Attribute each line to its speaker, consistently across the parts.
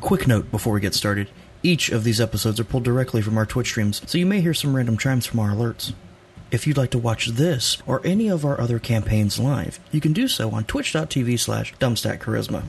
Speaker 1: Quick note before we get started each of these episodes are pulled directly from our Twitch streams, so you may hear some random chimes from our alerts. If you'd like to watch this or any of our other campaigns live, you can do so on twitch.tv slash dumbstackcharisma.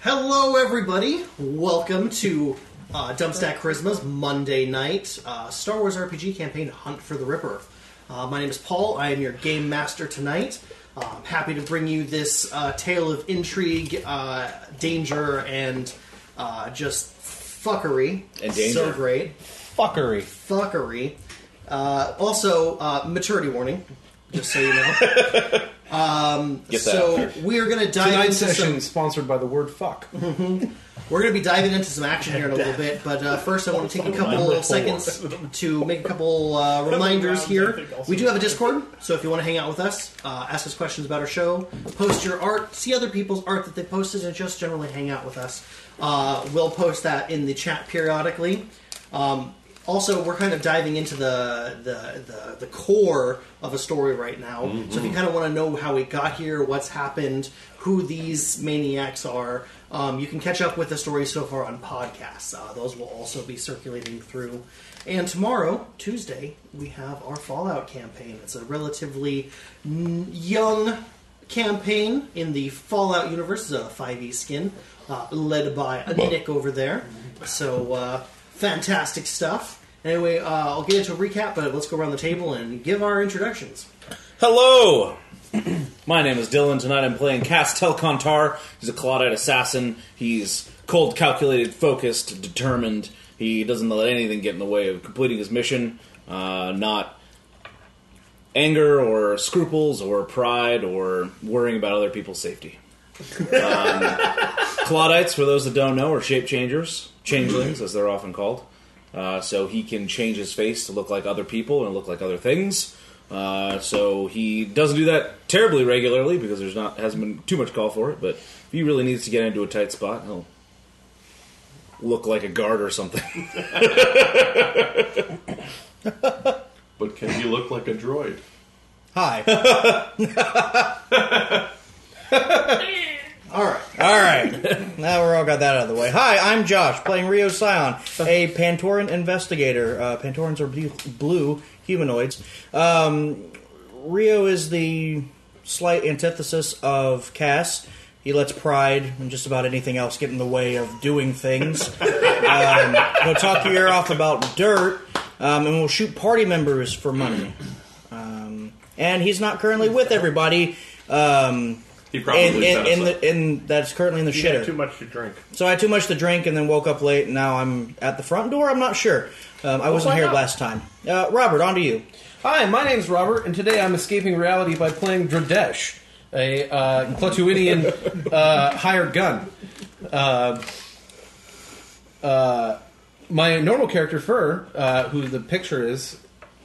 Speaker 2: Hello, everybody. Welcome to uh, Dumpstack Charisma's Monday night uh, Star Wars RPG campaign Hunt for the Ripper. Uh, my name is Paul. I am your game master tonight. Uh, I'm happy to bring you this uh, tale of intrigue, uh, danger, and uh, just fuckery.
Speaker 3: And danger.
Speaker 2: So great.
Speaker 4: fuckery.
Speaker 2: Fuckery. Uh, also, uh, maturity warning, just so you know.
Speaker 3: Get that out
Speaker 2: so
Speaker 3: there.
Speaker 2: we are going to dive
Speaker 4: Tonight's
Speaker 2: into
Speaker 4: session
Speaker 2: some
Speaker 4: is sponsored by the word fuck.
Speaker 2: We're going to be diving into some action here in a little bit, but uh, first I want to take a couple of seconds to make a couple uh, reminders here. We do have a Discord, so if you want to hang out with us, uh, ask us questions about our show, post your art, see other people's art that they posted, and just generally hang out with us. Uh, we'll post that in the chat periodically. Um, also, we're kind of diving into the the, the, the core of a story right now. So if you kind of want to know how we got here, what's happened, who these maniacs are, um, you can catch up with the story so far on podcasts. Uh, those will also be circulating through. And tomorrow, Tuesday, we have our Fallout campaign. It's a relatively n- young campaign in the Fallout universe. It's a 5e skin uh, led by Nick over there. So, uh, fantastic stuff. Anyway, uh, I'll get into a recap, but let's go around the table and give our introductions.
Speaker 3: Hello! My name is Dylan. Tonight I'm playing Castel Contar. He's a Claudite assassin. He's cold, calculated, focused, determined. He doesn't let anything get in the way of completing his mission. Uh, not anger or scruples or pride or worrying about other people's safety. Claudites, for those that don't know, are shape changers, changelings, as they're often called. Uh, so he can change his face to look like other people and look like other things. Uh, so he doesn't do that terribly regularly because there's not hasn't been too much call for it. But if he really needs to get into a tight spot, he'll look like a guard or something.
Speaker 5: But can he look like a droid?
Speaker 4: Hi.
Speaker 2: All right.
Speaker 4: all right. Now we're all got that out of the way. Hi, I'm Josh, playing Rio Scion, a Pantoran investigator. Uh, Pantorans are blue, blue humanoids. Um, Rio is the slight antithesis of Cass. He lets pride and just about anything else get in the way of doing things. um, he'll talk your ear off about dirt, um, and will shoot party members for money. Um, and he's not currently with everybody. Um,
Speaker 5: He
Speaker 4: in,
Speaker 5: probably
Speaker 4: in,
Speaker 5: sent us
Speaker 4: in,
Speaker 5: a-
Speaker 4: the, in that's currently in the shitter.
Speaker 6: too much to drink.
Speaker 4: so I had too much to drink and then woke up late. And now I'm at the front door. I'm not sure. Um, I wasn't
Speaker 6: find
Speaker 4: here
Speaker 6: out.
Speaker 4: last time. Uh, Robert, on to you.
Speaker 6: Hi, my name's Robert, and today I'm escaping reality by playing Dradesh, a uh, Platoonian uh, hired gun. Uh, uh, my normal character, Fur, uh, who the picture is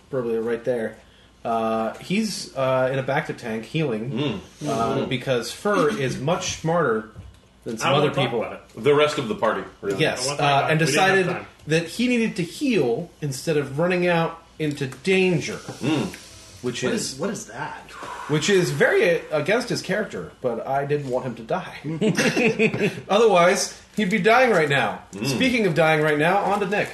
Speaker 6: probably right there, uh, he's uh, in a Bacta tank healing
Speaker 3: Hmm.
Speaker 6: uh, because Fur is much smarter than some
Speaker 7: I
Speaker 6: other
Speaker 7: won't talk
Speaker 6: people.
Speaker 7: about it.
Speaker 5: the rest of the party. Really.
Speaker 6: Yes,
Speaker 7: I want
Speaker 6: uh,
Speaker 7: that
Speaker 6: and
Speaker 7: back. We didn't have
Speaker 6: decided
Speaker 7: time.
Speaker 6: that he needed to heal instead of running out into danger,
Speaker 7: Hmm.
Speaker 6: which
Speaker 2: What
Speaker 6: is
Speaker 2: is, what is that?
Speaker 6: which is very uh, against his character. But I didn't want him to die. Otherwise, he'd be dying right now.
Speaker 7: Hmm.
Speaker 6: Speaking of dying right now, on to Nick.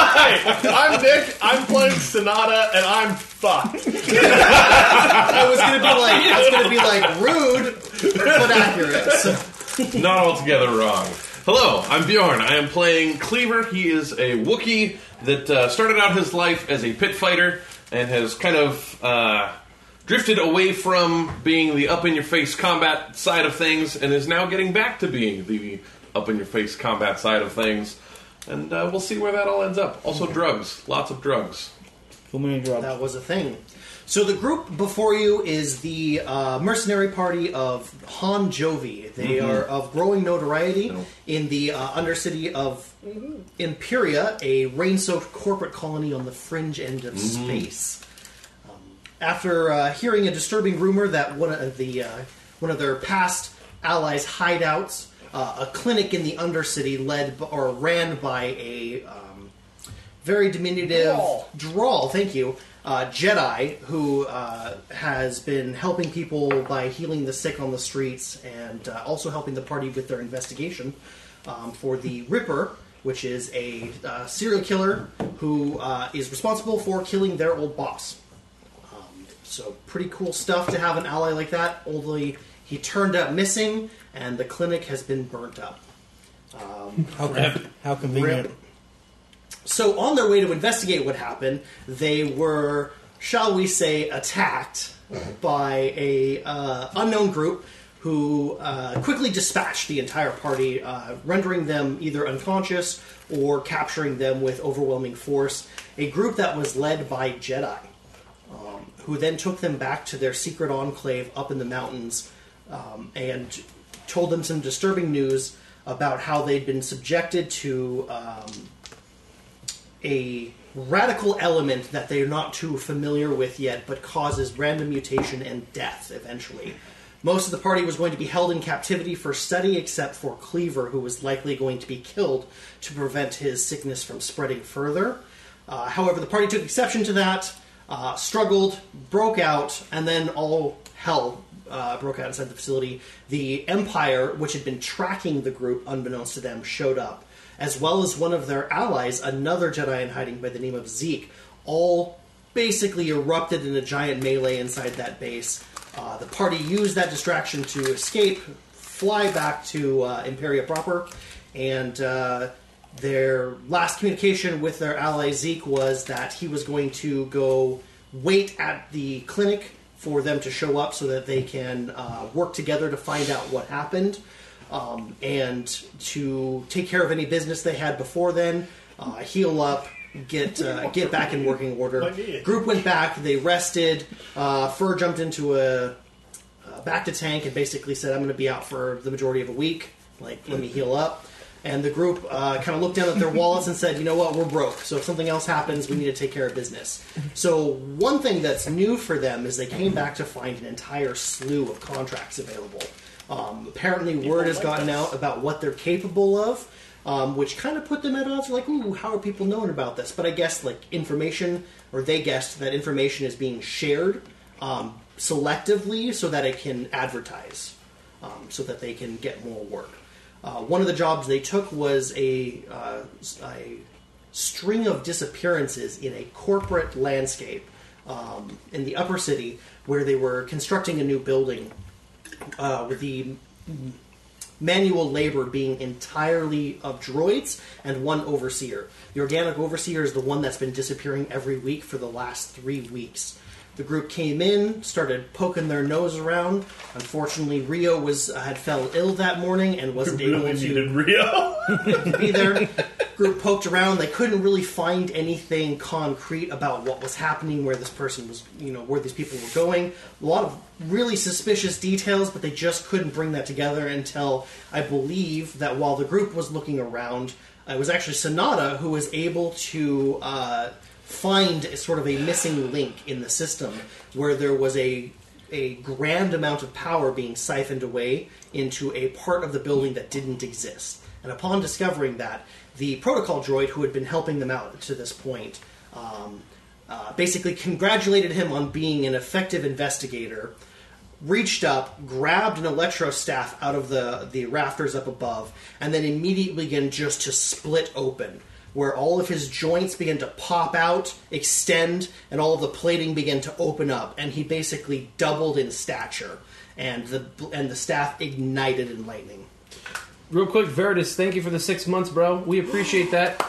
Speaker 7: I'm Nick. I'm playing Sonata, and I'm fucked.
Speaker 2: I was gonna be like, it's gonna be like rude but accurate. So,
Speaker 5: Not altogether wrong. Hello, I'm Bjorn. I am playing Cleaver. He is a Wookiee that uh, started out his life as a pit fighter and has kind of uh,
Speaker 8: drifted away from being the up in your face combat side of things and is now getting back to being the up in your face combat side of things. And uh, we'll see where that all ends up. Also, drugs. Lots of drugs.
Speaker 9: Too many drugs.
Speaker 2: That was a thing. So the group before you is the uh, mercenary party of Han Jovi. They are of growing notoriety in the uh, undercity of Imperia, a rain-soaked corporate colony on the fringe end of space. Um, after uh, hearing a disturbing rumor that one of the uh, one of their past allies' hideouts, uh, a clinic in the undercity, led b- or ran by a um, very diminutive
Speaker 10: Drawl.
Speaker 2: drawl. Thank you, uh, Jedi, who uh, has been helping people by healing the sick on the streets and uh, also helping the party with their investigation um, for the Ripper, which is a uh, serial killer who uh, is responsible for killing their old boss. Um, So pretty cool stuff to have an ally like that. Only he turned up missing, and the clinic has been burnt up. Um,
Speaker 9: How, con- how convenient.
Speaker 2: Rip. So on their way to investigate what happened, they were, shall we say, attacked by a uh, unknown group who uh, quickly dispatched the entire party, uh, rendering them either unconscious or capturing them with overwhelming force. A group that was led by Jedi. um, who then took them back to their secret enclave up in the mountains um, and told them some disturbing news about how they'd been subjected to um, a radical element that they're not too familiar with yet, but causes random mutation and death eventually. Most of the party was going to be held in captivity for study, except for Cleaver, who was likely going to be killed to prevent his sickness from spreading further. Uh, however, the party took exception to that, uh, struggled, broke out, and then all hell uh, broke out inside the facility. The Empire, which had been tracking the group unbeknownst to them, showed up, as well as one of their allies, another Jedi in hiding by the name of Zeke, all basically erupted in a giant melee inside that base. Uh, the party used that distraction to escape, fly back to uh, Imperia proper, and uh, their last communication with their ally Zeke was that he was going to go wait at the clinic for them to show up so that they can uh, work together to find out what happened um, and to take care of any business they had before then, uh, heal up, get uh, get back in working order. Group went back. They rested. Uh, Fur jumped into a uh, back to tank and basically said, "I'm going to be out for the majority of a week. Like, let me heal up." And the group uh, kind of looked down at their wallets and said, "You know what? We're broke. So if something else happens, we need to take care of business." So one thing that's new for them is they came back to find an entire slew of contracts available. Um, apparently, word has gotten out about what they're capable of, um, which kind of put them at odds. Like, ooh, how are people knowing about this? But I guess like information, or they guessed that information is being shared um, selectively so that it can advertise, um, so that they can get more work. Uh, one of the jobs they took was a, uh, s- a string of disappearances in a corporate landscape um, in the upper city where they were constructing a new building uh, with the manual labor being entirely of droids and one overseer. The organic overseer is the one that's been disappearing every week for the last three weeks. The group came in, started poking their nose around. Unfortunately, Rio was uh, had fell ill that morning and wasn't
Speaker 10: Really
Speaker 2: able to
Speaker 10: needed Rio.
Speaker 2: be there. Group poked around. They couldn't really find anything concrete about what was happening, where this person was, you know, where these people were going. A lot of really suspicious details, but they just couldn't bring that together until I believe that while the group was looking around, it was actually Sonata who was able to uh, find a sort of a missing link in the system where there was a a grand amount of power being siphoned away into a part of the building that didn't exist. And upon discovering that, the protocol droid who had been helping them out to this point um, uh, basically congratulated him on being an effective investigator, reached up, grabbed an electro staff out of the, the rafters up above, and then immediately began just to split open, where all of his joints began to pop out, extend, and all of the plating began to open up, and he basically doubled in stature, and the and the staff ignited in lightning.
Speaker 5: Real quick, Veritas, thank you for the six months, bro. We appreciate that.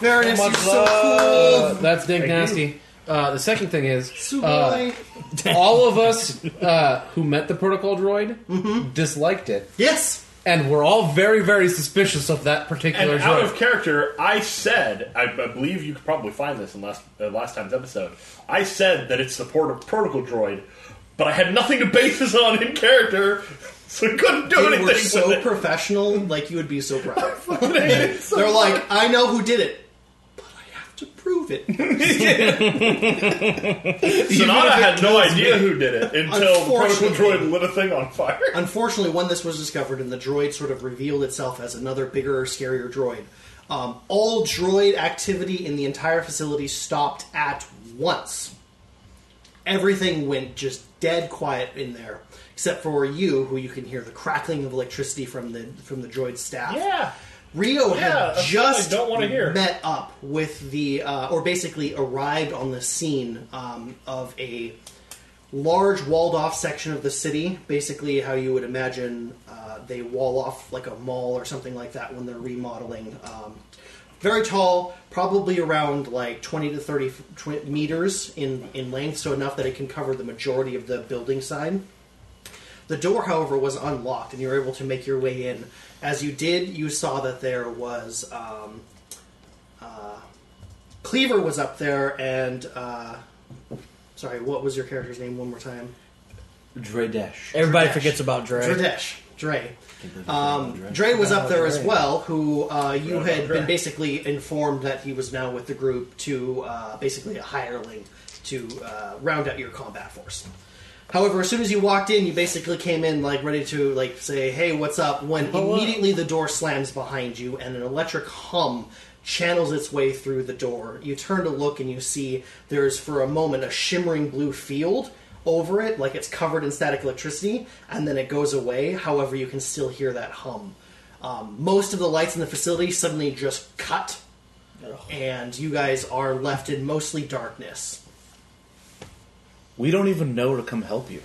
Speaker 2: Veritas,
Speaker 9: Much
Speaker 2: you're so
Speaker 9: love.
Speaker 2: cool.
Speaker 5: That's Dig Nasty. Uh, the second thing is uh,
Speaker 2: Superboy.
Speaker 5: all of us uh, who met the protocol droid disliked it,
Speaker 2: yes.
Speaker 5: and we're all very, very suspicious of that
Speaker 10: And
Speaker 5: particular
Speaker 10: out
Speaker 5: droid.
Speaker 10: of character, I said, I, I believe you could probably find this in last uh, last time's episode. I said that it's the port- protocol droid, but I had nothing to base this on in character, so I couldn't do
Speaker 2: They
Speaker 10: anything
Speaker 2: were
Speaker 10: with
Speaker 2: so
Speaker 10: it.
Speaker 2: professional, like you would be so proud. They're like, I know who did it, but I have to prove it.
Speaker 10: Sonata had no idea who did it until the protocol
Speaker 2: Unfortunately.
Speaker 10: droid lit a thing on fire.
Speaker 2: Unfortunately, when this was discovered and the droid sort of revealed itself as another bigger, scarier droid, um, all droid activity in the entire facility stopped at once. Everything went just dead quiet in there, except for you, who you can hear the crackling of electricity from the from the droid staff.
Speaker 10: Yeah.
Speaker 2: Rio
Speaker 10: Yeah, that's
Speaker 2: had
Speaker 10: what I
Speaker 2: just
Speaker 10: don't wanna hear.
Speaker 2: met up with the, uh, or basically arrived on the scene um, of a large walled off section of the city. Basically, how you would imagine uh, they wall off like a mall or something like that when they're remodeling. Um, very tall, probably around like 20 to 30 f- tw- meters in, in length, so enough that it can cover the majority of the building side. The door, however, was unlocked, and you were able to make your way in. As you did, you saw that there was um, uh, Cleaver was up there, and uh, sorry, what was your character's name? One more time,
Speaker 9: Dredesh. Everybody forgets about Dre. Oh,
Speaker 2: Dradesh, Dre. Um, Dre was up there as well, who uh, you had been basically informed that he was now with the group to uh, basically a hireling to uh, round out your combat force. However, as soon as you walked in, you basically came in like ready to like say, "Hey, what's up?" When immediately the door slams behind you, and an electric hum channels its way through the door. You turn to look, and you see there is for a moment a shimmering blue field over it, like it's covered in static electricity, and then it goes away. However, you can still hear that hum. Um, most of the lights in the facility suddenly just cut, and you guys are left in mostly darkness.
Speaker 3: We don't even know to come help you.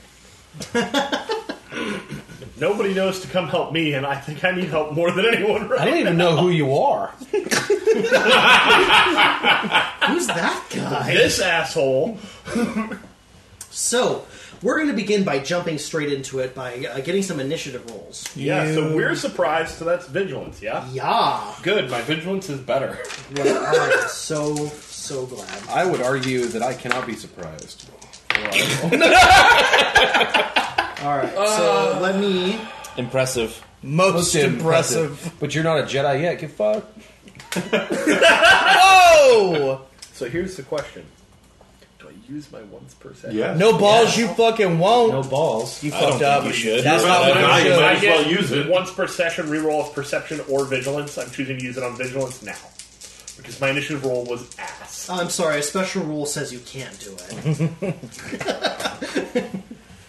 Speaker 10: Nobody knows to come help me, and I think I need help more than anyone
Speaker 6: I
Speaker 10: right
Speaker 6: don't even know who you are.
Speaker 2: Who's that guy?
Speaker 10: This asshole.
Speaker 2: So, we're going to begin by jumping straight into it by uh, getting some initiative rolls.
Speaker 10: Yeah, so we're surprised, so that's vigilance, yeah?
Speaker 2: Yeah.
Speaker 10: Good, my vigilance is better.
Speaker 2: Well, I am so, so glad.
Speaker 6: I would argue that I cannot be surprised.
Speaker 2: All right.
Speaker 9: Uh.
Speaker 2: so, let me.
Speaker 3: Impressive.
Speaker 9: Most, impressive.
Speaker 6: impressive. But you're not a Jedi yet. Get fucked.
Speaker 9: Oh!
Speaker 10: So here's the question. Do I use my once per second?
Speaker 8: Yeah.
Speaker 9: No balls, you fucking won't.
Speaker 6: No balls.
Speaker 9: You
Speaker 3: I
Speaker 9: fucked
Speaker 3: don't
Speaker 9: up.
Speaker 3: think you should.
Speaker 9: That's
Speaker 8: But
Speaker 9: not what
Speaker 8: I
Speaker 9: you
Speaker 8: might
Speaker 9: should.
Speaker 8: as well use it.
Speaker 10: Once per session, reroll of perception or vigilance. I'm choosing to use it on vigilance now. Because my initiative roll was ass.
Speaker 2: I'm sorry, a special rule says you can't do it.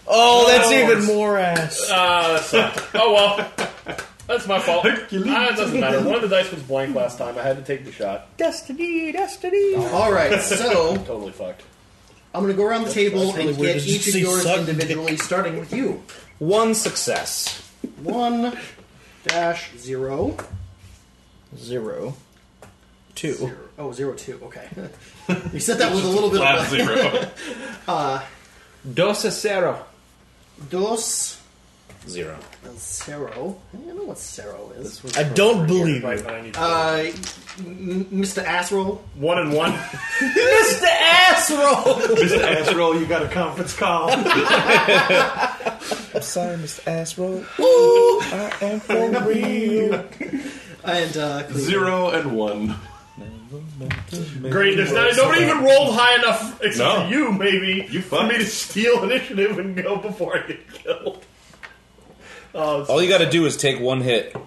Speaker 9: Oh, that's even more ass.
Speaker 10: Uh, so, oh well. That's my fault. Ah, it doesn't matter. One of the dice was blank last time. I had to take the shot.
Speaker 9: Destiny, destiny.
Speaker 2: All right. So,
Speaker 10: Totally fucked.
Speaker 2: I'm going to go around the table
Speaker 9: really
Speaker 2: and get
Speaker 9: weird to
Speaker 2: each of
Speaker 9: see
Speaker 2: yours
Speaker 9: suck
Speaker 2: individually, starting with you.
Speaker 3: One success.
Speaker 2: One dash zero.
Speaker 9: Zero. Two.
Speaker 2: Oh, zero two. Okay. you said that with a little bit
Speaker 8: Flat
Speaker 2: of.
Speaker 8: zero.
Speaker 6: Dos a cero.
Speaker 2: Dos
Speaker 3: Zero.
Speaker 2: cero. I don't know what cero is.
Speaker 9: I don't believe
Speaker 10: Right,
Speaker 9: it.
Speaker 10: but I need
Speaker 2: Uh, m- Mr. Assroll.
Speaker 10: one and one.
Speaker 9: Mr. Asshole!
Speaker 8: Mr. Asriel, you got a conference call.
Speaker 9: I'm sorry, Mr. Asshole. I am for real.
Speaker 2: And uh, Cleaver.
Speaker 8: Zero and one.
Speaker 10: Great. There's not, nobody even rolled high enough, except
Speaker 8: No.
Speaker 10: for you, maybe,
Speaker 8: You
Speaker 10: for me
Speaker 8: fucked.
Speaker 10: to steal initiative and go before I get killed. Uh, so,
Speaker 3: All you got to do is take one hit.
Speaker 10: uh,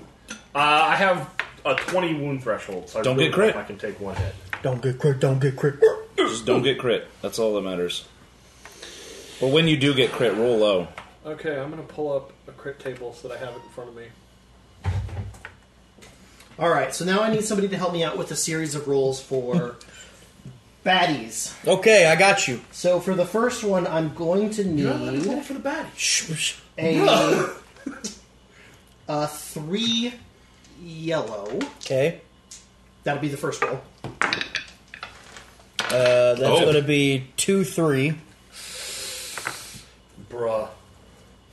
Speaker 10: I have a 20 wound threshold, so I
Speaker 3: Don't
Speaker 10: really
Speaker 3: get crit.
Speaker 10: hope I can take one hit.
Speaker 9: Don't get crit, don't get crit.
Speaker 3: Just don't get crit. That's all that matters. But when you do get crit, roll low.
Speaker 11: Okay, I'm gonna pull up a crit table so that I have it in front of me.
Speaker 2: All right. So now I need somebody to help me out with a series of rolls for baddies.
Speaker 9: Okay, I got you.
Speaker 2: So for the first one, I'm going to need
Speaker 10: for the baddie.
Speaker 2: a, a three yellow.
Speaker 9: Okay.
Speaker 2: That'll be the first roll.
Speaker 9: Uh, that's
Speaker 8: Oh.
Speaker 9: going to be 2 3.
Speaker 10: Bruh.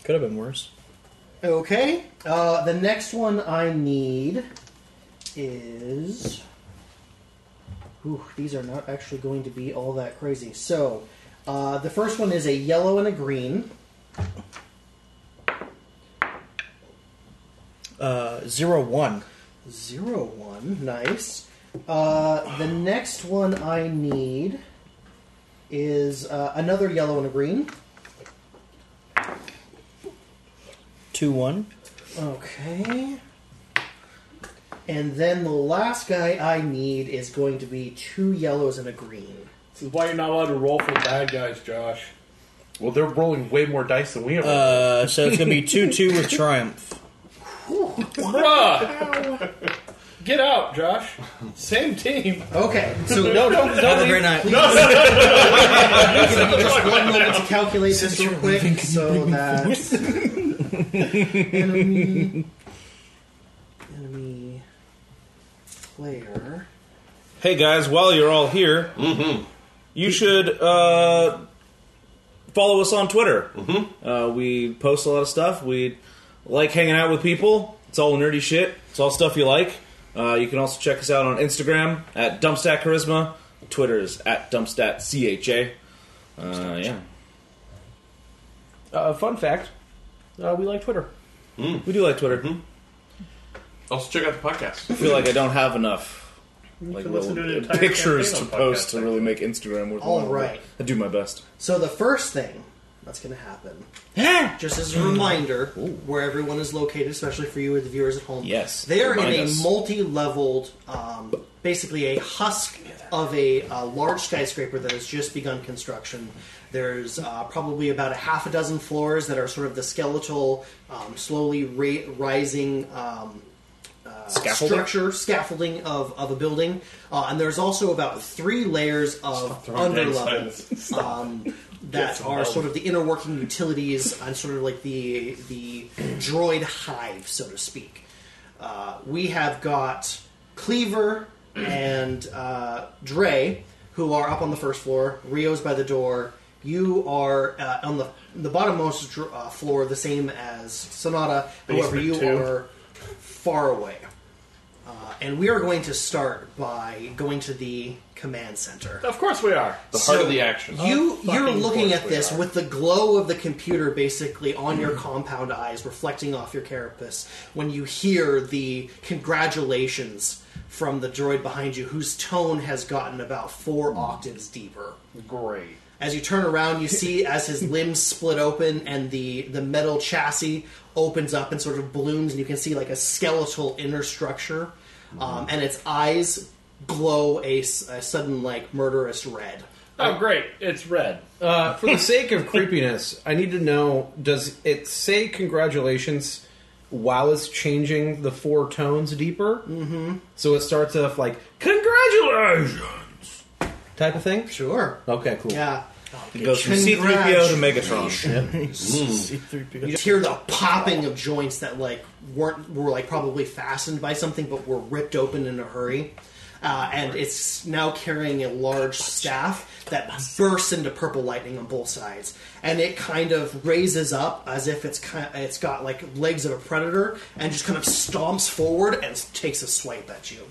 Speaker 9: Could have been worse.
Speaker 2: Okay. Uh, the next one I need is. Ooh, these are not actually going to be all that crazy. So, uh, the first one is a yellow and a green.
Speaker 9: Uh, 0 1.
Speaker 2: Zero one. Nice. Uh, the next one I need is uh, another yellow and a green.
Speaker 9: 2 1.
Speaker 2: Okay. And then the last guy I need is going to be two yellows and a green.
Speaker 10: This is why you're not allowed to roll for the bad guys, Josh.
Speaker 6: Well, they're rolling way more dice than we are.
Speaker 9: Uh, so it's going to be 2 2 with Triumph.
Speaker 10: Bruh! Get out, Josh. Same team.
Speaker 2: Okay, so
Speaker 9: No, don't, don't. Have a great night.
Speaker 2: just one moment to calculate this real quick so that enemy enemy player.
Speaker 3: Hey guys, while you're all here, you should uh, follow us on Twitter. Mm-hmm. Uh, we post a lot of stuff. We like hanging out with people. It's all nerdy shit. It's all stuff you like. Uh, you can also check us out on Instagram at Dumpstat Charisma. Twitter is at Dumpstat CHA. Uh, yeah,
Speaker 6: Uh, fun fact: uh, we like Twitter. Hmm.
Speaker 3: we do like Twitter.
Speaker 8: Also, check out the podcast.
Speaker 3: I feel like I don't have enough like
Speaker 10: can listen
Speaker 3: little
Speaker 10: to an entire
Speaker 3: pictures to
Speaker 10: campaign on
Speaker 3: post
Speaker 10: podcast,
Speaker 3: to really make Instagram worth.
Speaker 2: All
Speaker 3: while, but
Speaker 2: right.
Speaker 3: I do my best.
Speaker 2: So the first thing that's going to happen, just as a reminder, where everyone is located, especially for you, the viewers at home.
Speaker 3: Yes,
Speaker 2: they are in
Speaker 3: remind
Speaker 2: a
Speaker 3: us.
Speaker 2: multi-leveled, um, basically a husk of a, uh large skyscraper that has just begun construction. There's uh, probably about a half a dozen floors that are sort of the skeletal, um, slowly ra- rising. Um,
Speaker 3: Scaffolding?
Speaker 2: structure scaffolding of, of a building uh, and there's also about three layers of underlevels um, that are sort of the inner working utilities and sort of like the the droid hive so to speak uh, we have got cleaver and uh, dre who are up on the first floor rio's by the door you are uh, on the the bottommost dr- uh, floor the same as sonata however
Speaker 10: Basement
Speaker 2: you
Speaker 10: two.
Speaker 2: are far away. Uh, and we are going to start by going to the command center.
Speaker 10: Of course we are.
Speaker 8: The heart of the action.
Speaker 2: You you're
Speaker 10: Oh, fucking
Speaker 2: looking
Speaker 10: course
Speaker 2: at
Speaker 10: we
Speaker 2: this
Speaker 10: are.
Speaker 2: with the glow of the computer basically on
Speaker 10: Mm-hmm.
Speaker 2: your compound eyes reflecting off your carapace when you hear the congratulations from the droid behind you whose tone has gotten about 4 octaves deeper.
Speaker 10: Mm. Great.
Speaker 2: As you turn around, you see as his limbs split open and the, the metal chassis opens up and sort of blooms, and you can see like a skeletal inner structure,
Speaker 10: Mm-hmm.
Speaker 2: um, and its eyes glow a, s- a sudden like murderous red.
Speaker 10: Oh, great. It's red.
Speaker 6: Uh, for the sake of creepiness, I need to know: Does it say congratulations while it's changing the four tones deeper? Mm-hmm. So it starts off like congratulations type of thing.
Speaker 2: Sure.
Speaker 6: Okay, cool.
Speaker 2: Yeah.
Speaker 3: It goes from C3PO to Megatron. Mm.
Speaker 2: You just hear the popping of joints that like weren't were like probably fastened by something, but were ripped open in a hurry. Uh, and it's now carrying a large staff that bursts into purple lightning on both sides, and it kind of raises up as if it's kind it's got like legs of a predator, and just kind of stomps forward and takes a swipe at you.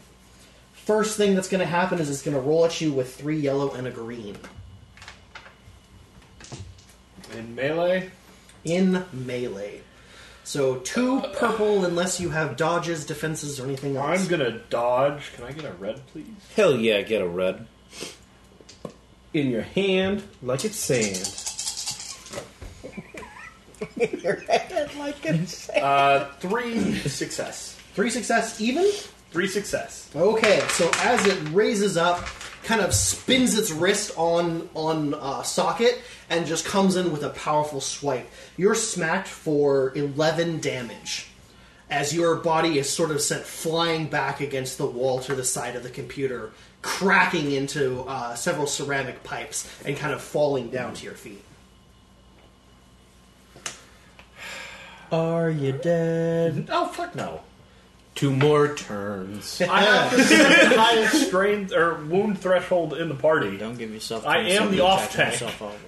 Speaker 2: First thing that's going to happen is it's going to roll at you with three yellow and a green
Speaker 10: In melee.
Speaker 2: in melee. So two purple, unless you have dodges, defenses, or anything else.
Speaker 10: I'm gonna dodge. Can I get a red, please?
Speaker 3: Hell yeah, get a red.
Speaker 6: In your hand, like it's sand.
Speaker 10: Uh, three success.
Speaker 2: Three success even?
Speaker 10: Three success.
Speaker 2: Okay, so as it raises up, kind of spins its wrist on on uh, socket and just comes in with a powerful swipe. You're smacked for eleven damage. As your body is sort of sent flying back against the wall to the side of the computer, cracking into uh, several ceramic pipes and kind of falling down to your feet.
Speaker 9: Are you dead?
Speaker 10: Oh fuck no.
Speaker 6: Two more turns.
Speaker 10: I have the second highest strain or wound threshold in the party.
Speaker 9: Don't give yourself.
Speaker 10: I am the off tank.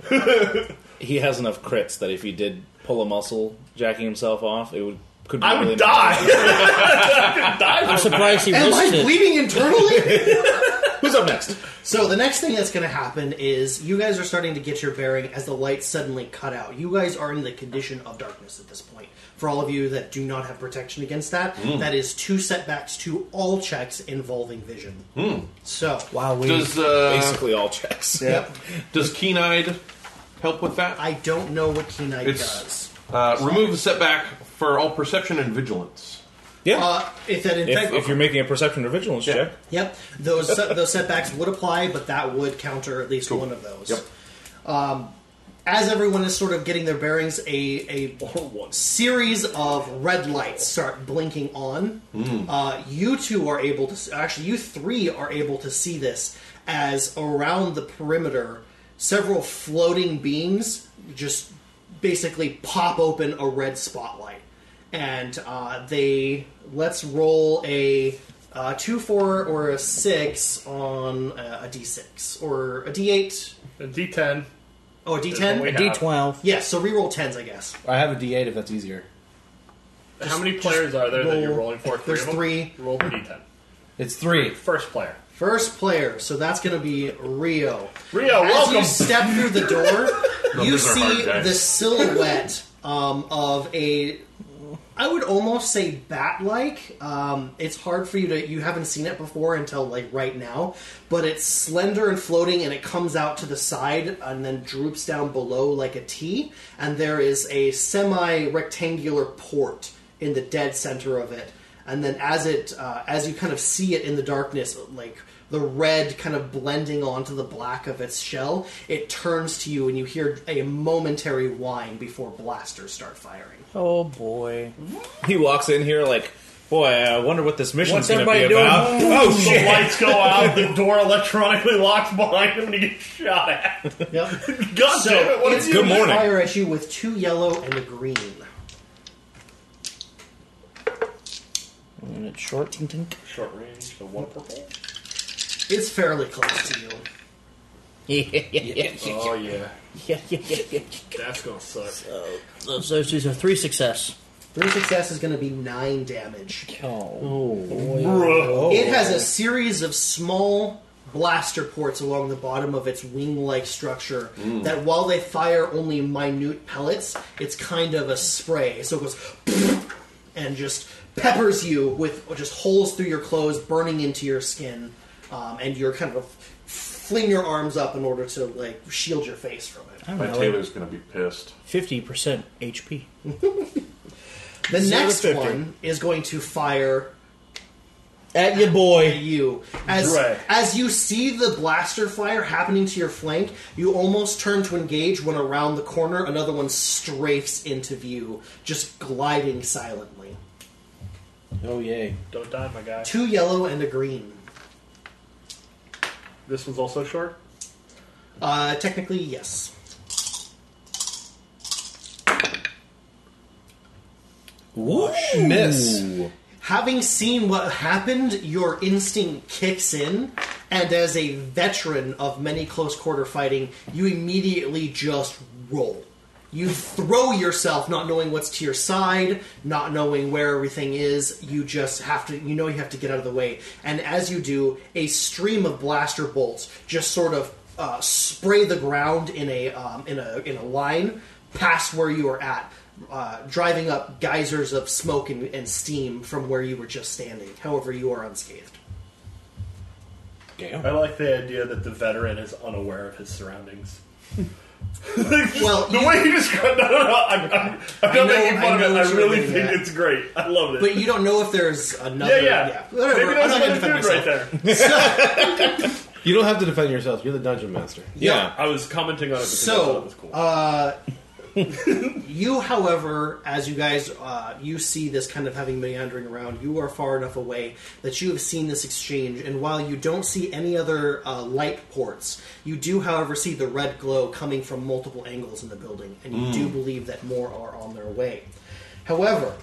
Speaker 9: tank.
Speaker 3: He has enough crits that if he did pull a muscle, jacking himself off, it would could. Be
Speaker 10: I
Speaker 3: really
Speaker 10: would die. I could die.
Speaker 9: I'm surprised he
Speaker 2: Am I
Speaker 9: risked it.
Speaker 2: bleeding internally?
Speaker 6: Who's up next?
Speaker 2: so the next thing that's going to happen is you guys are starting to get your bearing as the light suddenly cut out. You guys are in the condition of darkness at this point. For all of you that do not have protection against that, that is two setbacks to all checks involving vision. So
Speaker 9: Wow, we.
Speaker 8: Does uh,
Speaker 3: Basically, all checks.
Speaker 9: Yep.
Speaker 8: does keen-eyed help with that?
Speaker 2: I don't know what Keen Eye
Speaker 8: It's-
Speaker 2: does.
Speaker 8: Uh, remove the setback for all perception and vigilance.
Speaker 3: Yeah.
Speaker 2: Uh, if that in
Speaker 3: if,
Speaker 2: fact,
Speaker 3: if you're making a perception or vigilance check,
Speaker 2: Yep, those set, those setbacks would apply, but that would counter at least one of those.
Speaker 8: Yep.
Speaker 2: Um, as everyone is sort of getting their bearings, a a series of red lights start blinking on. Uh, you two are able to s- actually, you three are able to see this as around the perimeter, several floating beams just basically pop open a red spotlight, and uh, they let's roll a uh, two, four, or a six on uh, a d6 or a d8.
Speaker 10: A D10.
Speaker 2: Oh, a
Speaker 10: Wait,
Speaker 2: d10.
Speaker 10: no.
Speaker 9: D12.
Speaker 2: Yes, so reroll tens, I guess.
Speaker 6: I have a D8 if that's easier.
Speaker 10: How many players are there that you're
Speaker 2: roll-
Speaker 10: rolling for?
Speaker 2: there's
Speaker 10: of them?
Speaker 2: three.
Speaker 10: Roll the D10.
Speaker 6: It's three.
Speaker 10: First player.
Speaker 2: First player, so that's going to be Rio.
Speaker 10: Rio,
Speaker 2: As
Speaker 10: welcome.
Speaker 2: you step through the door, you
Speaker 8: Numbers are hard,
Speaker 2: see
Speaker 8: guys.
Speaker 2: the silhouette um, of a. I would almost say bat-like. Um, it's hard for you to. You haven't seen it before until like right now, but it's slender and floating, and it comes out to the side and then droops down below like a T. And there is a semi-rectangular port in the dead center of it. And then as it, uh, as you kind of see it in the darkness, like the red kind of blending onto the black of its shell, it turns to you and you hear a momentary whine before blasters start firing.
Speaker 9: Oh boy.
Speaker 3: he walks in here like, boy, I wonder what this mission's
Speaker 9: What's
Speaker 3: going to be
Speaker 9: everybody doing?
Speaker 3: about. Oh
Speaker 10: The
Speaker 3: shit!
Speaker 10: lights go out, the door electronically locks behind him, and he gets shot at.
Speaker 2: Yep.
Speaker 10: God
Speaker 2: so
Speaker 10: damn it, what
Speaker 2: it's
Speaker 10: is
Speaker 3: Good
Speaker 2: gonna
Speaker 3: morning.
Speaker 2: fire at you with two yellow and a green.
Speaker 9: And it's short. Tink, tink.
Speaker 10: Short range, so one purple.
Speaker 2: It's fairly close to you.
Speaker 9: Yeah, yeah, yeah,
Speaker 10: Oh, yeah.
Speaker 9: yeah, yeah, yeah, yeah.
Speaker 10: That's gonna suck.
Speaker 9: So, so these are three success.
Speaker 2: Three success is going to be nine damage.
Speaker 9: Oh.
Speaker 10: Bruh.
Speaker 2: It has a series of small blaster ports along the bottom of its wing-like structure that while they fire only minute pellets, it's kind of a spray. So it goes and just peppers you with or just holes through your clothes, burning into your skin, um, and you're kind of fling your arms up in order to like shield your face from it.
Speaker 9: I
Speaker 8: My
Speaker 9: don't know.
Speaker 8: Taylor's gonna be pissed.
Speaker 9: Fifty percent HP.
Speaker 2: The
Speaker 9: Zero to
Speaker 2: next
Speaker 9: 50.
Speaker 2: one is going to fire
Speaker 9: At your
Speaker 2: at
Speaker 9: boy.
Speaker 2: you. As
Speaker 10: Right.
Speaker 2: as you see the blaster fire happening to your flank, you almost turn to engage when around the corner another one strafes into view, just gliding silently.
Speaker 6: Oh, yay.
Speaker 10: Don't die, my guy.
Speaker 2: Two yellow and a green.
Speaker 10: This one's also short.
Speaker 2: Uh, technically, yes.
Speaker 6: Miss.
Speaker 2: Having seen what happened, your instinct kicks in, and as a veteran of many close quarter fighting, you immediately just roll. You throw yourself, not knowing what's to your side, not knowing where everything is. You just have to, you know, you have to get out of the way. And as you do, a stream of blaster bolts just sort of uh, spray the ground in a um, in a in a line past where you are at, uh, driving up geysers of smoke and, and steam from where you were just standing. However, you are unscathed.
Speaker 10: I like the idea that the veteran is unaware of his surroundings.
Speaker 2: Well,
Speaker 10: the
Speaker 2: you-
Speaker 10: way he described no, no, no, I'm, I'm, I'm
Speaker 2: know-
Speaker 10: not making
Speaker 2: I
Speaker 10: fun
Speaker 2: know
Speaker 10: of it.
Speaker 2: what
Speaker 10: I
Speaker 2: you're
Speaker 10: really
Speaker 2: getting
Speaker 10: think
Speaker 2: at.
Speaker 10: it's great. I love it.
Speaker 2: But you don't know if there's another.
Speaker 10: yeah, yeah.
Speaker 2: whatever.
Speaker 10: Maybe that's
Speaker 2: I'm not gonna
Speaker 10: another
Speaker 2: defend
Speaker 10: dude
Speaker 2: myself.
Speaker 10: right there.
Speaker 6: You don't have to defend yourself. You're the dungeon master.
Speaker 2: Yeah.
Speaker 10: I was commenting on it because I thought it
Speaker 2: So,
Speaker 10: was cool.
Speaker 2: uh, you, however, as you guys, uh, you see this kind of having meandering around. You are far enough away that you have seen this exchange, and while you don't see any other uh, light ports, you do, however, see the red glow coming from multiple angles in the building, and you
Speaker 8: Mm.
Speaker 2: do believe that more are on their way. However,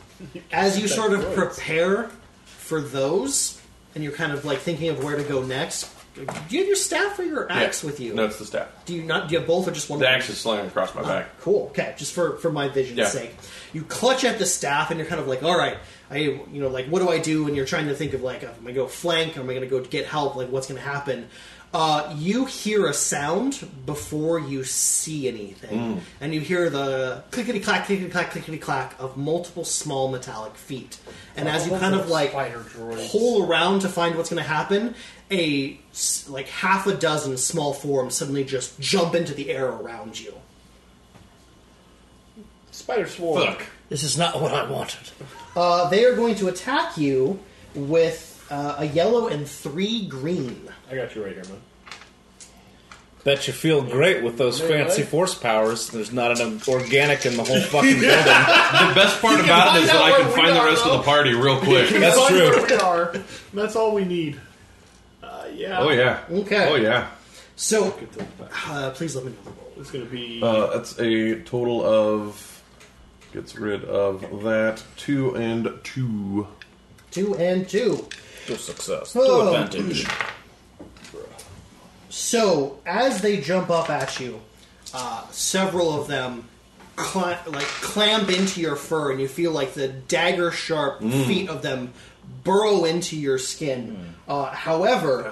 Speaker 2: as you sort of prepare for those, and you're kind of like thinking of where to go next, do you have your staff or your axe
Speaker 8: Yeah.
Speaker 2: with you?
Speaker 8: No, it's the staff.
Speaker 2: Do you not? Do you have both or just one?
Speaker 8: The axe is slung across my back.
Speaker 2: Oh, Cool. Okay, just for for my vision's
Speaker 8: Yeah.
Speaker 2: sake, you clutch at the staff and you're kind of like, all right, I you know like what do I do? And you're trying to think of like, am I going to go flank? am I going to go get help? Like what's going to happen? Uh, you hear a sound before you see anything,
Speaker 8: Mm.
Speaker 2: and you hear the clickety clack, clickety clack, clickety clack of multiple small metallic feet. And as you kind of like
Speaker 11: Spider droids.
Speaker 2: pull around to find what's going to happen, a s- like half a dozen small forms suddenly just jump into the air around you.
Speaker 10: Spider sword.
Speaker 8: Fuck.
Speaker 9: This is not what I wanted.
Speaker 2: Uh, they are going to attack you with uh, a yellow and three green.
Speaker 10: I got you right here, man.
Speaker 3: Bet you feel great with those fancy force powers. There's not enough organic in the whole fucking building.
Speaker 8: The best part about it is that I can find the rest of the party real quick.
Speaker 3: That's
Speaker 10: Find
Speaker 3: true.
Speaker 10: where we are. That's all we need. Uh, yeah.
Speaker 8: Oh yeah.
Speaker 2: Okay.
Speaker 8: Oh yeah.
Speaker 2: So, uh, please let me know the roll.
Speaker 10: It's gonna be.
Speaker 8: Uh, that's a total of gets rid of that two and two.
Speaker 2: Two and two.
Speaker 3: To success.
Speaker 2: Oh.
Speaker 3: To advantage.
Speaker 2: So, as they jump up at you, uh, several of them cla like clamp into your fur, and you feel like the dagger sharp feet of them burrow into your skin. Uh, however,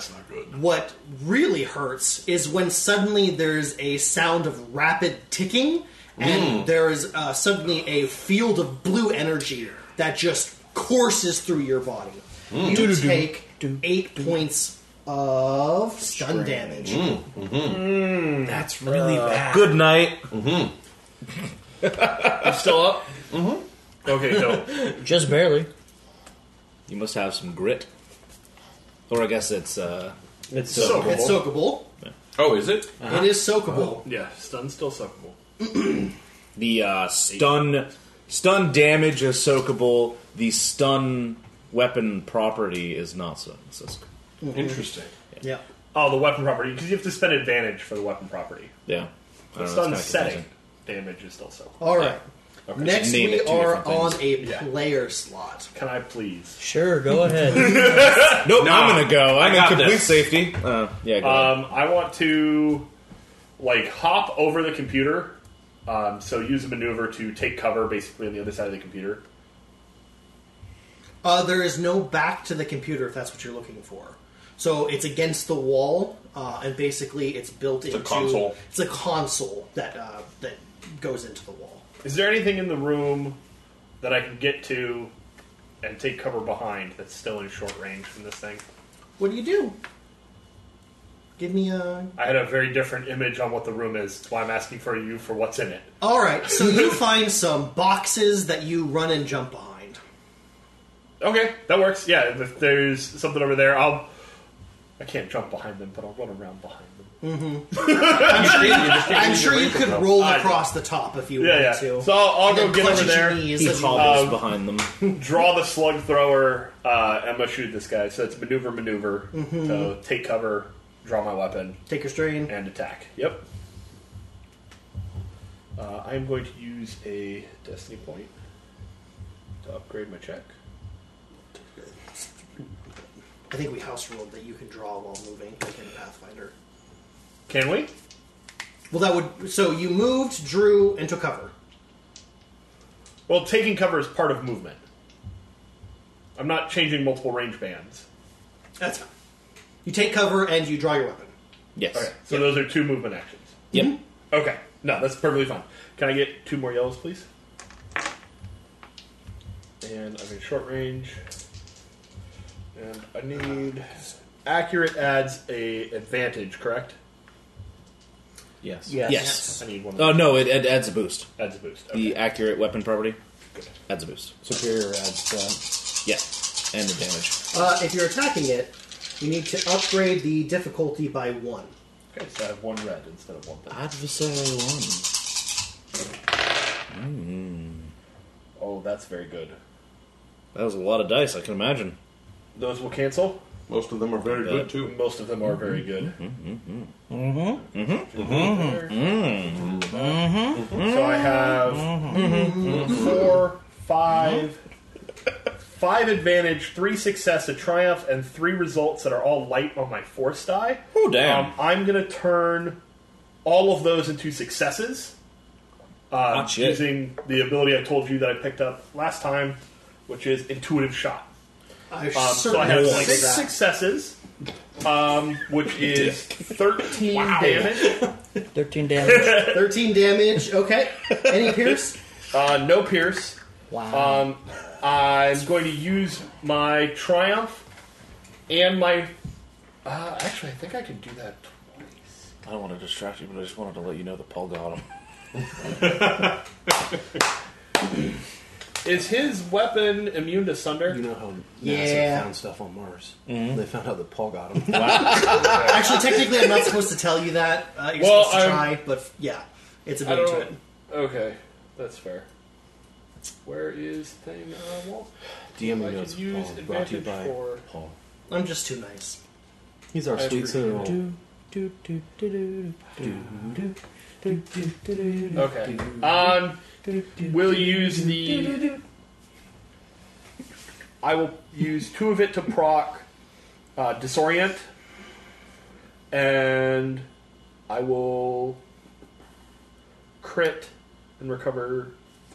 Speaker 2: what really hurts is when suddenly there's a sound of rapid ticking, and there is uh, suddenly a field of blue energy that just courses through your body. You take eight points of stun damage.
Speaker 5: That's really
Speaker 6: Uh,
Speaker 5: bad.
Speaker 3: Good night. Mm-hmm.
Speaker 10: I'm still up. Mm-hmm. Okay, no.
Speaker 9: Just barely.
Speaker 3: You must have some grit. Or I guess it's uh
Speaker 10: it's
Speaker 2: So it's soakable.
Speaker 8: Oh, is it?
Speaker 2: It is soakable.
Speaker 10: Yeah, stun's still suckable.
Speaker 3: the uh, stun stun damage is soakable. The stun weapon property is not so. so it's-
Speaker 8: Interesting.
Speaker 2: Yeah.
Speaker 10: Oh, the weapon property because you have to spend advantage for the weapon property.
Speaker 3: yeah. I don't know,
Speaker 10: The
Speaker 3: it's
Speaker 10: stun
Speaker 3: kinda
Speaker 10: setting
Speaker 3: confusing.
Speaker 10: damage is still suckable.
Speaker 2: All right. Next,
Speaker 3: Name
Speaker 2: we
Speaker 3: it two
Speaker 2: are
Speaker 3: different
Speaker 2: on
Speaker 3: things.
Speaker 2: a
Speaker 10: Yeah.
Speaker 2: player slot.
Speaker 10: Can I please?
Speaker 9: Sure, go ahead.
Speaker 3: Nope, Ah, I'm gonna go. I'm in
Speaker 8: got
Speaker 3: complete
Speaker 8: this.
Speaker 3: safety. Uh, yeah, go ahead.
Speaker 10: Um, I want to like hop over the computer. Um, so use a maneuver to take cover, basically on the other side of the computer.
Speaker 2: Uh, there is no back to the computer if that's what you're looking for. So it's against the wall, uh, and basically it's built
Speaker 8: a
Speaker 2: into
Speaker 8: console.
Speaker 2: It's a console that uh, that goes into the wall.
Speaker 10: Is there anything in the room that I can get to and take cover behind that's still in short range from this thing?
Speaker 2: What do you do? Give me a.
Speaker 10: I had a very different image on what the room is. That's why I'm asking for you for what's in it.
Speaker 2: All right. So you find some boxes that you run and jump behind.
Speaker 10: Okay, that works. Yeah, if there's something over there, I'll. I can't jump behind them, but I'll run around behind them.
Speaker 2: I'm sure you could roll
Speaker 10: I-
Speaker 2: across the top if you
Speaker 10: Yeah,
Speaker 2: wanted
Speaker 10: yeah.
Speaker 2: to.
Speaker 10: So I'll, I'll
Speaker 2: And
Speaker 10: go
Speaker 2: then
Speaker 10: get
Speaker 2: clutch
Speaker 10: over
Speaker 2: at your
Speaker 10: there,
Speaker 2: knees
Speaker 3: he
Speaker 2: as you-
Speaker 3: hobbles behind them.
Speaker 10: draw the slug thrower, uh, and I'm gonna shoot this guy. So it's maneuver, maneuver. So take cover, draw my weapon,
Speaker 2: Take your strain.
Speaker 10: and attack. Yep. Uh, I'm going to use a destiny point to upgrade my check.
Speaker 2: I think we house ruled that you can draw while moving, like in Pathfinder.
Speaker 10: Can we?
Speaker 2: Well, that would. So you moved, drew, and took cover.
Speaker 10: Well, taking cover is part of movement. I'm not changing multiple range bands.
Speaker 2: That's fine. You take cover and you draw your weapon.
Speaker 3: Yes.
Speaker 10: Okay, so those are two movement actions.
Speaker 3: Yep.
Speaker 10: Okay, no, that's perfectly fine. Can I get two more yellows, please? And I'm in short range, and I need accurate adds a advantage, correct?
Speaker 3: Yes.
Speaker 2: Yes.
Speaker 3: Yes.
Speaker 10: I need one.
Speaker 3: Oh no, it, it adds a boost.
Speaker 10: adds a boost. Okay.
Speaker 3: The accurate weapon property adds a boost.
Speaker 6: Superior adds.
Speaker 3: Yeah, and the damage.
Speaker 2: Uh, if you're attacking it, you need to upgrade the difficulty by one.
Speaker 10: Okay, so I have one red instead of one.
Speaker 3: Uh,
Speaker 10: blue.
Speaker 3: Adversarial one.
Speaker 10: Oh, that's very good.
Speaker 3: That was a lot of dice, I can imagine.
Speaker 10: Those will cancel.
Speaker 8: Most of them are very good too.
Speaker 10: Most of them are very good. Mm-hmm. Mm-hmm. Mm-hmm. So I have four, five, five advantage, three success, a triumph, and three results that are all light on my force die.
Speaker 3: Oh, damn.
Speaker 10: Um, I'm going to turn all of those into successes uh,
Speaker 3: Hot shit.
Speaker 10: using the ability I told you that I picked up last time, which is intuitive shot.
Speaker 2: I
Speaker 10: Um, so I
Speaker 2: certainly
Speaker 10: have
Speaker 2: will
Speaker 10: six
Speaker 2: that.
Speaker 10: successes, um, which is 13 damage.
Speaker 9: Thirteen damage.
Speaker 2: 13 damage. Okay. Any pierce?
Speaker 10: Uh, no pierce.
Speaker 9: Wow.
Speaker 10: Um, I'm going to use my triumph and my. Uh, actually, I think I can do that.
Speaker 3: I don't want to distract you, but I just wanted to let you know that Paul got him.
Speaker 10: Is his weapon immune to sunder?
Speaker 6: You know how NASA
Speaker 2: Yeah.
Speaker 6: found stuff on Mars?
Speaker 10: Mm-hmm.
Speaker 6: They found out that Paul got him.
Speaker 2: Actually, technically, I'm not supposed to tell you that. Uh, you're
Speaker 10: Well,
Speaker 2: supposed to
Speaker 10: I'm-
Speaker 2: try, but yeah, it's a
Speaker 10: I
Speaker 2: bit to it.
Speaker 10: don't. Okay, that's fair. Where is thing? Uh, wall?
Speaker 6: DM
Speaker 10: I
Speaker 6: notes
Speaker 10: could use
Speaker 6: Paul, brought to you
Speaker 10: advantage
Speaker 6: by
Speaker 10: for.
Speaker 6: Paul.
Speaker 2: I'm just too nice.
Speaker 6: He's our
Speaker 10: I
Speaker 6: sweet
Speaker 10: appreciate
Speaker 6: son.
Speaker 9: Do, do, do, do, do, do, do, do, do, do, do, do,
Speaker 10: Okay.
Speaker 9: do,
Speaker 10: Um,
Speaker 9: do, do,
Speaker 10: we'll
Speaker 9: do,
Speaker 10: use
Speaker 9: do,
Speaker 10: the-
Speaker 9: do, do,
Speaker 10: I will use two of it to proc uh, disorient, and I will crit and recover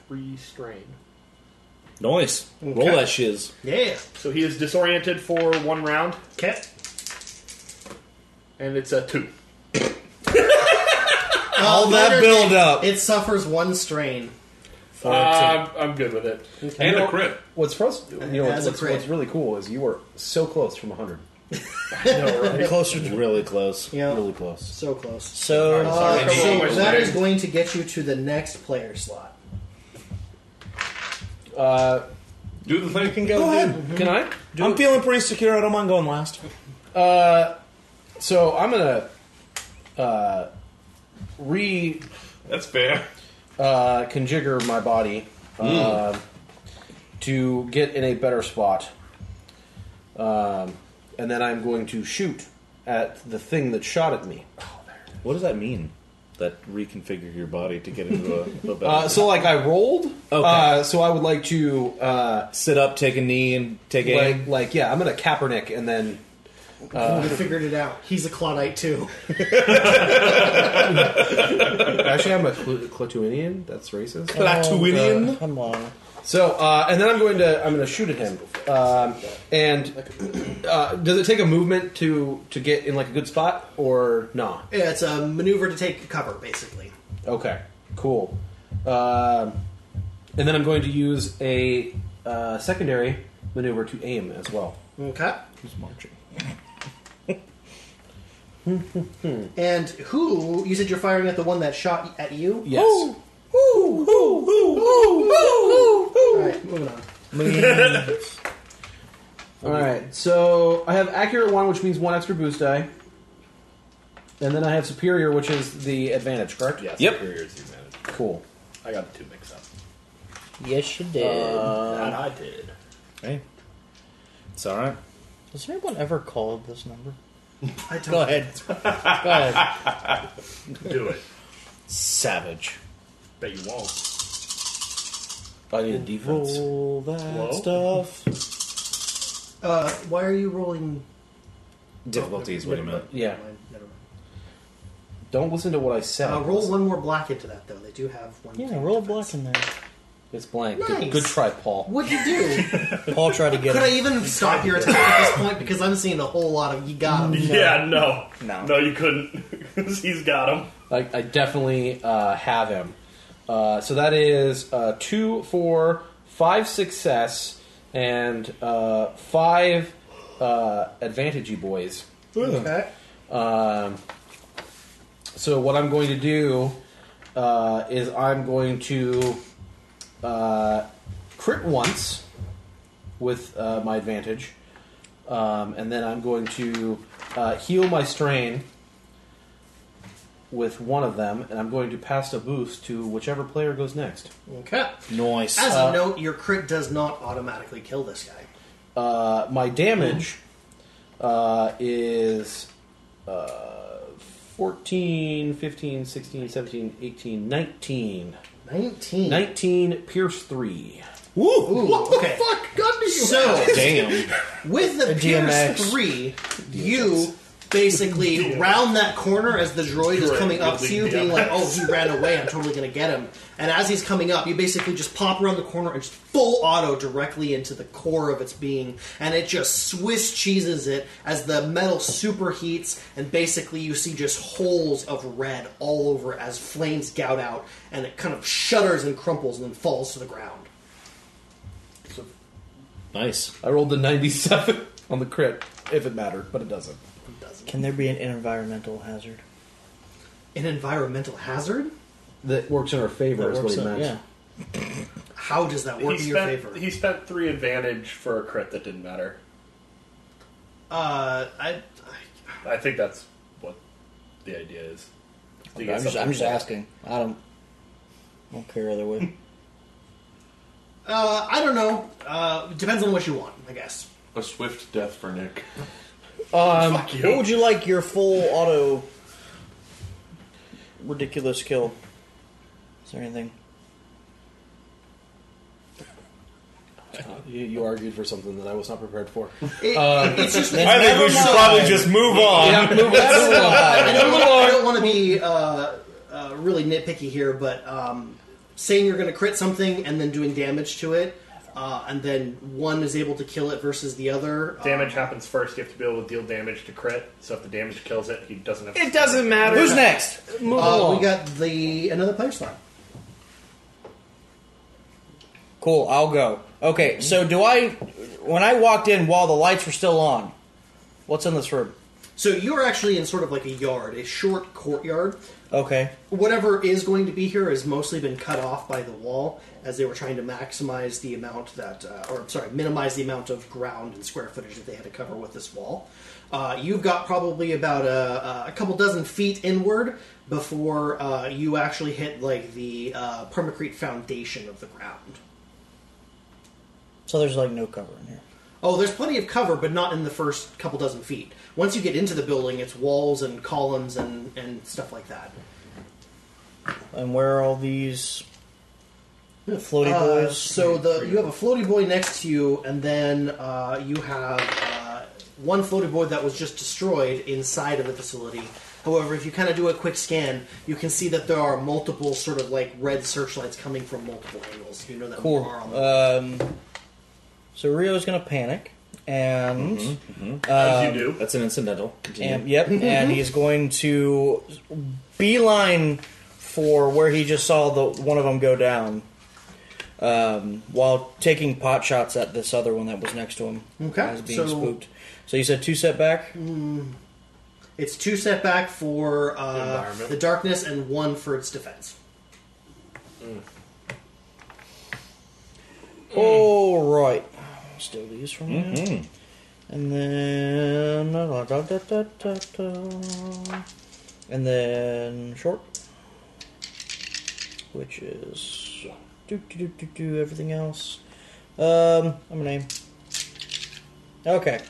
Speaker 10: three strain.
Speaker 3: Nice. Roll that shiz.
Speaker 2: Yeah.
Speaker 10: So he is disoriented for one round,
Speaker 2: Okay.
Speaker 10: and it's a two.
Speaker 2: All
Speaker 9: that build up.
Speaker 2: It suffers one strain.
Speaker 10: Uh, I'm, I'm good with it.
Speaker 8: and a crit.
Speaker 6: What's supposed you know
Speaker 2: As
Speaker 6: what's,
Speaker 2: a
Speaker 6: what's,
Speaker 2: crit.
Speaker 6: what's really cool is you were so close from 100.
Speaker 9: Closer. To,
Speaker 3: Really close.
Speaker 2: Yeah.
Speaker 3: Really close.
Speaker 2: So close.
Speaker 9: so
Speaker 2: Uh,
Speaker 10: Sorry.
Speaker 2: so
Speaker 10: Sorry.
Speaker 2: that is going to get you to the next player slot.
Speaker 6: Uh,
Speaker 8: Do the thing.
Speaker 9: you can go.
Speaker 6: Go
Speaker 9: do-
Speaker 6: ahead.
Speaker 5: Can I?
Speaker 9: I'm feeling pretty secure. I don't mind going last.
Speaker 6: so I'm gonna uh, re
Speaker 8: That's fair.
Speaker 6: uh, conjigger my body uh, to get in a better spot. Um, and then I'm going to shoot at the thing that shot at me.
Speaker 3: What does that mean? That reconfigure your body to get into a, a better.
Speaker 6: Uh, so, like, I rolled. Uh, so I would like to, uh,
Speaker 3: sit up, take a knee, and take aim.
Speaker 6: like, like, yeah, I'm gonna Kaepernick and then
Speaker 2: you figured it out. He's a Claudite too.
Speaker 6: actually I'm a Cl- Clatuinian. That's racist.
Speaker 9: Platooinian. Come on.
Speaker 6: So uh, and then I'm going to I'm going to shoot at him. Um, and uh, does it take a movement to to get in like a good spot or nah?
Speaker 2: Yeah, it's a maneuver to take cover, basically.
Speaker 6: Okay, cool. Um, and then I'm going to use a uh, secondary maneuver to aim as well.
Speaker 2: Okay.
Speaker 3: Who's marching?
Speaker 2: And who? You said you're firing at the one that shot at you.
Speaker 6: Yes.
Speaker 2: All right, moving on.
Speaker 6: All right. So I have accurate one, which means one extra boost die. And then I have superior, which is the advantage, correct?
Speaker 10: Yes,
Speaker 3: Yep.
Speaker 10: superior is the advantage.
Speaker 6: Cool.
Speaker 10: I got the two mixed up.
Speaker 9: Yes, you did.
Speaker 6: Uh,
Speaker 10: and I did.
Speaker 3: Hey, it's all right.
Speaker 9: Has anyone ever called this number?
Speaker 2: I don't
Speaker 9: Go ahead. Go ahead.
Speaker 10: Do it.
Speaker 3: Savage.
Speaker 10: Bet you won't.
Speaker 6: I need a defense.
Speaker 9: Roll that
Speaker 10: Whoa.
Speaker 9: stuff.
Speaker 2: Uh, why are you rolling?
Speaker 3: Difficulty is what he meant.
Speaker 6: Yeah.
Speaker 2: Never mind, never mind.
Speaker 6: Don't listen to what I said.
Speaker 2: Uh, roll one more black into that, though. They do have one.
Speaker 9: Yeah,
Speaker 2: thing
Speaker 9: roll a
Speaker 2: to
Speaker 9: block
Speaker 2: fix.
Speaker 9: in there.
Speaker 6: It's blank.
Speaker 2: Nice.
Speaker 6: Good, good try, Paul.
Speaker 2: What'd you do?
Speaker 9: Paul tried to get
Speaker 2: Could I
Speaker 9: it.
Speaker 2: even stop your attack at this point? Because I'm seeing a whole lot of you got him.
Speaker 10: Yeah, no.
Speaker 9: No.
Speaker 10: No, you couldn't. 'Cause he's got him.
Speaker 6: I, I definitely uh, have him. Uh, so that is uh, two, four, five success, and uh, five uh, advantage, you boys.
Speaker 2: Okay.
Speaker 6: Um, so what I'm going to do uh, is I'm going to uh, crit once with uh, my advantage, um, and then I'm going to uh, heal my strain with one of them, and I'm going to pass a boost to whichever player goes next.
Speaker 2: Okay. Uh,
Speaker 3: Nice.
Speaker 2: As a note, your crit does not automatically kill this guy.
Speaker 6: Uh, my damage uh, is uh, 14, 15, 16, 17, 18, 19.
Speaker 2: 19.
Speaker 6: 19 pierce 3.
Speaker 2: What the fuck gun do you so,
Speaker 3: Damn.
Speaker 2: With the Pierce
Speaker 9: DMX.
Speaker 2: 3, you basically round that corner as the droid is
Speaker 10: Correct.
Speaker 2: coming up to you, being like,
Speaker 10: DMX.
Speaker 2: oh, he ran away, I'm totally gonna get him. And as he's coming up, you basically just pop around the corner and just full auto directly into the core of its being, and it just Swiss cheeses it as the metal superheats, and basically you see just holes of red all over it as flames gout out, and it kind of shudders and crumples and then falls to the ground.
Speaker 3: Nice.
Speaker 6: I rolled a 97 on the crit, if it mattered, but it doesn't.
Speaker 9: Can there be an environmental hazard?
Speaker 2: An environmental hazard?
Speaker 6: That works in our favor, is what he
Speaker 9: in-
Speaker 6: meant.
Speaker 9: yeah.
Speaker 2: How does that work
Speaker 10: He
Speaker 2: in your
Speaker 10: spent,
Speaker 2: favor?
Speaker 10: he spent three advantage for a crit that didn't matter.
Speaker 2: uh, I,
Speaker 10: I think that's what the idea is. To get
Speaker 9: I'm just, I'm just
Speaker 10: something-
Speaker 9: asking. I don't, I don't care either way.
Speaker 2: uh, I don't know. Uh, depends on what you want, I guess.
Speaker 8: A swift death for Nick.
Speaker 9: What would you like your full auto ridiculous kill? Is there anything?
Speaker 6: You, you argued for something that I was not prepared for.
Speaker 2: It, it's just.
Speaker 9: I think we should probably just move on.
Speaker 2: I don't, wanna- I don't want to be uh, uh, really nitpicky here, but um, saying you're going to crit something and then doing damage to it, uh, and then one is able to kill it versus the other. uh,
Speaker 10: Damage happens first. You have to be able to deal damage to crit. So if the damage kills it, he doesn't have. To
Speaker 5: It doesn't matter.
Speaker 9: Who's next?
Speaker 5: Move
Speaker 2: uh,
Speaker 5: along.
Speaker 2: we got the another player slot.
Speaker 9: Cool, I'll go. Okay, so do I? When I walked in while the lights were still on, what's in this room?
Speaker 2: So you're actually in sort of like a yard, a short courtyard.
Speaker 9: Okay,
Speaker 2: whatever is going to be here has mostly been cut off by the wall as they were trying to maximize the amount that, uh, or sorry, minimize the amount of ground and square footage that they had to cover with this wall. Uh, you've got probably about a, a couple dozen feet inward before uh, you actually hit like the uh, permacrete foundation of the ground.
Speaker 9: so there's like no cover in here.
Speaker 2: Oh, there's plenty of cover, but not in the first couple dozen feet. Once you get into the building, it's walls and columns and, and stuff like that.
Speaker 9: And where are all these floaty
Speaker 2: Uh,
Speaker 9: boys?
Speaker 2: so the you have a floaty boy next to you, and then uh, you have uh, one floaty boy that was just destroyed inside of the facility. However, if you kind of do a quick scan, you can see that there are multiple sort of like red searchlights coming from multiple angles. You know that
Speaker 9: Cool.
Speaker 2: more are on the-
Speaker 9: Um, so Rio's gonna panic, and
Speaker 10: As you do.
Speaker 3: That's an incidental. Continue.
Speaker 9: and yep, and he's going to beeline for where he just saw the one of them go down, um, while taking pot shots at this other one that was next to him.
Speaker 2: Okay,
Speaker 9: as being
Speaker 2: so-
Speaker 9: spooked. So you said two setback.
Speaker 2: It's two setback for uh,
Speaker 10: Environment.
Speaker 2: the darkness and one for its defense.
Speaker 9: All right. Still these from there. And then. da, da, da, da, da, da. And then short. Which is. Do, do, do, do, do, everything else. Um, I'm gonna aim. Okay.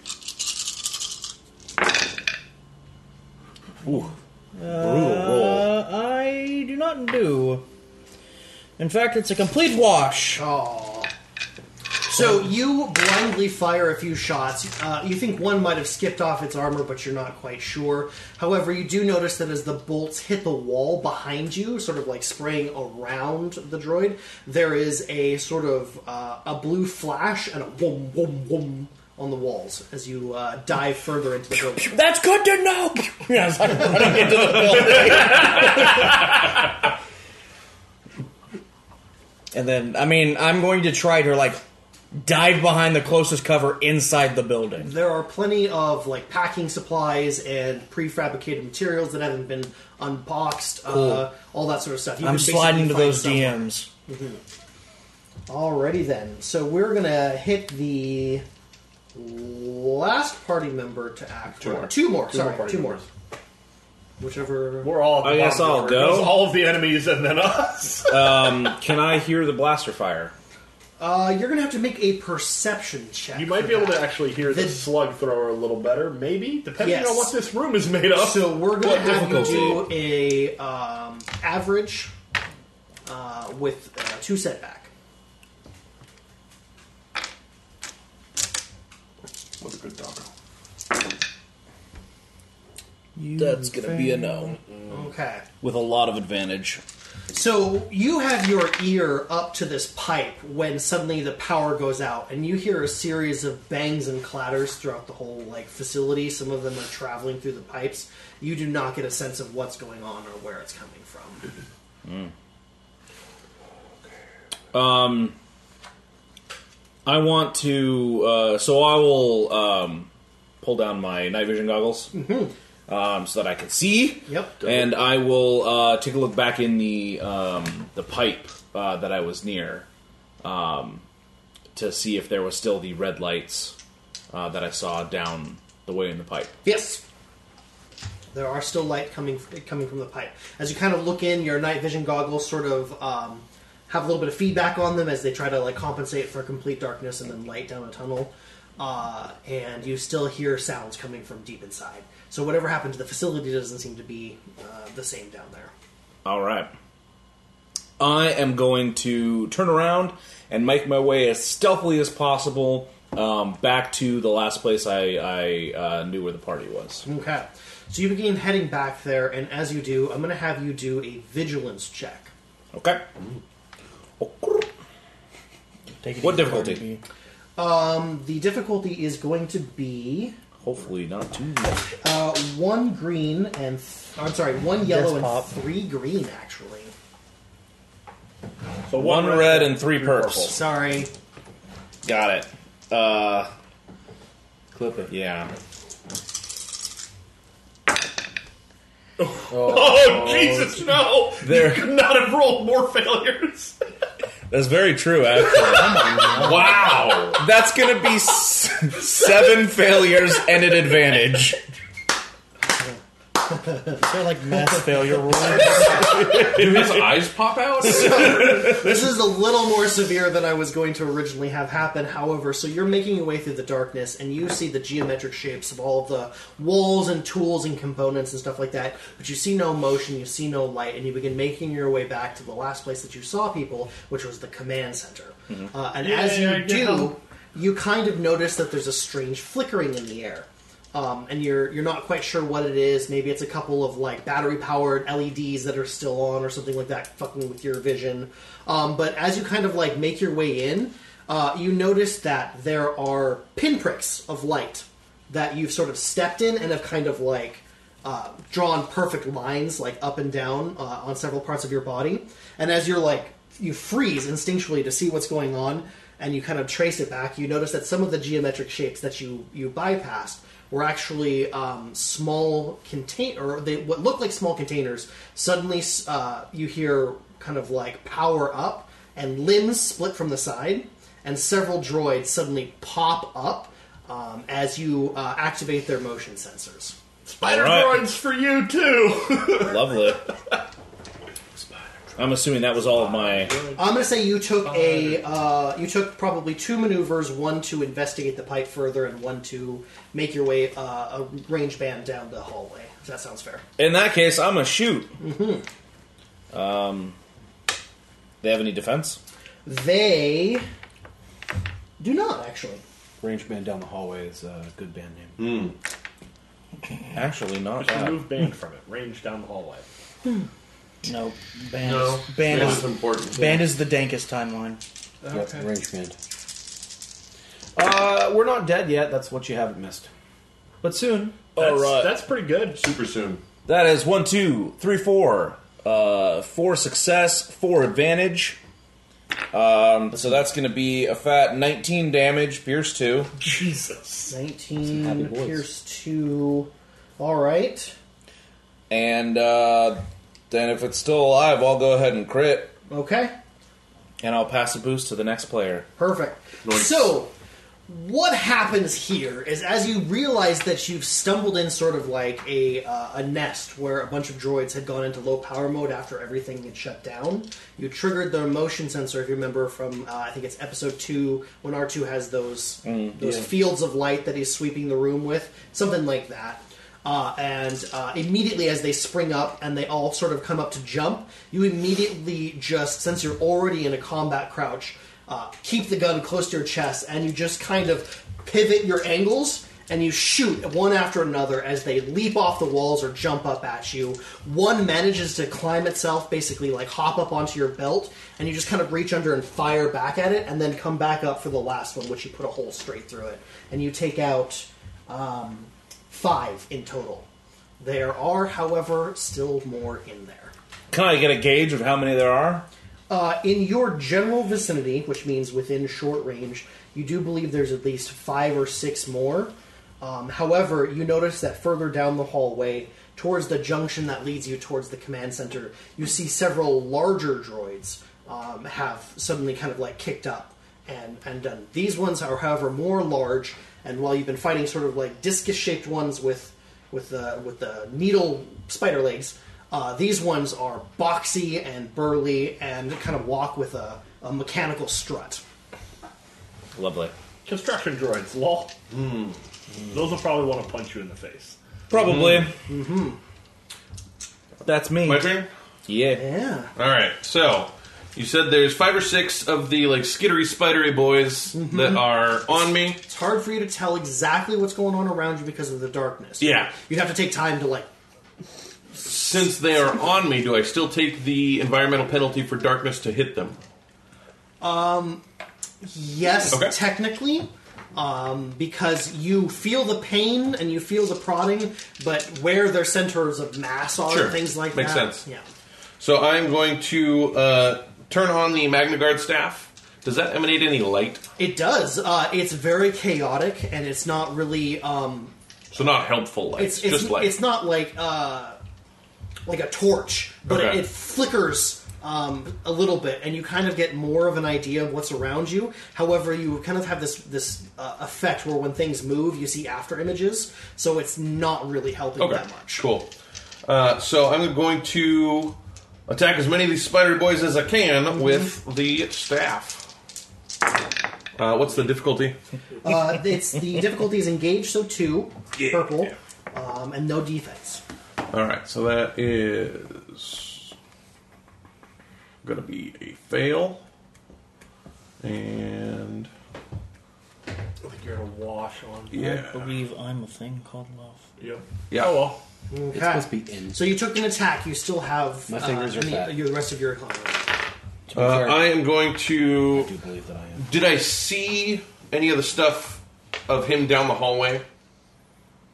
Speaker 3: Ooh. Brutal roll.
Speaker 9: Uh, I do not do. In fact, it's a complete wash.
Speaker 2: Aw. So you blindly fire a few shots. Uh, you think one might have skipped off its armor, but you're not quite sure. However, you do notice that as the bolts hit the wall behind you, sort of like spraying around the droid, there is a sort of uh, a blue flash and a whoom whoom whoom on the walls as you uh, dive further into the building.
Speaker 9: That's good to know. yeah, I was like running into the building. and then, I mean, I'm going to try to like dive behind the closest cover inside the building.
Speaker 2: There are plenty of like packing supplies and prefabricated materials that haven't been unboxed, uh, all that sort of stuff. You
Speaker 9: I'm
Speaker 2: can basically
Speaker 9: sliding to
Speaker 2: find
Speaker 9: those
Speaker 2: somewhere.
Speaker 9: DMs.
Speaker 2: Alrighty then. So we're gonna hit the last party member to act. Two more. Two more. sorry,
Speaker 10: party
Speaker 2: two more.
Speaker 10: members.
Speaker 2: Whichever.
Speaker 10: We're all. at the
Speaker 3: I guess
Speaker 10: bottom of
Speaker 3: I'll
Speaker 10: the order.
Speaker 3: go.
Speaker 10: It was All of the enemies and then us.
Speaker 3: Can I hear the blaster fire?
Speaker 2: Uh, you're gonna have to make a perception check.
Speaker 10: you might
Speaker 2: for
Speaker 10: be able to
Speaker 2: that.
Speaker 10: actually hear the
Speaker 2: This-
Speaker 10: slug thrower a little better, maybe, depending
Speaker 2: Yes.
Speaker 10: on what this room is made of.
Speaker 2: So we're gonna
Speaker 10: What
Speaker 2: have you do
Speaker 10: difficulty?
Speaker 2: a um, average uh, with uh, two setback. dog.
Speaker 3: That's gonna be a no.
Speaker 2: Okay.
Speaker 3: With a lot of advantage.
Speaker 2: So you have your ear up to this pipe when suddenly the power goes out, and you hear a series of bangs and clatters throughout the whole like facility. Some of them are traveling through the pipes. You do not get a sense of what's going on or where it's coming from.
Speaker 3: I want to. Uh, so I will um, pull down my night vision goggles um, so that I can see.
Speaker 2: Yep.
Speaker 3: And I will uh, take a look back in the um, the pipe uh, that I was near um, to see if there was still the red lights uh, that I saw down the way in the pipe.
Speaker 2: Yes. There are still light coming coming from the pipe. As you kind of look in, your night vision goggles sort of um, have a little bit of feedback on them as they try to like compensate for complete darkness and then light down a tunnel. Uh, and you still hear sounds coming from deep inside. So whatever happened to the facility doesn't seem to be uh, the same down there.
Speaker 3: All right. I am going to turn around and make my way as stealthily as possible um, back to the last place I, I uh, knew where the party was.
Speaker 2: Okay. So you begin heading back there, and as you do, I'm going to have you do a vigilance check.
Speaker 3: Okay.
Speaker 9: Take it
Speaker 3: What
Speaker 9: easy,
Speaker 3: difficulty?
Speaker 9: Cardi B.
Speaker 2: The difficulty is going to be
Speaker 3: Hopefully not too much.
Speaker 2: one green and th- I'm sorry, one yellow and
Speaker 9: pop.
Speaker 2: three green actually.
Speaker 10: So
Speaker 3: One red and three perps.
Speaker 2: Sorry.
Speaker 3: Got it. Uh,
Speaker 6: Clip it.
Speaker 3: yeah.
Speaker 10: Oh, Jesus, no!
Speaker 3: There.
Speaker 10: You could not have rolled more failures.
Speaker 3: That's very true, actually. wow. That's going to be s- seven failures and an advantage.
Speaker 9: Is there like mass failure rules?
Speaker 8: Do his eyes pop out?
Speaker 2: This is a little more severe than I was going to originally have happen. However, so you're making your way through the darkness and you see the geometric shapes of all of the walls and tools and components and stuff like that, but you see no motion, you see no light, and you begin making your way back to the last place that you saw people, which was the command center. Uh, and as you
Speaker 10: I get
Speaker 2: do,
Speaker 10: help.
Speaker 2: you kind of notice that there's a strange flickering in the air. Um, and you're you're not quite sure what it is. Maybe it's a couple of like battery powered LEDs that are still on or something like that, fucking with your vision. Um, but as you kind of like make your way in, uh, you notice that there are pinpricks of light that you've sort of stepped in and have kind of like uh, drawn perfect lines like up and down uh, on several parts of your body and as you're like you freeze instinctually to see what's going on and you kind of trace it back you notice that some of the geometric shapes that you you bypassed were actually um, small contain or they what looked like small containers suddenly uh, you hear kind of like power up and limbs split from the side and several droids suddenly pop up um, as you uh, activate their motion sensors
Speaker 10: Spider
Speaker 3: All right.
Speaker 10: droids for you, too!
Speaker 3: Lovely. I'm assuming that was all of my.
Speaker 2: I'm gonna say you took a uh, you took probably two maneuvers, one to investigate the pipe further, and one to make your way uh, a range band down the hallway. If that sounds fair.
Speaker 3: In that case, I'm a shoot. Mm-hmm. Um,
Speaker 6: Mm-hmm.
Speaker 3: they have any defense?
Speaker 2: They do not actually.
Speaker 6: Range band down the hallway is a good band name.
Speaker 3: Actually, not.
Speaker 10: Just remove band from it. Range down the hallway.
Speaker 9: No. Band,
Speaker 8: No.
Speaker 9: Is, band,
Speaker 8: This
Speaker 9: is,
Speaker 8: is important.
Speaker 9: band is the dankest timeline.
Speaker 6: Yep, range band. Uh, we're not dead yet. That's what you haven't missed. But soon.
Speaker 3: All
Speaker 10: That's,
Speaker 3: right.
Speaker 10: That's pretty good.
Speaker 8: Super soon.
Speaker 3: That is one, two, three, four. Uh, four success, four advantage. Um, so that's going to be a fat 19 damage, pierce two.
Speaker 10: Jesus.
Speaker 2: Nineteen pierce two. All right.
Speaker 3: And uh, then if it's still alive, I'll go ahead and crit.
Speaker 2: Okay.
Speaker 3: And I'll pass a boost to the next player.
Speaker 2: Perfect. So, what happens here is as you realize that you've stumbled in sort of like a, uh, a nest where a bunch of droids had gone into low power mode after everything had shut down, you triggered the motion sensor, if you remember from, uh, I think it's episode 2, when R2 has those, those fields of light that he's sweeping the room with, something like that. Uh, and uh, immediately, as they spring up and they all sort of come up to jump, you immediately just, since you're already in a combat crouch, uh, keep the gun close to your chest and you just kind of pivot your angles and you shoot one after another as they leap off the walls or jump up at you. One manages to climb itself, basically like hop up onto your belt, and you just kind of reach under and fire back at it, and then come back up for the last one, which you put a hole straight through it, and you take out um, five in total. There are, however, still more in there.
Speaker 3: Can I get a gauge of how many there are?
Speaker 2: Uh, in your general vicinity, which means within short range, you do believe there's at least five or six more. Um, however, you notice that further down the hallway, towards the junction that leads you towards the command center, you see several larger droids um, have suddenly kind of like kicked up and, and done. These ones are, however, more large, and while you've been fighting sort of like discus-shaped ones with with the with the needle spider legs. Uh, these ones are boxy and burly and kind of walk with a, a mechanical strut.
Speaker 3: Lovely.
Speaker 10: Construction droids, lol. Hmm. Those will probably want to punch you in the face.
Speaker 3: Probably. Mm-hmm. That's me.
Speaker 6: My turn.
Speaker 3: Yeah.
Speaker 2: Yeah.
Speaker 6: All right. So you said there's five or six of the like skittery spidery boys that are on me.
Speaker 2: It's hard for you to tell exactly what's going on around you because of the darkness.
Speaker 6: Yeah.
Speaker 2: You'd have to take time to like.
Speaker 6: Since they are on me, do I still take the environmental penalty for darkness to hit them?
Speaker 2: Yes,
Speaker 6: Okay.
Speaker 2: technically, um, because you feel the pain and you feel the prodding, but where their centers of mass are,
Speaker 6: Sure.
Speaker 2: and things like
Speaker 6: Makes
Speaker 2: that.
Speaker 6: sense.
Speaker 2: Yeah.
Speaker 6: So I'm going to uh, turn on the Magna Guard staff. Does that emanate any light?
Speaker 2: It does. Uh, it's very chaotic, and it's not really. Um,
Speaker 6: So not helpful light.
Speaker 2: it's it's,
Speaker 6: just light.
Speaker 2: it's not like uh, like a torch, but
Speaker 6: Okay.
Speaker 2: it, it flickers um, a little bit, and you kind of get more of an idea of what's around you. However, you kind of have this this uh, effect where when things move, you see after images, so it's not really helping
Speaker 6: okay.
Speaker 2: that much.
Speaker 6: Cool. Uh, so I'm going to attack as many of these spider boys as I can with the staff. Uh, what's the difficulty?
Speaker 2: Uh, it's the difficulty is engaged, so two purple, um, and no defense.
Speaker 6: All right, so that is gonna be a fail, and
Speaker 10: I think you're gonna wash on.
Speaker 6: yeah,
Speaker 9: believe I'm a thing called love.
Speaker 10: Yep.
Speaker 6: yeah.
Speaker 10: Oh well.
Speaker 2: Okay.
Speaker 12: supposed to be in.
Speaker 2: So you took an attack. You still have
Speaker 12: My fingers
Speaker 2: uh,
Speaker 12: are
Speaker 2: any-
Speaker 12: fat.
Speaker 2: your- the rest of your economy.
Speaker 12: To be
Speaker 6: Uh,
Speaker 12: fair,
Speaker 6: I am going to.
Speaker 12: do believe that I am.
Speaker 6: Did I see any of the stuff of him down the hallway?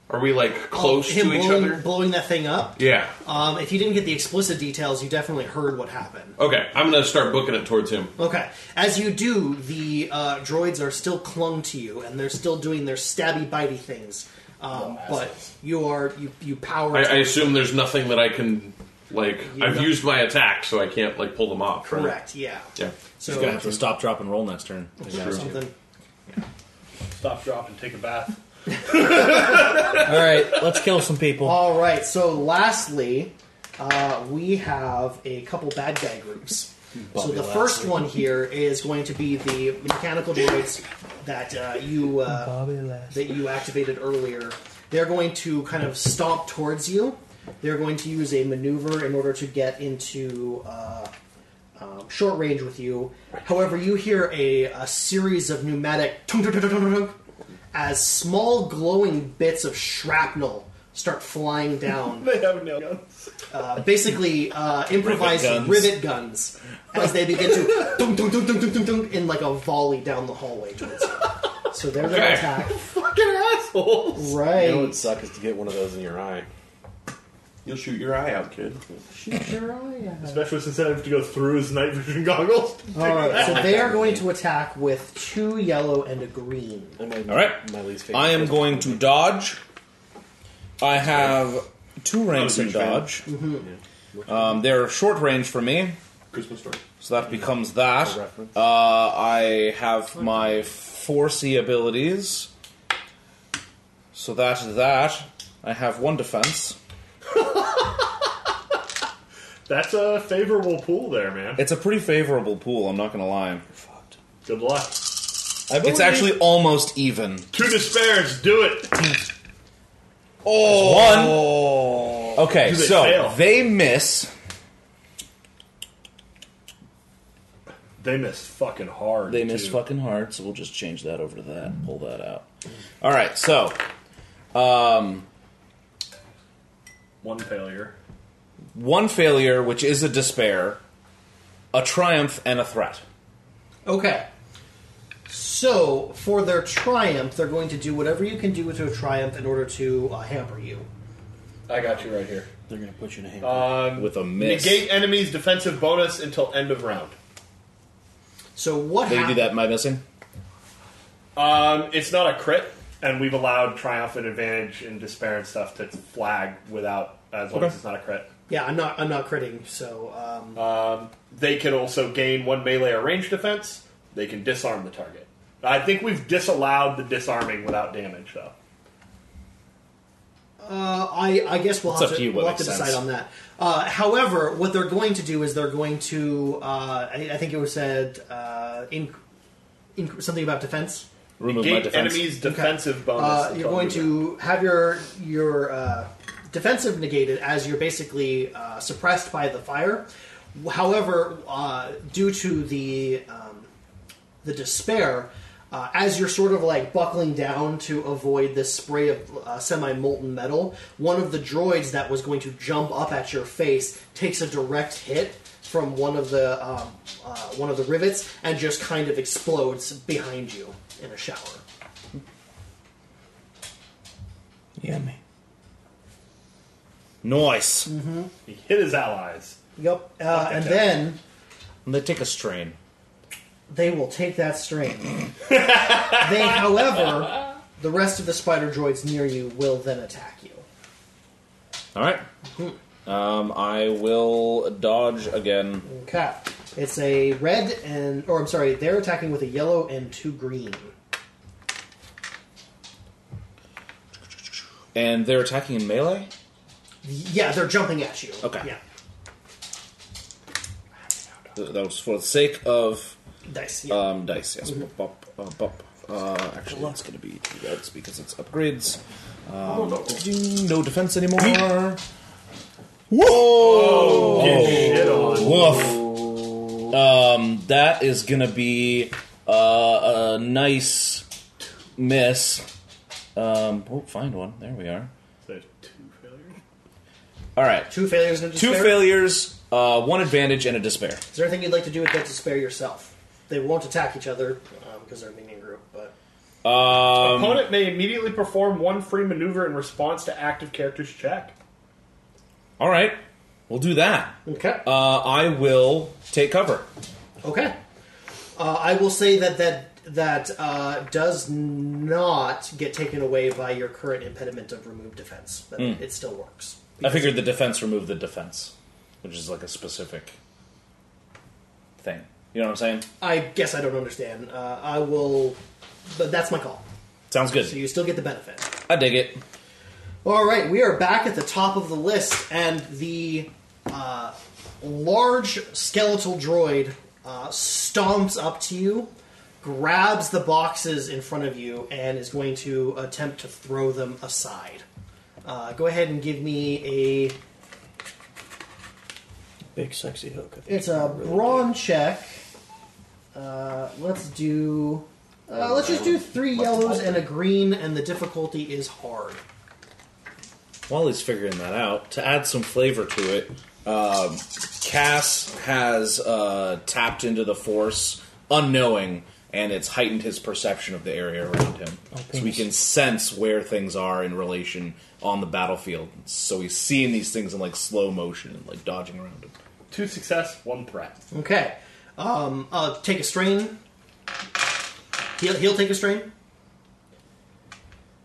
Speaker 6: Are we like close
Speaker 2: Oh,
Speaker 6: to
Speaker 2: him
Speaker 6: each
Speaker 2: blowing,
Speaker 6: other?
Speaker 2: blowing that thing up.
Speaker 6: Yeah.
Speaker 2: Um, if you didn't get the explicit details, you definitely heard what happened.
Speaker 6: Okay, I'm gonna start booking it towards him.
Speaker 2: Okay. As you do, the uh, droids are still clung to you, and they're still doing their stabby, bitey things. Um, but you are you you power.
Speaker 6: I, I
Speaker 2: towards
Speaker 6: assume there's nothing that I can like.
Speaker 2: You
Speaker 6: I've
Speaker 2: don't-
Speaker 6: used my attack, so I can't like pull them off. Right?
Speaker 2: correct. Yeah.
Speaker 6: Yeah.
Speaker 3: He's gonna
Speaker 2: So
Speaker 3: have to stop, drop, and roll next turn.
Speaker 2: something.
Speaker 10: Stop, drop, and take a bath.
Speaker 9: All right, let's kill some people.
Speaker 2: All right. So lastly, uh, we have a couple bad guy groups. so the first one here is going to be the mechanical droids that uh, you uh, that you activated earlier. They're going to kind of stomp towards you. They're going to use a maneuver in order to get into uh, um, short range with you. However, you hear a, a series of pneumatic tunk, tunk, tunk, tunk, tunk, tunk, as small glowing bits of shrapnel start flying down.
Speaker 10: They have nail guns.
Speaker 2: Uh, basically, uh, improvised rivet
Speaker 3: Rivet
Speaker 2: guns.
Speaker 3: guns.
Speaker 2: as they begin to tunk, tunk, tunk, tunk, tunk, tunk, tunk, in like a volley down the hallway towards you. So they're going to
Speaker 6: Okay.
Speaker 2: attack.
Speaker 10: Fucking assholes.
Speaker 2: Right.
Speaker 6: suck is to get one of those in your eye. You'll shoot your eye out, kid.
Speaker 2: Shoot your eye out.
Speaker 10: Especially since I have to go through his night vision goggles.
Speaker 2: All right, so they are going to attack with two yellow and a green.
Speaker 12: All
Speaker 3: All right.
Speaker 12: my least favorite.
Speaker 3: I am going to dodge. I have two ranks in
Speaker 10: huge fan.
Speaker 3: dodge. Um, they're short range for me,
Speaker 6: Christmas story.
Speaker 3: so that becomes that.
Speaker 12: reference.
Speaker 3: Uh, I have my forcey abilities, so that is that. I have one defense.
Speaker 10: That's a favorable pool there, man.
Speaker 3: It's a pretty favorable pool. I'm not going to lie.
Speaker 10: Good luck.
Speaker 3: It's actually almost even.
Speaker 10: Two despairs, do it.
Speaker 3: Oh, one. Okay,
Speaker 10: Do they
Speaker 3: so
Speaker 10: fail?
Speaker 3: they miss.
Speaker 10: They missed fucking hard.
Speaker 3: They missed
Speaker 10: too.
Speaker 3: fucking hard, so we'll just change that over to that. Pull that out. All right, so
Speaker 10: One failure.
Speaker 3: One failure, which is a despair, a triumph, and a threat.
Speaker 2: Okay. So, for their triumph, they're going to do whatever you can do to a triumph in order to uh, hamper you.
Speaker 10: I got you right here.
Speaker 9: They're gonna put you in a hamper.
Speaker 10: Um,
Speaker 3: With a miss.
Speaker 10: Negate enemy's defensive bonus until end of round.
Speaker 2: So, what
Speaker 3: They do
Speaker 2: hap-
Speaker 3: that. Am I missing?
Speaker 10: Um, it's not a crit, and we've allowed triumph and advantage and despair and stuff to flag without as long as it's not a crit.
Speaker 2: Yeah, I'm not. I'm not critting. So, um,
Speaker 10: They can also gain one melee or range defense. They can disarm the target. I think we've disallowed the disarming without damage, though.
Speaker 2: uh, I, I guess we'll
Speaker 3: It's
Speaker 2: have
Speaker 3: up
Speaker 2: to,
Speaker 3: to you what
Speaker 2: we'll have to
Speaker 3: makes
Speaker 2: decide
Speaker 3: sense.
Speaker 2: on that. Uh, however, what they're going to do is they're going to. Uh, I, I think it was said uh, in, in something about defense.
Speaker 3: Remove my
Speaker 10: Negate
Speaker 3: defense.
Speaker 10: enemy's defensive bonus.
Speaker 2: Uh,
Speaker 10: until
Speaker 2: you're going
Speaker 10: end of round.
Speaker 2: to have your your uh, defensive negated as you're basically uh, suppressed by the fire. However, uh, due to the um, the despair, uh, as you're sort of like buckling down to avoid this spray of uh, semi molten metal, one of the droids that was going to jump up at your face takes a direct hit from one of the um, uh, one of the rivets and just kind of explodes behind you in a shower.
Speaker 9: Yummy.
Speaker 3: Noise.
Speaker 10: He hit his allies.
Speaker 2: Yep. Uh, and then
Speaker 3: And they take a strain.
Speaker 2: they will take that strain. they, however, the rest of the spider droids near you will then attack you.
Speaker 3: All right. Um, I will dodge again.
Speaker 2: Okay. It's a red and, or I'm sorry, they're attacking with a yellow and two green.
Speaker 3: And they're attacking in melee?
Speaker 2: Yeah, they're jumping at you.
Speaker 3: Okay.
Speaker 2: Yeah.
Speaker 3: Th- That was for the sake of
Speaker 2: Dice. Yeah.
Speaker 3: um, dice. Yes.
Speaker 10: Mm-hmm.
Speaker 3: Bop, bop, bop, bop. Uh, actually, it's going to be two reds because it's upgrades.
Speaker 10: Oh,
Speaker 3: Um, no defense anymore. Whoa!
Speaker 10: Oh, Shit on.
Speaker 3: Woof. Um, that is gonna be uh, a nice miss. Um, oh, find one. There we are.
Speaker 10: So two failures.
Speaker 3: All right.
Speaker 2: two failures and a
Speaker 3: Two
Speaker 2: despair.
Speaker 3: failures, uh, one advantage, and a despair.
Speaker 2: Is there anything you'd like to do with that despair yourself? They won't attack each other um, because they're a minion group, but
Speaker 3: Um,
Speaker 10: Opponent may immediately perform one free maneuver in response to active character's check.
Speaker 3: all right, we'll do that.
Speaker 2: okay.
Speaker 3: Uh, I will take cover.
Speaker 2: Okay. Uh, I will say that that that uh, does not get taken away by your current impediment of remove defense. That It still works.
Speaker 3: I figured the defense removed the defense, which is like a specific thing. You know what I'm saying?
Speaker 2: I guess I don't understand. Uh, I will, but that's my call.
Speaker 3: Sounds
Speaker 2: So
Speaker 3: good.
Speaker 2: you still get the benefit.
Speaker 3: I dig it.
Speaker 2: All right, we are back at the top of the list, and the uh, large skeletal droid uh, stomps up to you, grabs the boxes in front of you, and is going to attempt to throw them aside. Uh, go ahead and give me a
Speaker 9: Big sexy hook.
Speaker 2: it's a brawn check. Uh, let's do uh, let's just do three yellows and a green, and the difficulty is hard.
Speaker 3: While he's figuring that out, to add some flavor to it, um, Cass has uh, tapped into the force unknowing, and it's heightened his perception of the area around him. so he can sense where things are in relation on the battlefield. So he's seeing these things in like slow motion and like dodging around him.
Speaker 10: Two success, one threat.
Speaker 2: Okay. Um, uh, take a strain. He'll, he'll take a strain.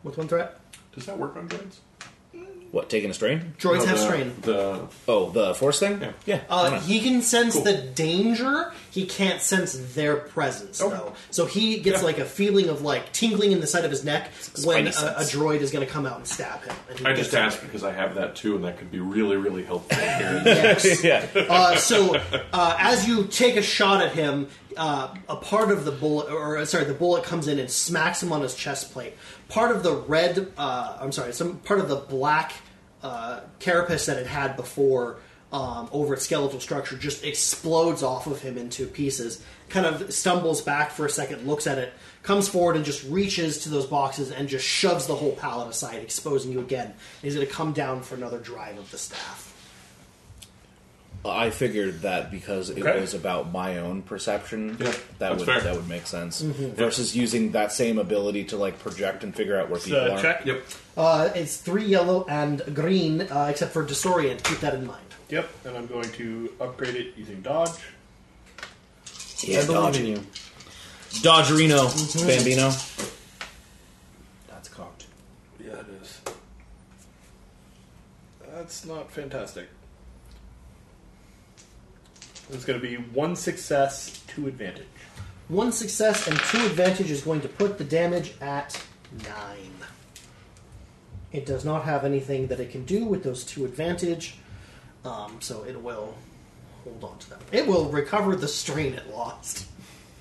Speaker 2: With one threat.
Speaker 8: Does that work on droids?
Speaker 3: What, taking a strain?
Speaker 2: Droids
Speaker 8: No,
Speaker 2: have
Speaker 8: the-
Speaker 2: strain.
Speaker 8: The
Speaker 3: Oh, the force thing?
Speaker 8: Yeah.
Speaker 3: why
Speaker 2: Uh,
Speaker 3: not?
Speaker 2: he can sense the danger. He can't sense their presence,
Speaker 8: Oh.
Speaker 2: though. So he gets like a feeling of like tingling in the side of his neck
Speaker 3: a
Speaker 2: when a,
Speaker 3: spidey
Speaker 2: a
Speaker 3: sense.
Speaker 2: droid is going to come out and stab him. And he
Speaker 8: I
Speaker 2: gets
Speaker 8: just
Speaker 2: that
Speaker 8: asked because I have that too, and that could be really, really helpful. here.
Speaker 2: Yes.
Speaker 3: Yeah.
Speaker 2: Uh, so uh, as you take a shot at him, uh, a part of the bullet, or uh, sorry, the bullet comes in and smacks him on his chest plate. Part of the red, uh, I'm sorry, some part of the black uh, carapace that it had before um, over its skeletal structure just explodes off of him into pieces. Kind of stumbles back for a second, looks at it, comes forward and just reaches to those boxes and just shoves the whole pallet aside, exposing you again. And he's going to come down for another drive of the staff.
Speaker 3: I figured that because it
Speaker 10: Okay.
Speaker 3: was about my own perception, that
Speaker 8: that's
Speaker 3: would
Speaker 8: fair.
Speaker 3: that would make sense.
Speaker 9: Mm-hmm.
Speaker 3: Versus using that same ability to like project and figure out where people
Speaker 10: Uh,
Speaker 3: are.
Speaker 10: check.
Speaker 8: Yep.
Speaker 2: Uh, it's three yellow and green, uh, except for disorient. Keep that in mind.
Speaker 10: Yep, and I'm going to upgrade it using dodge.
Speaker 9: I believe in you.
Speaker 3: Dodgerino,
Speaker 9: Mm-hmm.
Speaker 3: Bambino.
Speaker 9: That's cocked.
Speaker 10: Yeah, it is. That's not fantastic. It's going to be one success, two advantage.
Speaker 2: One success and two advantage is going to put the damage at nine. It does not have anything that it can do with those two advantage, um, so it will hold on to them. It will recover the strain it lost.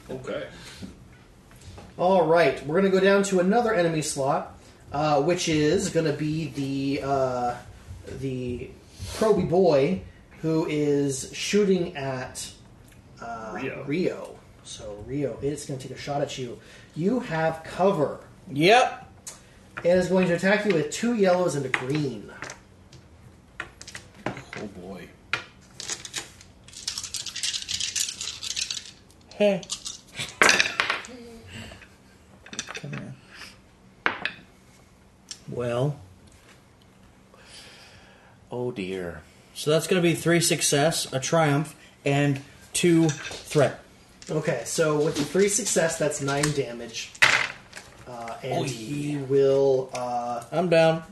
Speaker 10: Okay.
Speaker 2: All right, we're going to go down to another enemy slot, uh, which is going to be the uh, the Proby boy who is shooting at uh,
Speaker 10: Rio.
Speaker 2: Rio. So Rio, it's going to take a shot at you. You have cover.
Speaker 9: Yep.
Speaker 2: It is going to attack you with two yellows and a green.
Speaker 6: Oh boy.
Speaker 9: Hey. Well,
Speaker 3: Oh dear.
Speaker 9: so that's going to be three success, a triumph, and two threat.
Speaker 2: Okay, so with the three success, that's nine damage, uh, and he will. Uh,
Speaker 9: I'm down.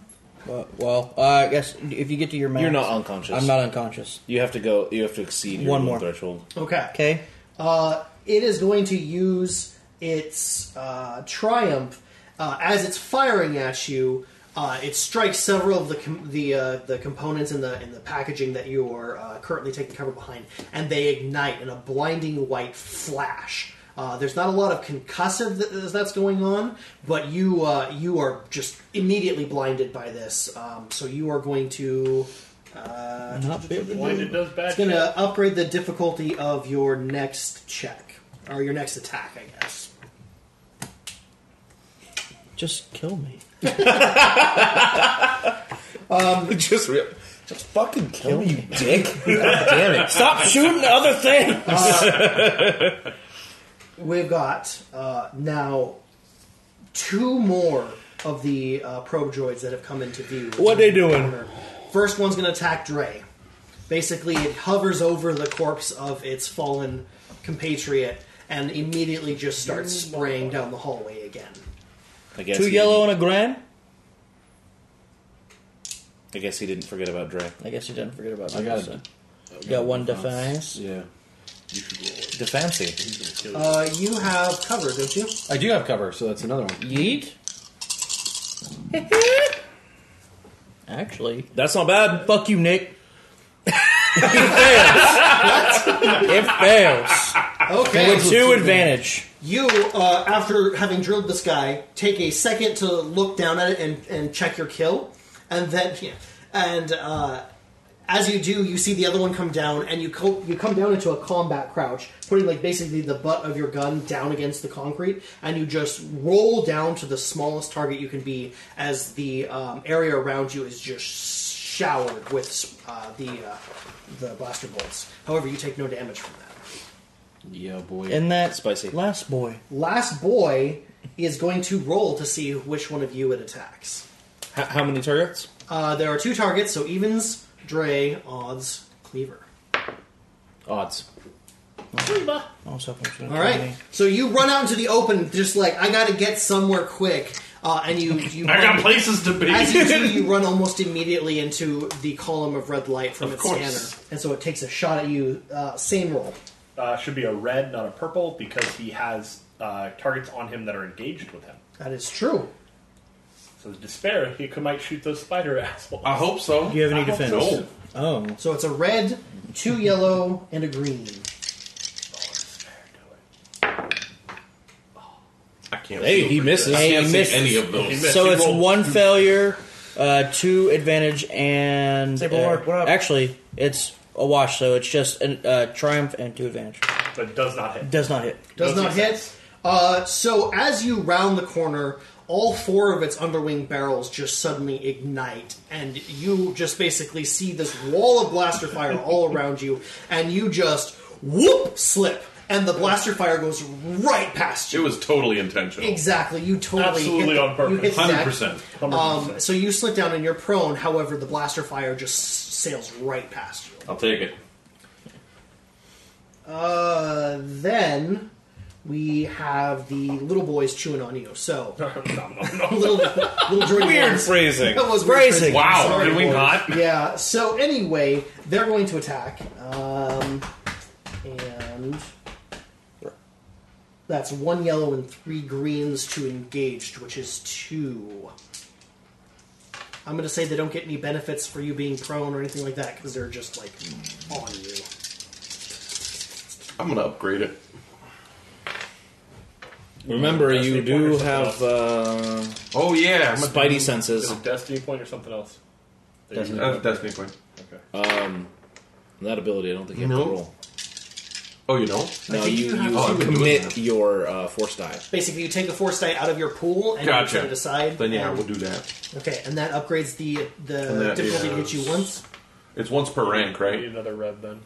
Speaker 9: Well, well uh, I guess if you get to your max,
Speaker 3: You're not unconscious.
Speaker 9: I'm not unconscious.
Speaker 3: You have to go. You have to exceed your
Speaker 9: One
Speaker 3: wound
Speaker 9: more.
Speaker 3: threshold.
Speaker 2: okay.
Speaker 9: Okay.
Speaker 2: Uh, it is going to use its uh, triumph uh, as it's firing at you. Uh, it strikes several of the com- the uh, the components in the in the packaging that you are uh, currently taking cover behind, and they ignite in a blinding white flash. Uh, there's not a lot of concussive that, that's going on, but you uh, you are just immediately blinded by this. Um, so you are going to
Speaker 9: Not big.
Speaker 10: Blinded does bad
Speaker 2: it's going to upgrade the difficulty of your next check or your next attack, I guess.
Speaker 9: Just kill me.
Speaker 3: just, re- just fucking kill me, you dick.
Speaker 9: Stop shooting other things.
Speaker 2: We've got uh, now two more of the uh, probe droids that have come into view.
Speaker 9: What they doing?
Speaker 2: First one's going to attack Dre. Basically, it hovers over the corpse of its fallen compatriot and immediately just starts spraying down the hallway again.
Speaker 3: I guess
Speaker 9: Two
Speaker 3: he
Speaker 9: yellow and a grand.
Speaker 3: didn't- I guess he didn't forget about Dre.
Speaker 9: I guess you didn't forget about.
Speaker 6: I
Speaker 9: that,
Speaker 6: got
Speaker 9: so.
Speaker 6: it.
Speaker 9: You got one defiance.
Speaker 6: Yeah.
Speaker 3: DeFancy.
Speaker 2: Uh, you have cover, don't you?
Speaker 6: I do have cover, so that's another one.
Speaker 9: Yeet. Actually,
Speaker 3: That's not bad.
Speaker 9: fuck you, Nick. it fails. It fails.
Speaker 2: Okay.
Speaker 9: With two advantage.
Speaker 2: You, uh, after having drilled this guy, take a second to look down at it and, and check your kill, and then yeah, and uh, as you do, you see the other one come down, and you co- you come down into a combat crouch, putting like basically the butt of your gun down against the concrete, and you just roll down to the smallest target you can be, as the um, area around you is just showered with uh, the uh, the blaster bolts. However, you take no damage from that.
Speaker 6: Yeah, boy.
Speaker 9: And that
Speaker 3: Spicy.
Speaker 9: last boy.
Speaker 2: Last boy is going to roll to see which one of you it attacks.
Speaker 3: H- how many targets?
Speaker 2: Uh, there are two targets, so evens, Dre, odds, Cleaver.
Speaker 3: Odds.
Speaker 9: I was hoping it was gonna
Speaker 2: All
Speaker 9: kill
Speaker 2: right.
Speaker 9: me.
Speaker 2: So you run out into the open, just like I got to get somewhere quick, uh, and you you.
Speaker 10: I got
Speaker 2: run-
Speaker 10: places to be.
Speaker 2: As you do, you run almost immediately into the column of red light from
Speaker 10: Of
Speaker 2: its
Speaker 10: course.
Speaker 2: scanner, and so it takes a shot at you. Uh, same roll.
Speaker 10: uh, should be a red, not a purple, because he has uh, targets on him that are engaged with him.
Speaker 2: That is true.
Speaker 10: So despair, he could might shoot those spider assholes.
Speaker 8: I hope so.
Speaker 9: Do you have any
Speaker 10: I hope
Speaker 9: defense?
Speaker 10: so.
Speaker 9: Oh,
Speaker 2: So it's a red, two yellow, and a green.
Speaker 8: I can't.
Speaker 3: Hey,
Speaker 8: see
Speaker 3: he
Speaker 8: it.
Speaker 3: misses.
Speaker 8: I
Speaker 9: Hey,
Speaker 8: can't
Speaker 9: he
Speaker 8: see
Speaker 9: misses.
Speaker 8: any of those.
Speaker 9: so
Speaker 10: He
Speaker 9: it's
Speaker 10: rolled.
Speaker 9: one failure, uh, two advantage, and uh,
Speaker 2: Sable Lord, what up?
Speaker 9: actually it's a wash, so it's just a uh, triumph and two advantage.
Speaker 10: But does not hit.
Speaker 9: Does not hit.
Speaker 2: Does
Speaker 10: No
Speaker 2: not hit. Uh, so as you round the corner, all four of its underwing barrels just suddenly ignite, and you just basically see this wall of blaster fire all around you, and you just whoop slip, and the blaster fire goes right past
Speaker 8: It
Speaker 2: you.
Speaker 8: was totally intentional.
Speaker 2: Exactly, you totally
Speaker 10: Absolutely
Speaker 2: hit the-
Speaker 10: on purpose.
Speaker 2: you hit the deck.
Speaker 8: 100%.
Speaker 2: Um, so you slip down and you're prone. However, the blaster fire just sails right past you.
Speaker 8: I'll take it.
Speaker 2: Uh, then we have the little boys chewing on you. So little little Jordan
Speaker 3: Weird
Speaker 2: ones.
Speaker 3: phrasing.
Speaker 2: That was weird
Speaker 9: Phrasing.
Speaker 2: phrasing.
Speaker 8: Wow,
Speaker 2: Sorry,
Speaker 8: did we
Speaker 2: boys.
Speaker 8: not?
Speaker 2: Yeah. So anyway, they're going to attack, um, and that's one yellow and three greens to engaged, which is two. I'm going to say they don't get any benefits for you being prone or anything like that because they're just like on you.
Speaker 8: I'm gonna upgrade it.
Speaker 3: Remember, you
Speaker 10: Destiny point
Speaker 3: do
Speaker 10: or something
Speaker 3: have uh,
Speaker 8: Oh yeah, I'm a
Speaker 3: Spidey
Speaker 10: Is
Speaker 3: senses.
Speaker 10: it Destiny Point or something else? That you-
Speaker 3: Destiny.
Speaker 8: Uh, That's Destiny Queen.
Speaker 3: That ability, I don't think you have
Speaker 8: Nope.
Speaker 3: to roll.
Speaker 8: Oh, you know?
Speaker 3: No,
Speaker 2: think
Speaker 3: you,
Speaker 2: you have
Speaker 3: you
Speaker 2: to- Oh,
Speaker 8: I've been doing
Speaker 3: commit
Speaker 8: that.
Speaker 3: your uh, force die.
Speaker 2: Basically, you take a force die out of your pool and you
Speaker 8: Gotcha.
Speaker 2: set it aside.
Speaker 8: Then yeah,
Speaker 2: and-
Speaker 8: we'll do that.
Speaker 2: Okay, and that upgrades the the
Speaker 8: that
Speaker 2: difficulty to
Speaker 8: is-
Speaker 2: hit you once.
Speaker 8: It's once per rank,
Speaker 10: I need
Speaker 8: right?
Speaker 10: another red then.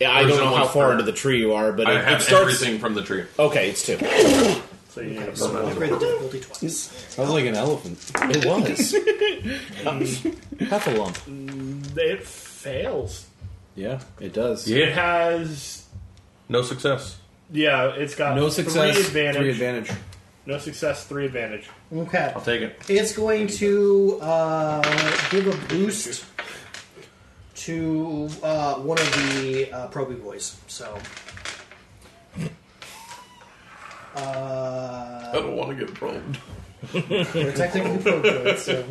Speaker 3: Yeah, I
Speaker 8: Or is
Speaker 3: don't
Speaker 8: it
Speaker 3: know how
Speaker 8: almost
Speaker 3: far
Speaker 8: per-
Speaker 3: into the tree you are, but
Speaker 8: I
Speaker 3: it, it
Speaker 8: have
Speaker 3: starts.
Speaker 8: everything from the tree.
Speaker 3: Okay, it's two.
Speaker 10: So you need a
Speaker 8: So that's-
Speaker 2: Upgrade the difficulty twice.
Speaker 6: Sounds like an elephant.
Speaker 3: It was half a lump.
Speaker 10: It fails.
Speaker 6: Yeah, it does.
Speaker 10: It has.
Speaker 8: No success.
Speaker 10: Yeah, it's got
Speaker 6: No success.
Speaker 10: Three advantage.
Speaker 6: Three advantage.
Speaker 10: No success. Three advantage.
Speaker 2: Okay,
Speaker 8: I'll take it.
Speaker 2: it's going to uh, give a boost to uh, one of the uh, Proby boys. So.
Speaker 8: I
Speaker 2: Uh,
Speaker 8: don't want to get probed.
Speaker 2: they're technically Proby boys, so.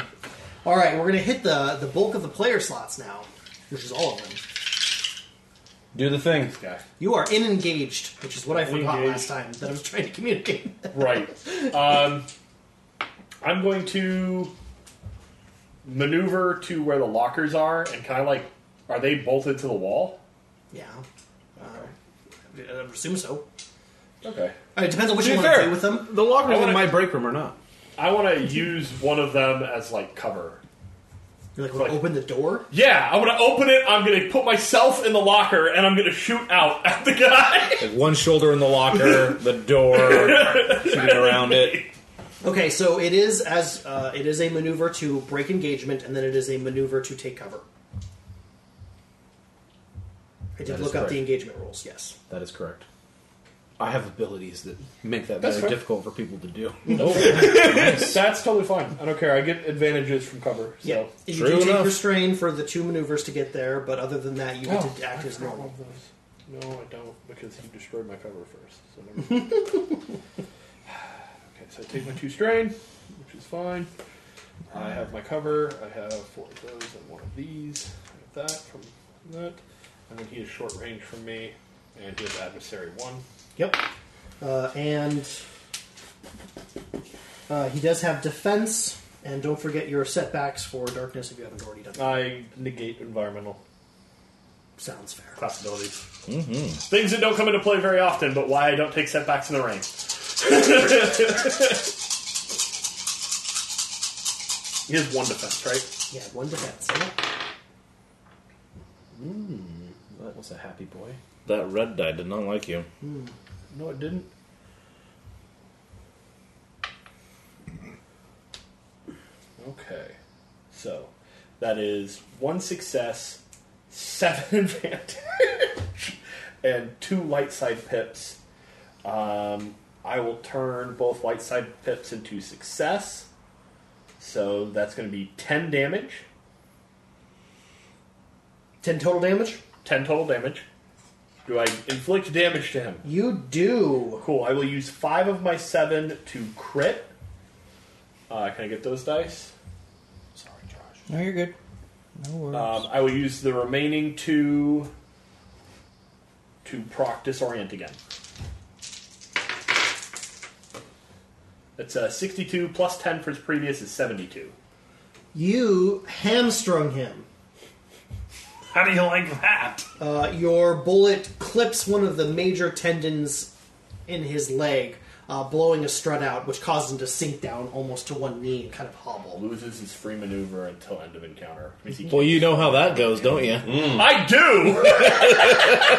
Speaker 2: All right, we're going to hit the the bulk of the player slots now, which is all of them.
Speaker 6: Do the thing.
Speaker 2: You are in engaged, which is what I forgot
Speaker 10: Engaged.
Speaker 2: last time that I was trying to communicate.
Speaker 10: Right. Um, I'm going to maneuver to where the lockers are and kind of like, are they bolted to the wall?
Speaker 2: yeah, I I assume so.
Speaker 10: Okay.
Speaker 2: All right, it depends on what
Speaker 6: To
Speaker 2: you
Speaker 6: be
Speaker 2: want to
Speaker 6: fair,
Speaker 2: do with them.
Speaker 6: the lockers
Speaker 10: I wanna-
Speaker 6: in my break room or not.
Speaker 10: I want to use one of them as like cover.
Speaker 2: You're like, want to
Speaker 10: Like-
Speaker 2: open the door?
Speaker 10: Yeah, I'm gonna open it. I'm gonna put myself in the locker, and I'm gonna shoot out at the guy.
Speaker 3: Like one shoulder in the locker, the door, shooting around it.
Speaker 2: Okay, so it is as uh, it is a maneuver to break engagement, and then it is a maneuver to take cover. I did
Speaker 6: is
Speaker 2: look up the
Speaker 6: correct.
Speaker 2: engagement rules. Yes.
Speaker 6: That is correct. I have abilities that make that very difficult for people to do.
Speaker 10: That's totally fine. I don't care. I get advantages from cover. So.
Speaker 2: Yeah. You
Speaker 3: True
Speaker 2: do take
Speaker 3: enough.
Speaker 2: restrain for the two maneuvers to get there, but other than that, you get to act as normal.
Speaker 10: No, I don't, because he destroyed my cover first. So never mind. okay, so I take my two strain, which is fine. I have my cover. I have four of those and one of these. I have that from that. And then he is short range from me, and he has adversary one.
Speaker 2: Yep. Uh, and uh, he does have defense, and don't forget your setbacks for darkness if you haven't already done. That.
Speaker 10: I negate environmental
Speaker 2: Sounds fair.
Speaker 10: possibilities. Things that don't come into play very often, but why I don't take setbacks in the rain. he has one defense, right?
Speaker 2: Yeah, one defense. Yep.
Speaker 6: That was a happy boy.
Speaker 3: That red die did not like you.
Speaker 10: No, it didn't. Okay. So, that is one success, seven advantage, and two light side pips. Um, I will turn both light side pips into success. So that's going to be 10 damage,
Speaker 2: Ten total damage.
Speaker 10: 10 total damage. Do I inflict damage to him?
Speaker 2: You do.
Speaker 10: Cool. I will use five of my seven to crit. Uh, can I get those dice? Sorry, Josh.
Speaker 9: No, you're good. No worries.
Speaker 10: Um, I will use the remaining two to proc disorient again. That's uh, 62 plus 10 for his previous is 72.
Speaker 2: You hamstrung him.
Speaker 10: How do you like that?
Speaker 2: Uh, your bullet clips one of the major tendons in his leg, uh, blowing a strut out, which caused him to sink down almost to one knee and kind of hobble.
Speaker 10: Loses his free maneuver until end of encounter. Means he
Speaker 3: Well, you know how that goes, don't you?
Speaker 10: I do.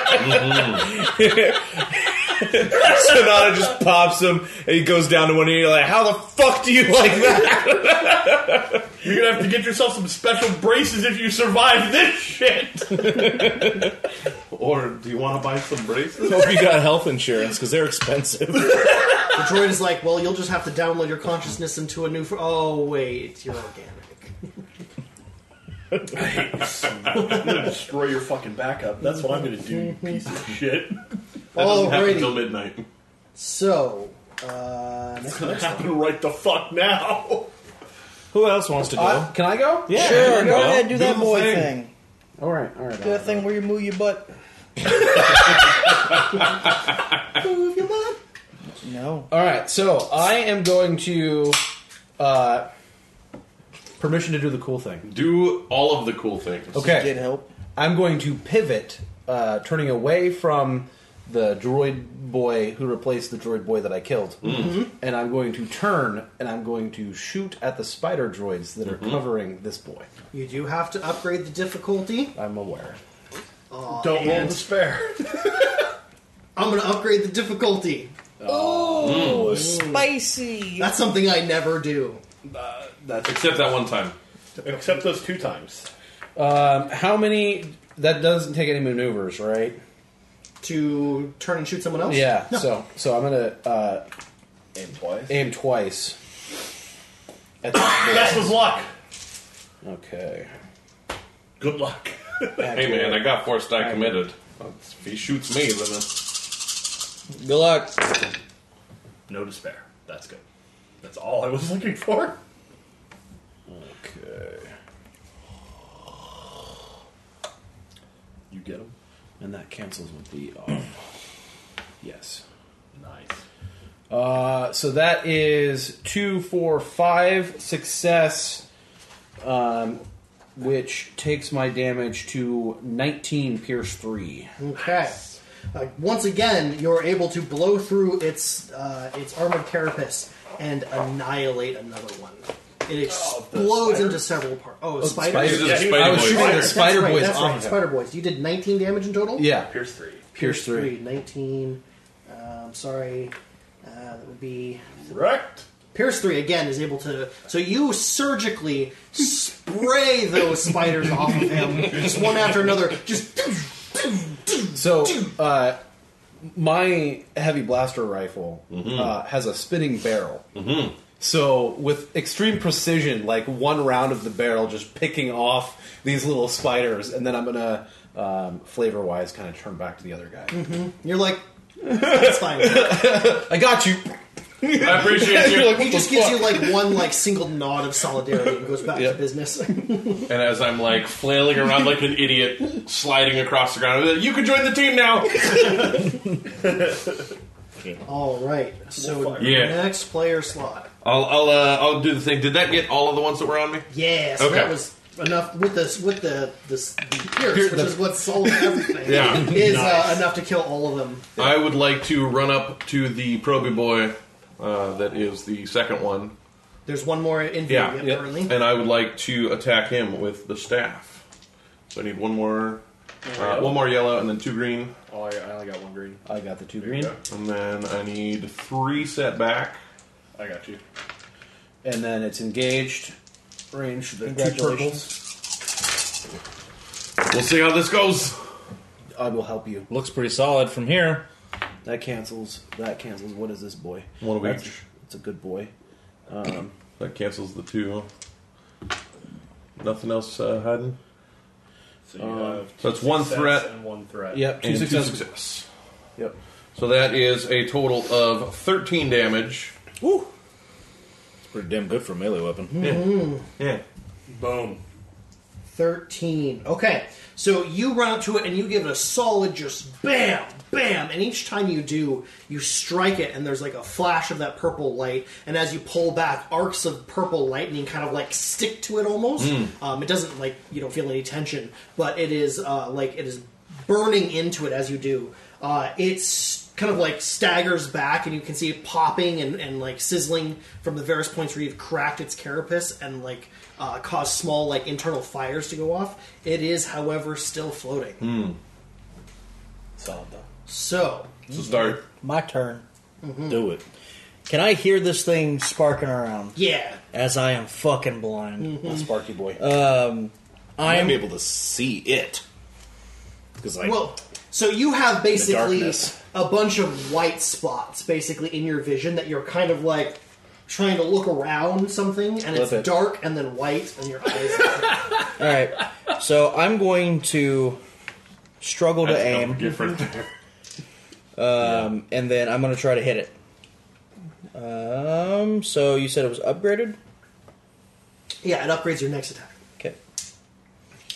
Speaker 3: Sonata just pops him, and he goes down to one knee. Like, how the fuck do you like that?
Speaker 10: You're gonna have to get yourself some special braces if you survive this shit.
Speaker 8: Or do you want to buy some braces?
Speaker 3: Hope you got health insurance because they're expensive.
Speaker 2: The droid is like, "Well, you'll just have to download your consciousness into a new. Fr- oh wait, you're organic."
Speaker 10: I'm gonna destroy your fucking backup. That's what I'm gonna do, you piece of shit.
Speaker 8: That doesn't happen until
Speaker 2: Alrighty,
Speaker 8: midnight.
Speaker 2: so uh, next
Speaker 10: It's gonna happen right the fuck now.
Speaker 3: Who else wants to go?
Speaker 6: Uh, can I go? Yeah.
Speaker 9: Sure, go
Speaker 3: go.
Speaker 9: ahead, do that
Speaker 8: the
Speaker 9: boy
Speaker 8: thing.
Speaker 9: thing.
Speaker 6: All right. All right.
Speaker 9: Do that thing where you move your butt.
Speaker 2: move your butt.
Speaker 9: No.
Speaker 6: All right. So I am going to uh, permission to do the cool thing.
Speaker 8: Do all of the cool things.
Speaker 9: Get
Speaker 6: Okay.
Speaker 9: help.
Speaker 6: I'm going to pivot, uh, turning away from the droid boy who replaced the droid boy that I killed,
Speaker 10: Mm-hmm.
Speaker 6: and I'm going to turn and I'm going to shoot at the spider droids that are
Speaker 10: Mm-hmm.
Speaker 6: covering this boy.
Speaker 2: You do have to upgrade the difficulty.
Speaker 6: I'm aware.
Speaker 10: Don't roll despair.
Speaker 2: I'm going to upgrade the difficulty.
Speaker 9: Oh, spicy.
Speaker 2: That's something I never do.
Speaker 8: Except that one time.
Speaker 10: Except those two times.
Speaker 6: Um, how many? That doesn't take any maneuvers, right?
Speaker 2: To turn and shoot someone else.
Speaker 6: Yeah. So so I'm gonna uh,
Speaker 10: Aim twice.
Speaker 6: aim twice. At
Speaker 10: Best
Speaker 6: the
Speaker 10: of luck.
Speaker 6: okay.
Speaker 10: Good luck.
Speaker 8: Hey man, I got forced. I committed. If he shoots me, then it's
Speaker 9: Good luck.
Speaker 10: No despair. That's good. That's all I was looking for.
Speaker 6: Okay.
Speaker 10: You get him.
Speaker 6: And that cancels with the off. yes.
Speaker 10: Nice.
Speaker 6: Uh, so that is two, four, five success, um, which takes my damage to 19 pierce 3.
Speaker 2: Okay. Uh, once again, you're able to blow through its uh, its armored carapace and annihilate another one. It explodes into several parts. Oh, a spider.
Speaker 6: spiders.
Speaker 8: These are the
Speaker 10: Yeah,
Speaker 8: spider
Speaker 6: I was
Speaker 8: boys.
Speaker 6: shooting at
Speaker 2: That's
Speaker 6: spider
Speaker 2: right,
Speaker 6: boys
Speaker 2: That's
Speaker 6: off
Speaker 2: right.
Speaker 6: of him.
Speaker 2: Spider boys. You did 19 damage in total.
Speaker 6: Yeah. Pierce,
Speaker 10: Here's three.
Speaker 6: 3.
Speaker 2: 19. Um, sorry. Uh, that would be
Speaker 10: Wrecked.
Speaker 2: Pierce 3 again is able to. So you surgically spray those spiders off of him, just one after another. Just.
Speaker 6: So, uh, my heavy blaster rifle uh, has a spinning barrel. So, with extreme precision, like one round of the barrel just picking off these little spiders, and then I'm gonna um, flavor wise kind of turn back to the other guy.
Speaker 2: You're like, that's fine.
Speaker 6: I got you.
Speaker 8: I appreciate
Speaker 6: You're
Speaker 8: you.
Speaker 6: like,
Speaker 2: He
Speaker 6: what
Speaker 2: just
Speaker 6: the
Speaker 2: gives
Speaker 6: fuck?
Speaker 2: you like one like single nod of solidarity and goes back to business.
Speaker 8: And as I'm like flailing around like an idiot, sliding across the ground, I'm like, you can join the team now.
Speaker 2: All right. So
Speaker 8: Yeah.
Speaker 2: next player slot.
Speaker 8: I'll I'll uh, I'll do the thing. Did that get all of the ones that were on me?
Speaker 2: Yeah. So that
Speaker 8: Okay.
Speaker 2: was enough with this with the this the Pierce,
Speaker 6: Pier-
Speaker 2: which
Speaker 6: the-
Speaker 2: is what solves everything.
Speaker 8: Yeah.
Speaker 2: Is uh, enough to kill all of them.
Speaker 8: I would like to run up to the Proby boy. Uh, that is the second one.
Speaker 2: There's one more in view
Speaker 8: Yeah.
Speaker 2: yet,
Speaker 8: Yep.
Speaker 2: currently.
Speaker 8: And I would like to attack him with the staff. So I need one more, uh, one more yellow, and then two green,
Speaker 10: Oh, I, I only got one green.
Speaker 6: I got the two green,
Speaker 8: and then I need three setback.
Speaker 10: I got you.
Speaker 6: and then it's engaged. Range the two
Speaker 9: Congratulations.
Speaker 8: We'll see how this goes.
Speaker 6: purples. I will help you.
Speaker 3: Looks pretty solid from here.
Speaker 6: That cancels. That cancels. What is this boy?
Speaker 8: One of
Speaker 6: That's-
Speaker 8: each.
Speaker 6: It's a good boy.
Speaker 8: That cancels the two. Nothing else uh, hiding.
Speaker 10: So you have
Speaker 8: so it's one
Speaker 10: success
Speaker 8: threat.
Speaker 10: and one threat.
Speaker 6: Yep. Two
Speaker 8: And
Speaker 6: successes.
Speaker 8: Two success.
Speaker 6: Yep.
Speaker 8: So that is a total of 13 damage.
Speaker 3: Woo!
Speaker 6: Hmm.
Speaker 3: It's pretty damn good for a melee weapon.
Speaker 8: Yeah.
Speaker 10: Boom.
Speaker 2: 13. Okay. So you run up to it and you give it a solid just bam, bam. And each time you do, you strike it and there's like a flash of that purple light. And as you pull back, arcs of purple lightning kind of like stick to it almost. Um, it doesn't like, you don't feel any tension, but it is uh, like it is burning into it as you do. Uh, it's kind of like staggers back, and you can see it popping and, and like sizzling from the various points where you've cracked its carapace and like uh, caused small like internal fires to go off. It is, however, still floating.
Speaker 10: Hmm. Solid though.
Speaker 2: So
Speaker 8: So start.
Speaker 9: My turn.
Speaker 10: Do it.
Speaker 9: Can I hear this thing sparking around
Speaker 2: yeah,
Speaker 9: as I am fucking blind?
Speaker 10: Sparky boy.
Speaker 3: I
Speaker 9: I'm
Speaker 3: am able to see it because like
Speaker 2: well, so you have basically
Speaker 3: darkness.
Speaker 2: a bunch of white spots basically in your vision that you're kind of like trying to look around something, and it's
Speaker 6: Love it.
Speaker 2: dark and then white, and your eyes.
Speaker 9: All right. So I'm going to struggle to aim,
Speaker 8: Different there.
Speaker 9: um, and then I'm going to try to hit it. Um. So you said it was upgraded.
Speaker 2: yeah, it upgrades your next attack.
Speaker 9: Okay.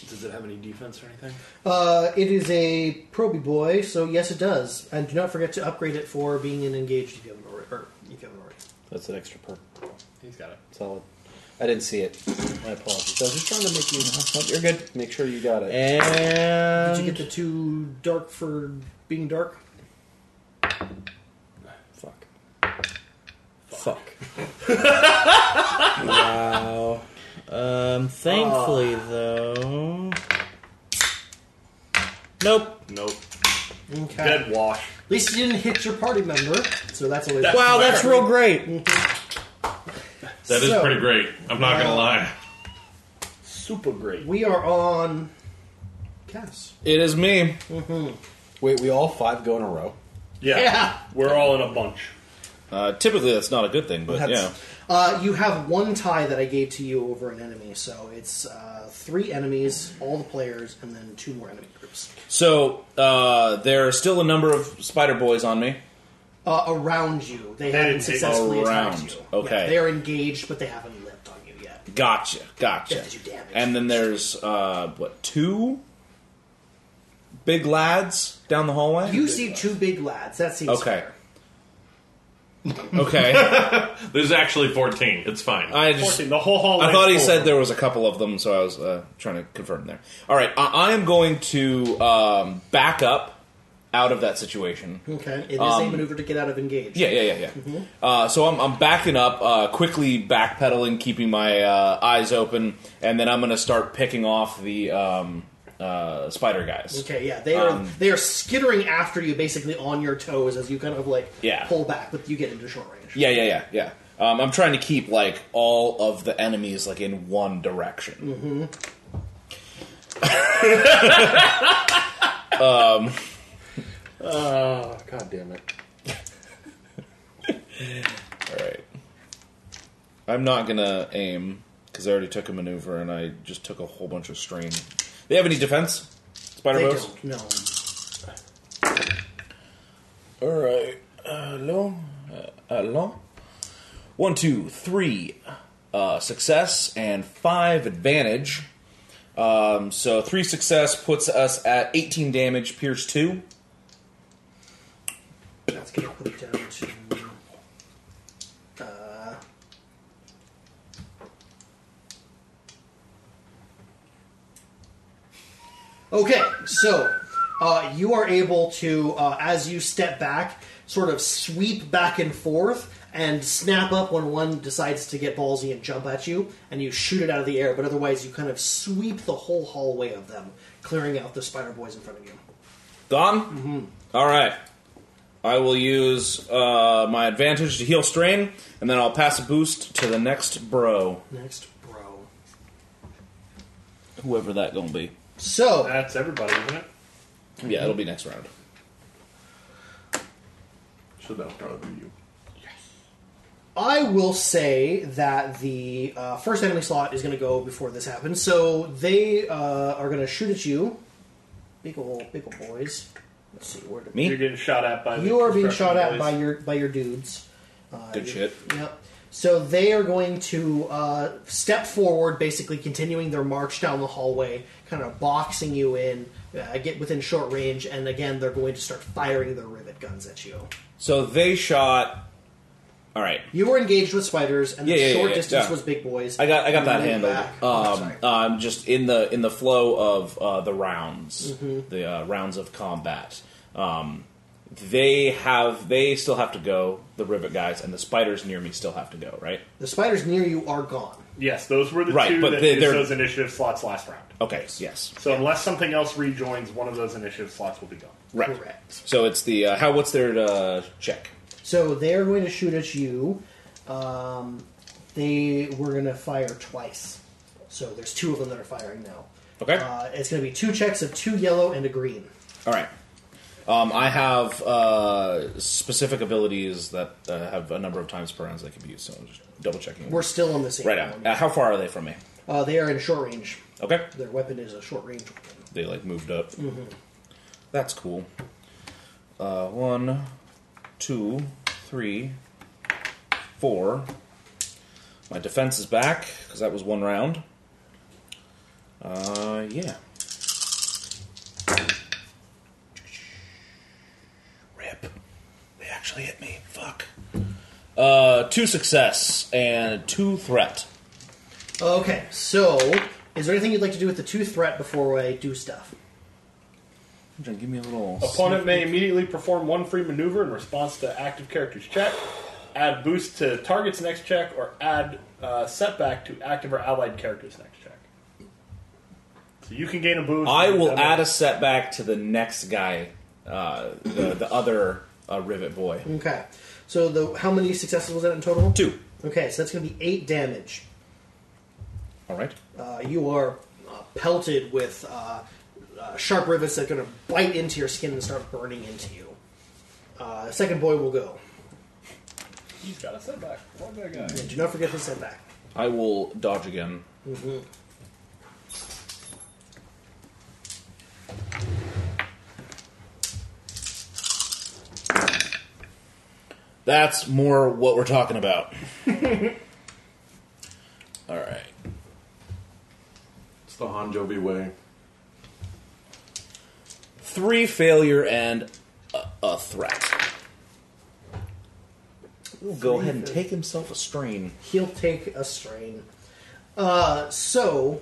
Speaker 10: Does it have any defense or anything?
Speaker 2: Uh, it is a Proby Boy, so yes, it does. And do not forget to upgrade it for being an engaged if you haven't already. Or if you haven't already.
Speaker 6: That's an extra perk.
Speaker 10: He's got it.
Speaker 6: Solid. I didn't see it. My apologies. I was just trying to make you
Speaker 9: Nope, you're good.
Speaker 6: make sure you got it.
Speaker 9: And
Speaker 2: Did you get the two dark for being dark?
Speaker 9: Fuck. Fuck. wow. Um, thankfully,
Speaker 2: Ah.
Speaker 9: though. Nope.
Speaker 10: Nope.
Speaker 2: Okay.
Speaker 10: Dead wash.
Speaker 2: At least you didn't hit your party member, so that's always
Speaker 10: That's-
Speaker 9: Wow, that's real great.
Speaker 8: That is
Speaker 2: So-
Speaker 8: pretty great. I'm not gonna lie.
Speaker 10: Super great.
Speaker 2: We are on. Cass.
Speaker 5: It is me.
Speaker 6: Wait, we all five go in a row.
Speaker 10: Yeah.
Speaker 2: Yeah.
Speaker 10: We're all in a bunch.
Speaker 3: uh, typically that's not a good thing, but yeah,
Speaker 2: Uh, you have one tie that I gave to you over an enemy, so it's uh, three enemies, all the players, and then two more enemy groups.
Speaker 3: So uh, there are still a number of spider boys on me.
Speaker 2: Uh, around you. They haven't
Speaker 10: didn't take-
Speaker 2: successfully attacked
Speaker 3: Around.
Speaker 2: you.
Speaker 3: Okay.
Speaker 2: Yeah, they are engaged, but they haven't leapt on you yet.
Speaker 3: Gotcha, gotcha.
Speaker 2: Just do damage.
Speaker 3: And then there's uh, what two big lads down the hallway.
Speaker 2: You see two big lads. That seems
Speaker 3: okay. okay,
Speaker 8: There's actually 14. It's fine.
Speaker 3: I just
Speaker 10: Fourteen. The whole hall.
Speaker 3: I thought he said there was a couple of them, so I was uh, trying to confirm there. All right, I, I am going to um, back up out of that situation.
Speaker 2: Okay. It is a
Speaker 3: Um,
Speaker 2: maneuver to get out of engage.
Speaker 3: Yeah, yeah, yeah, yeah. Uh, so I'm, I'm backing up, uh, quickly backpedaling, keeping my uh, eyes open, and then I'm going to start picking off the um, uh, spider guys.
Speaker 2: Okay. Yeah. They are
Speaker 3: Um,
Speaker 2: they are skittering after you, basically on your toes as you kind of like
Speaker 3: Yeah.
Speaker 2: pull back, but you get into short range.
Speaker 3: Yeah, yeah, yeah, yeah. Um, I'm trying to keep like all of the enemies like in one direction. Mm-hmm. um, Um. oh, god damn it! all right, I'm not gonna aim because I already took a maneuver and I just took a whole bunch of strain. They have any defense, Spider
Speaker 2: They
Speaker 3: Bows?
Speaker 2: don't. No.
Speaker 3: All right. Hello. Uh, hello. One, two, three. Uh, success and five advantage. Um, so three success puts us at 18 damage, Pierce two.
Speaker 2: Let's get put it down to. Uh, Okay, so uh, you are able to, uh, as you step back, sort of sweep back and forth and snap up when one decides to get ballsy and jump at you, and you shoot it out of the air, but otherwise you kind of sweep the whole hallway of them, clearing out the spider boys in front of you.
Speaker 3: Don. Mm-hmm. right. I will use uh, my advantage to heal strain, and then I'll pass a boost to the next bro,
Speaker 2: Next, bro.
Speaker 3: whoever that gonna be.
Speaker 2: So,
Speaker 10: That's everybody, isn't it?
Speaker 3: Yeah, it'll be next round.
Speaker 8: Should that probably be you?
Speaker 2: I will say that the uh, first enemy slot is going to go before this happens. So they uh, are going to shoot at you. Big ol' big ol' boys. Let's see where did
Speaker 3: Me?
Speaker 10: You're getting shot at by. the
Speaker 2: You are being
Speaker 10: construction
Speaker 2: shot at
Speaker 10: boys.
Speaker 2: by your by your dudes. Uh,
Speaker 3: Good
Speaker 2: you-
Speaker 3: shit.
Speaker 2: Yep. So they are going to uh, step forward, basically continuing their march down the hallway, kind of boxing you in, uh, get within short range, and again they're going to start firing their rivet guns at you.
Speaker 3: So they shot. All right,
Speaker 2: You were engaged with spiders, and the
Speaker 3: Yeah, yeah,
Speaker 2: short
Speaker 3: yeah,
Speaker 2: distance
Speaker 3: yeah.
Speaker 2: was big boys.
Speaker 3: I got I got
Speaker 2: You
Speaker 3: that
Speaker 2: moved
Speaker 3: handled.
Speaker 2: back. Oh,
Speaker 3: Um,
Speaker 2: sorry.
Speaker 3: um, just in the in the flow of uh, the rounds, the uh, rounds of combat. Um, they have they still have to go. The rivet guys and the spiders near me still have to go. Right.
Speaker 2: the spiders near you are gone.
Speaker 10: Yes, those were the
Speaker 3: Right,
Speaker 10: two
Speaker 3: but
Speaker 10: that
Speaker 3: they-
Speaker 10: used
Speaker 3: they're-
Speaker 10: those initiative slots last round.
Speaker 3: Okay. Yes.
Speaker 10: So unless something else rejoins, one of those initiative slots will be gone.
Speaker 3: Right.
Speaker 2: Correct.
Speaker 3: So it's the uh, how? What's their uh, check?
Speaker 2: So they are going to shoot at you. Um, they were going to fire twice. So there's two of them that are firing now.
Speaker 3: Okay.
Speaker 2: Uh, it's going to be two checks of two yellow and a green.
Speaker 3: All right. Um, I have uh, specific abilities that uh, have a number of times per round that can be used. So I'm just double checking.
Speaker 2: We're still on the same
Speaker 3: right
Speaker 2: one.
Speaker 3: now. Uh, how far are they from me?
Speaker 2: Uh, they are in short range.
Speaker 3: Okay.
Speaker 2: Their weapon is a short range weapon.
Speaker 3: They like moved up. That's cool. Uh, one, two, three, four. My defense is back because that was one round. Uh, yeah. Rip. They actually hit me. Fuck. Uh, two success and two threat.
Speaker 2: Okay, so is there anything you'd like to do with the two threat before I do stuff?
Speaker 3: Give me a little.
Speaker 10: Opponent may immediately perform one free maneuver in response to active character's check, add boost to target's next check, or add uh, setback to active or allied character's next check. So you can gain a boost.
Speaker 3: I will
Speaker 10: I'm
Speaker 3: add a setback to the next guy, uh, the, the other uh, Rivet Boy.
Speaker 2: Okay, so the how many successes was that in total?
Speaker 3: Two.
Speaker 2: Okay, so that's going to be eight damage.
Speaker 3: All right.
Speaker 2: Uh, you are uh, pelted with uh, uh, sharp rivets that are going to bite into your skin and start burning into you. Uh, second boy will go.
Speaker 10: He's got a setback. One bad guy.
Speaker 2: And do not forget his setback.
Speaker 3: I will dodge again. That's more what we're talking about. All right.
Speaker 8: It's the Han Jovi way.
Speaker 3: Three failure and a, a threat. We'll go ahead and take himself a strain.
Speaker 2: He'll take a strain. Uh, so,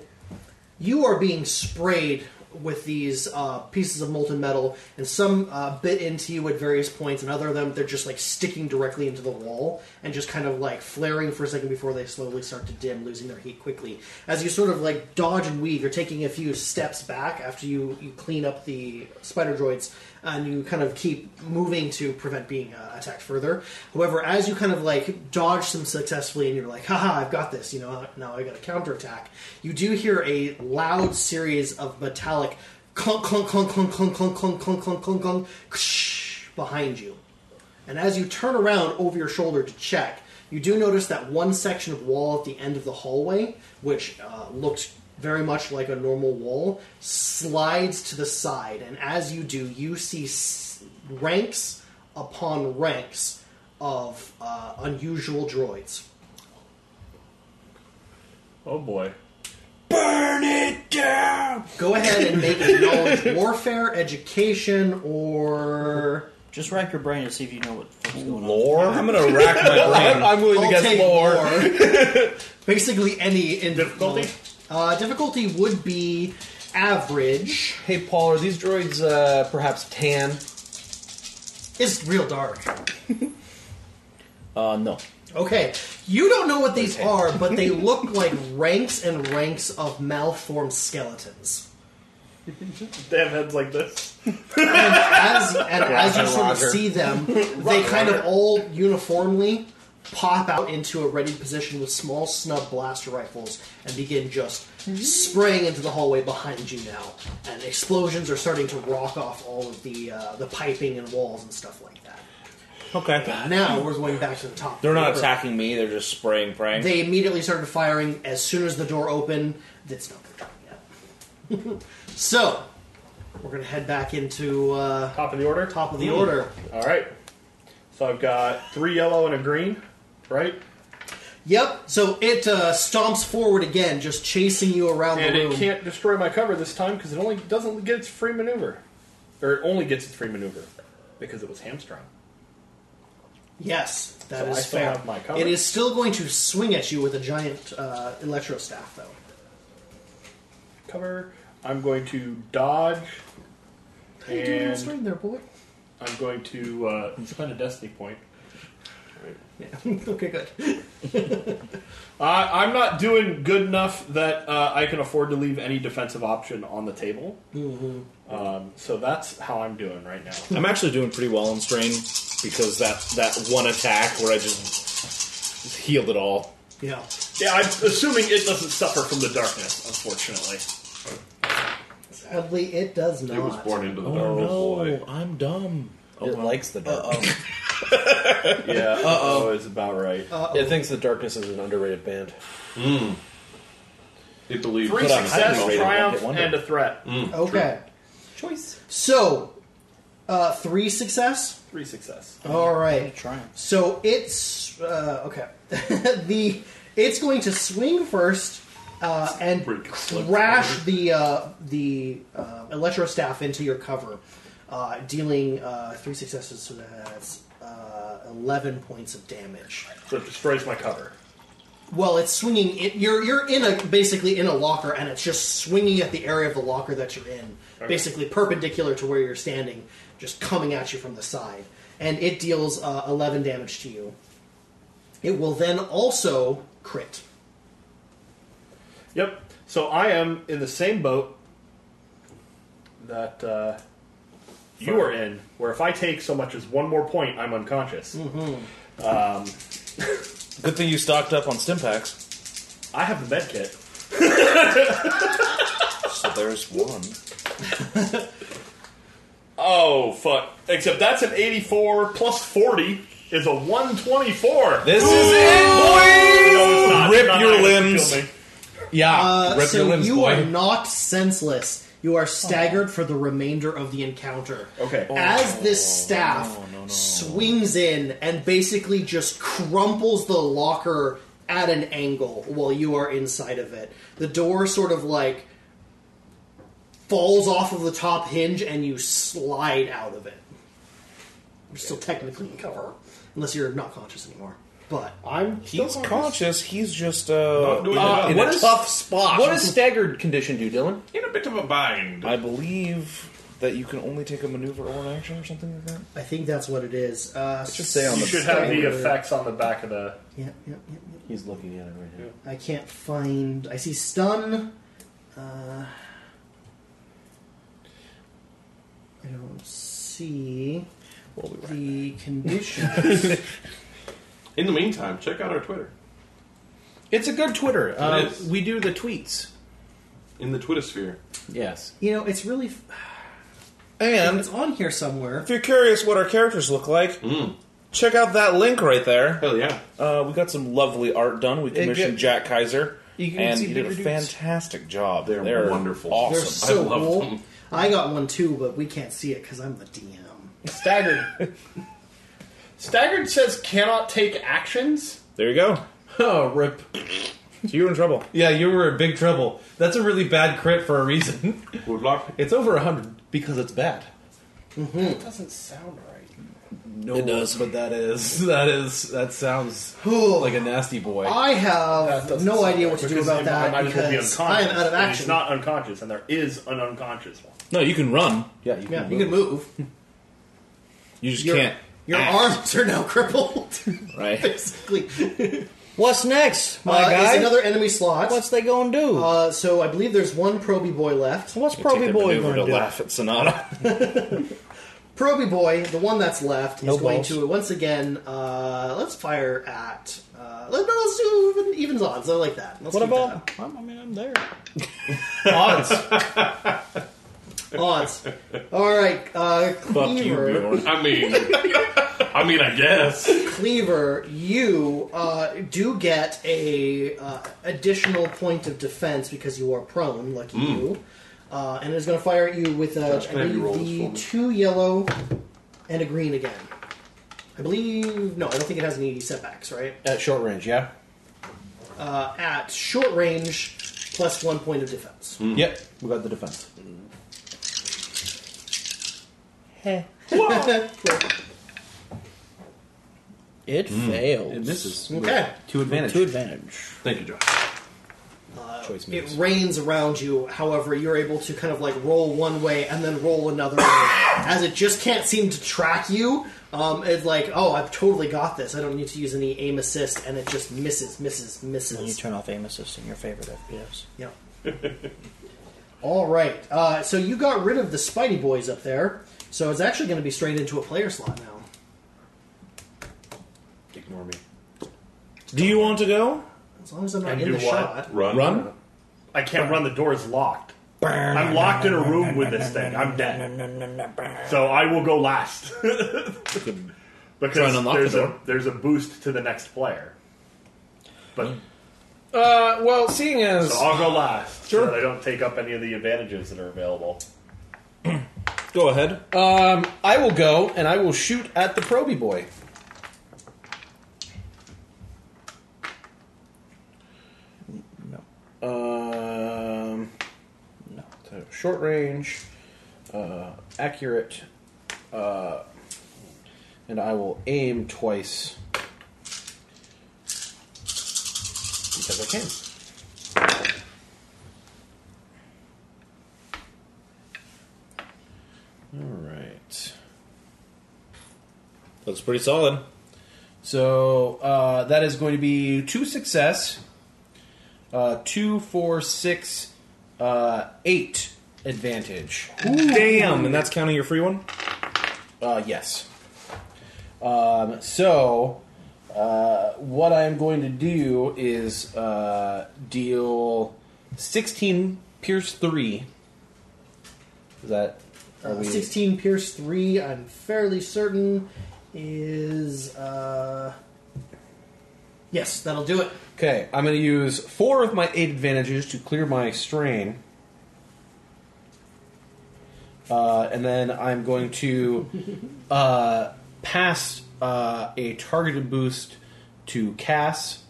Speaker 2: you are being sprayed with these uh, pieces of molten metal, and some uh, bit into you at various points, and other of them, they're just like sticking directly into the wall and just kind of like flaring for a second before they slowly start to dim, losing their heat quickly. As you sort of like dodge and weave, you're taking a few steps back after you, you clean up the spider droids, and you kind of keep moving to prevent being uh, attacked further. However, as you kind of like dodge them successfully, and you're like, haha, I've got this, you know, now I got a counterattack, you do hear a loud series of metallic clunk, clunk, clunk, clunk, clunk, clunk, clunk, clunk, clunk, clunk, clunk, ksh, behind you. And as you turn around over your shoulder to check, you do notice that one section of wall at the end of the hallway, which uh, looked very much like a normal wall, slides to the side. And as you do, you see s- ranks upon ranks of uh, unusual droids.
Speaker 10: Oh boy.
Speaker 2: Go ahead and make a knowledge warfare, education, or.
Speaker 9: Just rack your brain to see if you know what the fuck's going on.
Speaker 3: Lore? I'm gonna rack my brain.
Speaker 6: I'm willing to
Speaker 2: I'll
Speaker 6: guess
Speaker 2: take
Speaker 6: lore.
Speaker 2: lore. Basically, any in
Speaker 10: Difficulty?
Speaker 2: Uh, difficulty would be average.
Speaker 6: Hey, Paul, are these droids uh, perhaps tan?
Speaker 2: It's real dark.
Speaker 3: Uh, no.
Speaker 2: Okay, you don't know what these are, but they look like ranks and ranks of malformed skeletons.
Speaker 10: They have heads like this.
Speaker 2: And as, and as you sort of
Speaker 6: Roger.
Speaker 2: see them, they kind of all uniformly pop out into a ready position with small snub blaster rifles and begin just spraying into the hallway behind you now. And explosions are starting to rock off all of the uh, the piping and walls and stuff like that.
Speaker 3: Okay.
Speaker 2: Now we're going back to the top.
Speaker 3: They're not attacking me, they're just spraying prank.
Speaker 2: They immediately started firing as soon as the door opened. That's not their job yet. so, we're going to head back into uh,
Speaker 10: Top of the order.
Speaker 2: top of
Speaker 11: Hmm.
Speaker 2: the order.
Speaker 10: All right. So I've got three yellow and a green, right?
Speaker 2: Yep. So it uh, stomps forward again, just chasing you around
Speaker 11: And
Speaker 2: the
Speaker 11: it
Speaker 2: room.
Speaker 11: can't destroy my cover this time because it only doesn't get its free maneuver. Or it only gets its free maneuver because it was hamstrung.
Speaker 2: Yes, that
Speaker 11: So
Speaker 2: is
Speaker 11: I still
Speaker 2: fair.
Speaker 11: have my cover.
Speaker 2: It is still going to swing at you with a giant uh, electro staff, though.
Speaker 11: Cover. I'm going to dodge.
Speaker 2: How you doing
Speaker 11: And-
Speaker 2: in string there, boy?
Speaker 11: I'm going to uh, spend a destiny point.
Speaker 2: okay, good.
Speaker 11: I, I'm not doing good enough that uh, I can afford to leave any defensive option on the table. Um, so that's how I'm doing right now.
Speaker 3: I'm actually doing pretty well in strain because that that one attack where I just healed it all.
Speaker 2: Yeah.
Speaker 10: Yeah, I'm assuming it doesn't suffer from the darkness, unfortunately.
Speaker 2: Sadly, it does not.
Speaker 8: He was born into the dark. Oh, boy.
Speaker 3: I'm dumb.
Speaker 9: it likes the dark.
Speaker 10: Yeah, oh, is about right.
Speaker 6: It thinks the darkness is an underrated band.
Speaker 8: He believed.
Speaker 10: Three
Speaker 8: But I'm
Speaker 10: success,
Speaker 8: highly rated
Speaker 10: triumph,
Speaker 8: one-hit wonder.
Speaker 10: and a threat.
Speaker 2: Okay.
Speaker 9: Choice.
Speaker 2: So, uh, three success.
Speaker 11: Three success.
Speaker 2: All right.
Speaker 9: Triumph.
Speaker 2: So it's uh, okay. the it's going to swing first uh, and
Speaker 8: Pretty close.
Speaker 2: crash the uh, the uh, electro staff into your cover, uh, dealing uh, three successes, so that's uh, eleven points of damage.
Speaker 10: So it destroys my cover.
Speaker 2: Well, it's swinging. It, you're you're in a basically in a locker, and it's just swinging at the area of the locker that you're in, basically perpendicular to where you're standing, just coming at you from the side, and it deals uh, eleven damage to you. It will then also crit.
Speaker 11: Yep. So I am in the same boat that uh, you are in, where if I take so much as one more point, I'm unconscious.
Speaker 10: Mm-hmm.
Speaker 3: Good thing you stocked up on stim packs.
Speaker 10: I have the med kit.
Speaker 3: So there's one.
Speaker 10: Oh, fuck. Except that's an 84 plus 40 is a 124.
Speaker 3: This is it, boys!
Speaker 10: No, it's not.
Speaker 3: Rip
Speaker 10: It's not.
Speaker 3: your
Speaker 10: It's gonna
Speaker 3: limbs.
Speaker 10: kill me.
Speaker 3: Yeah,
Speaker 2: Uh,
Speaker 3: rip
Speaker 2: so
Speaker 3: your limbs,
Speaker 2: you
Speaker 3: boy.
Speaker 2: are not senseless. You are staggered for the remainder of the encounter.
Speaker 10: Okay.
Speaker 2: As this staff swings in and basically just crumples the locker at an angle while you are inside of it, the door sort of like falls off of the top hinge and you slide out of it. You're still technically in cover, unless you're not conscious anymore. But
Speaker 11: I'm
Speaker 3: He's conscious. He's just
Speaker 8: doing
Speaker 3: uh,
Speaker 8: it
Speaker 3: in
Speaker 8: well.
Speaker 3: a tough spot.
Speaker 6: What does staggered condition do, Dylan?
Speaker 8: in a bit of a bind.
Speaker 3: I believe that you can only take a maneuver or an action or something like that.
Speaker 2: I think that's what it is. Uh,
Speaker 9: Just say on
Speaker 10: You
Speaker 9: the.
Speaker 10: should have the effects on the back of the.
Speaker 2: yeah, yeah, yeah, yeah.
Speaker 6: He's looking at it right now.
Speaker 2: I can't find. I see stun. Uh, I don't see the condition.
Speaker 8: In the meantime, check out our Twitter.
Speaker 6: It's a good Twitter. Uh,
Speaker 8: is.
Speaker 6: we do the tweets.
Speaker 8: In the Twitter sphere.
Speaker 6: Yes.
Speaker 2: you know, it's really.
Speaker 3: And
Speaker 2: It's on here somewhere.
Speaker 3: if you're curious what our characters look like, check out that link right there.
Speaker 8: Mm. Hell yeah.
Speaker 3: Uh, we got some lovely art done. We commissioned
Speaker 6: get-
Speaker 3: Jack Kaiser,
Speaker 6: You can
Speaker 3: and
Speaker 6: see
Speaker 3: he did a
Speaker 6: bigger dudes.
Speaker 3: fantastic job.
Speaker 8: They're wonderful.
Speaker 2: They're
Speaker 3: awesome.
Speaker 2: so
Speaker 8: I love
Speaker 2: cool.
Speaker 8: them.
Speaker 2: I got one too, but we can't see it because I'm the DM.
Speaker 11: staggered. staggered says cannot take actions.
Speaker 3: There you go.
Speaker 6: Oh, rip.
Speaker 3: So you're in trouble.
Speaker 6: Yeah, you were in big trouble. That's a really bad crit for a reason.
Speaker 8: Good luck.
Speaker 6: It's over 100 because it's bad.
Speaker 11: That doesn't sound right.
Speaker 6: No, it does, but that is Ah. that is that sounds like a nasty boy.
Speaker 2: I
Speaker 11: That
Speaker 2: have
Speaker 11: doesn't
Speaker 2: no
Speaker 11: sound
Speaker 2: idea
Speaker 11: right,
Speaker 2: what to do
Speaker 10: because
Speaker 2: about
Speaker 10: it might-
Speaker 2: that
Speaker 10: might as well be
Speaker 2: because I am
Speaker 10: unconscious,
Speaker 2: out of
Speaker 10: and It's
Speaker 2: action.
Speaker 10: not unconscious, and there is an unconscious one.
Speaker 3: No, you can run.
Speaker 6: yeah, you can
Speaker 2: yeah,
Speaker 6: move.
Speaker 2: you can move.
Speaker 3: You just
Speaker 2: Your-
Speaker 3: can't.
Speaker 2: Your
Speaker 3: act,
Speaker 2: arms are now crippled,
Speaker 3: right?
Speaker 2: basically.
Speaker 9: What's next, my
Speaker 2: uh,
Speaker 9: guy?
Speaker 2: Is another enemy slot.
Speaker 9: What's they gonna do?
Speaker 2: Uh, so I believe there's one Proby Boy left.
Speaker 9: What's
Speaker 3: Take
Speaker 9: Proby
Speaker 3: that
Speaker 9: Boy
Speaker 3: maneuver
Speaker 9: gonna
Speaker 3: to
Speaker 9: do?
Speaker 3: laugh at Sonata.
Speaker 2: Proby Boy, the one that's left, is
Speaker 9: No
Speaker 2: going
Speaker 9: balls.
Speaker 2: to once again. Uh, let's fire at. Uh, let, no, let's do even, evens odds. I like that. Let's
Speaker 9: What
Speaker 2: keep
Speaker 9: about? I'm, I mean, I'm there.
Speaker 6: Odds.
Speaker 2: that. odds? All right, uh,
Speaker 3: Fuck you,
Speaker 2: Cleaver.
Speaker 3: Bjorn.
Speaker 8: I mean, I mean, I guess.
Speaker 2: Cleaver, you uh, do get a uh, additional point of defense because you are prone, like
Speaker 8: Hmm.
Speaker 2: you, uh, and it's going to fire at you with uh, I
Speaker 8: can have you roll this
Speaker 2: believe
Speaker 8: for
Speaker 2: the
Speaker 8: me?
Speaker 2: two yellow and a green again. I believe no, I don't think it has any setbacks, right?
Speaker 6: At short range, yeah.
Speaker 2: uh, at short range, plus one point of defense.
Speaker 8: Hmm.
Speaker 6: Yep, Mm. we got the defense.
Speaker 9: It fails.
Speaker 6: It misses.
Speaker 2: Okay.
Speaker 6: Two advantage.
Speaker 9: To advantage.
Speaker 8: Thank you, Josh.
Speaker 6: choice
Speaker 2: Uh, It
Speaker 6: moves.
Speaker 2: rains around you. However, you're able to kind of like roll one way and then roll another way, as it just can't seem to track you. Um, it's like, oh, I've totally got this. I don't need to use any aim assist, and it just misses, misses,
Speaker 9: And you
Speaker 2: misses.
Speaker 9: turn off aim assist in your favorite FPS.
Speaker 2: Yeah. All right. Uh, so you got rid of the Spidey boys up there, so it's actually going to be straight into a player slot now.
Speaker 11: Ignore me.
Speaker 3: Do you want to go?
Speaker 2: As long as I'm not
Speaker 10: And
Speaker 2: in
Speaker 10: do
Speaker 2: the
Speaker 10: what?
Speaker 2: shot.
Speaker 8: Run.
Speaker 3: Run?
Speaker 10: I can't run. The door is locked. I'm locked in a room with this thing. I'm dead. So I will go last.
Speaker 3: Try and
Speaker 10: because
Speaker 3: unlock
Speaker 10: there's
Speaker 3: the door.
Speaker 10: a there's a boost to the next player. But
Speaker 6: Uh, well, seeing as
Speaker 10: so I'll go last. So that I don't take up any of the advantages that are available.
Speaker 3: Go ahead.
Speaker 6: um, I will go and I will shoot at the Proby boy. No. Um, no. So short range, uh, accurate, uh, and I will aim twice because I can. All right.
Speaker 3: Looks pretty solid.
Speaker 6: So uh, that is going to be two success, uh, two, four, six, uh, eight advantage.
Speaker 3: Damn, and that's counting your free one?
Speaker 6: Uh, yes. Um, so uh, what I am going to do is uh, deal sixteen pierce three. Is that? Are
Speaker 2: Uh,
Speaker 6: we,
Speaker 2: 16 Pierce 3, I'm fairly certain, is. Uh, yes, that'll do it.
Speaker 6: Okay, I'm going to use four of my eight advantages to clear my strain. Uh, and then I'm going to uh, pass uh, a targeted boost to Cass,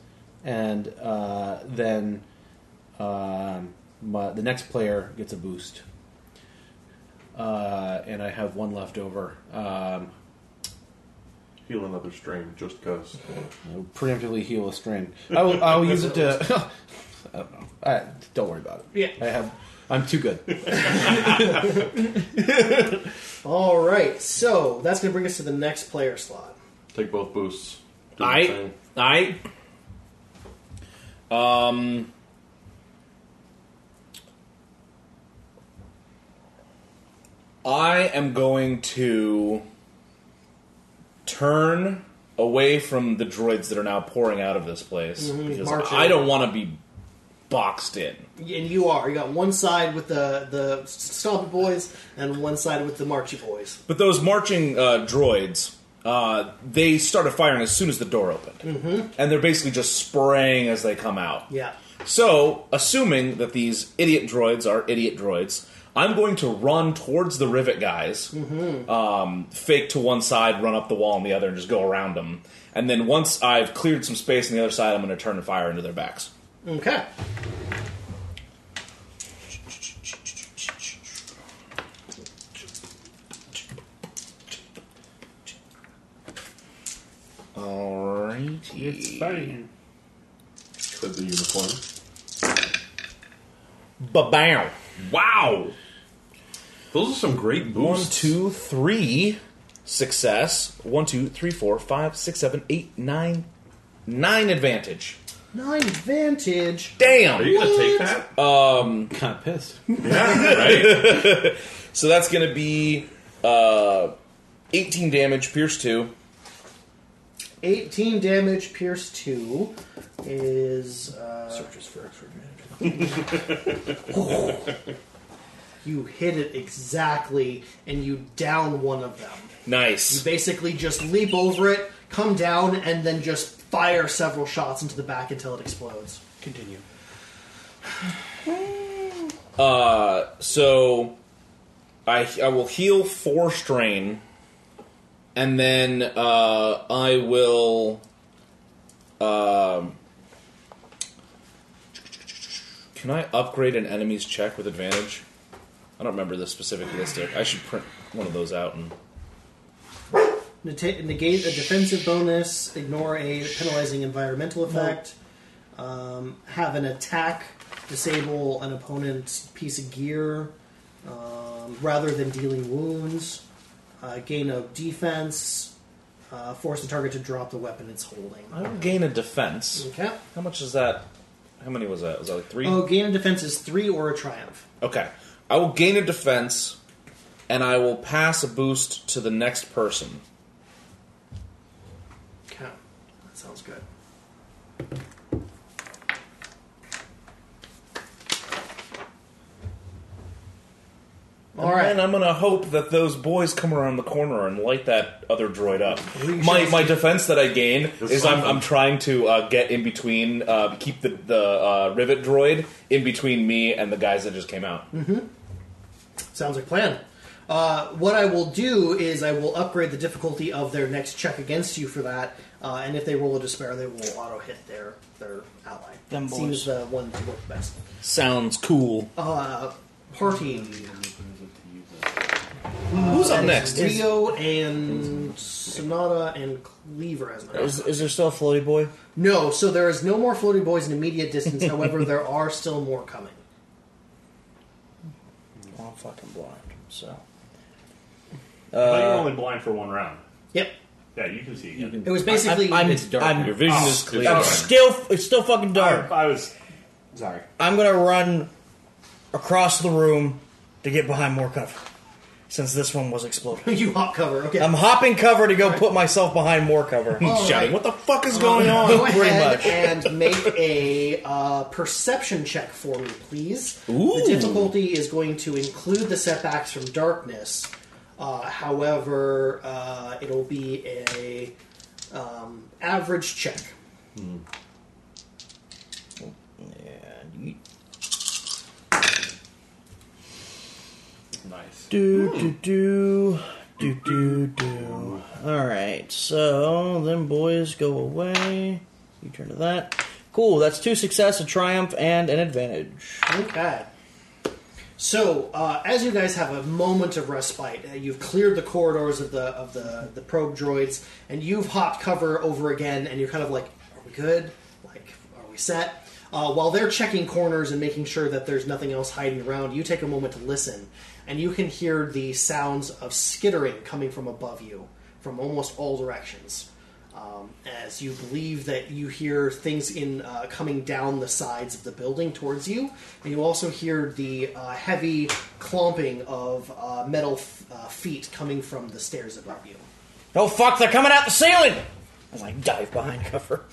Speaker 6: and uh, then um, my, the next player gets a boost. Uh, and I have one left over. Um,
Speaker 8: Heal another strain, just cause.
Speaker 6: I'll preemptively heal a strain. I will. I will use it to. I don't know. I, don't worry about it.
Speaker 2: Yeah.
Speaker 6: I have. I'm too good.
Speaker 2: All right, so that's going to bring us to the next player slot.
Speaker 8: Take both boosts. Do the
Speaker 3: I,
Speaker 8: thing.
Speaker 3: I, um, I am going to turn away from the droids that are now pouring out of this place because
Speaker 2: march
Speaker 3: I
Speaker 2: in.
Speaker 3: don't want to be boxed in.
Speaker 2: And you are. You got one side with the, the Stompy Boys and one side with the Marchy Boys.
Speaker 3: But those marching uh, droids, uh, they started firing as soon as the door opened, mm-hmm. and they're basically just spraying as they come out.
Speaker 2: Yeah.
Speaker 3: So, assuming that these idiot droids are idiot droids, I'm going to run towards the rivet guys, um, fake to one side, run up the wall on the other, and just go around them. And then once I've cleared some space on the other side, I'm going to turn and fire into their backs.
Speaker 2: Okay.
Speaker 3: Alrighty.
Speaker 10: Fine.
Speaker 8: Said the unicorn.
Speaker 3: Ba-bow. Wow.
Speaker 8: Those are some great
Speaker 3: One,
Speaker 8: boosts.
Speaker 3: two, three. Success. One, two, three, four, five, six, seven, eight, nine. Nine advantage.
Speaker 2: Nine advantage.
Speaker 8: Are
Speaker 3: Damn.
Speaker 8: you gonna take that?
Speaker 6: I'm kind of pissed.
Speaker 3: So that's going to be uh, 18 damage, pierce 2.
Speaker 2: 18 damage, Pierce 2 is. Uh, Searches for expert management. you hit it exactly, and you down one of them. You
Speaker 3: Nice.
Speaker 2: basically just leap over it, come down, and then just fire several shots into the back until it explodes.
Speaker 6: Continue.
Speaker 3: So I I will heal 4 strain and then uh, I will um Can I upgrade an enemy's check with advantage? I don't remember the specific listic. I should print one of those out and
Speaker 2: Neta- negate a defensive bonus, ignore a penalizing environmental effect, um, have an attack, disable an opponent's piece of gear, um, rather than dealing wounds, uh, gain a defense, uh, force the target to drop the weapon it's holding.
Speaker 3: I would gain a defense.
Speaker 2: Okay.
Speaker 3: How much is that? How many was that? Was that like three?
Speaker 6: Uh,
Speaker 2: Oh, gain a defense is three or a triumph.
Speaker 3: Okay. I will gain a defense, and I will pass a boost to the next person.
Speaker 2: Okay. That sounds good. All
Speaker 3: and
Speaker 2: right.
Speaker 3: then I'm gonna hope that those boys come around the corner and light that other droid up. My, my defense that I gain is I'm, I'm trying to uh, get in between, uh, keep the, the uh, rivet droid in between me and the guys that just came out.
Speaker 2: Sounds like plan. Uh, what I will do is I will upgrade the difficulty of their next check against you for that, uh, and if they roll a despair, they will auto hit their their ally.
Speaker 9: Them
Speaker 2: Seems the one to work best.
Speaker 3: Sounds cool.
Speaker 2: Uh, party
Speaker 3: Who's up
Speaker 2: And
Speaker 3: next?
Speaker 2: Rio and Sonata and Cleaver as my
Speaker 9: Is, is there still a floaty boy?
Speaker 2: No, so there is no more floating boys in immediate distance. However, there are still more coming.
Speaker 9: Well, I'm fucking blind, so
Speaker 3: Uh,
Speaker 10: but you're only blind for one round.
Speaker 2: Yep.
Speaker 10: Yeah, you can see. Again.
Speaker 2: It was basically
Speaker 9: I'm,
Speaker 4: It's dark.
Speaker 9: I'm,
Speaker 3: Your vision is clear.
Speaker 9: I'm still it's still fucking dark.
Speaker 10: I was.
Speaker 6: Sorry.
Speaker 9: I'm gonna run across the room to get behind more cover, since this one was exploding.
Speaker 2: you hot cover. Okay.
Speaker 9: I'm hopping cover to go put myself behind more cover.
Speaker 2: All right.
Speaker 3: shouting, "What the fuck is going on?"
Speaker 2: Go
Speaker 9: Pretty
Speaker 2: ahead
Speaker 9: much.
Speaker 2: and make a uh, perception check for me, please.
Speaker 3: Ooh.
Speaker 2: The difficulty is going to include the setbacks from darkness. Uh, however, uh, it'll be a um, average check.
Speaker 10: Nice.
Speaker 9: Do do do do do do. All right, so then boys go away. You turn to that. Cool. That's two success, a triumph, and an advantage.
Speaker 2: Okay. So, uh, as you guys have a moment of respite, uh, you've cleared the corridors of the of the, the probe droids, and you've hopped cover over again, and you're kind of like, "Are we good? Like, are we set?" Uh, while they're checking corners and making sure that there's nothing else hiding around, you take a moment to listen, and you can hear the sounds of skittering coming from above you, from almost all directions um, as you believe that you hear things in uh, coming down the sides of the building towards you, and you also hear the uh, heavy clomping of uh, metal f- uh, feet coming from the stairs above you.
Speaker 9: Oh fuck! They're coming out the ceiling. As I dive behind cover.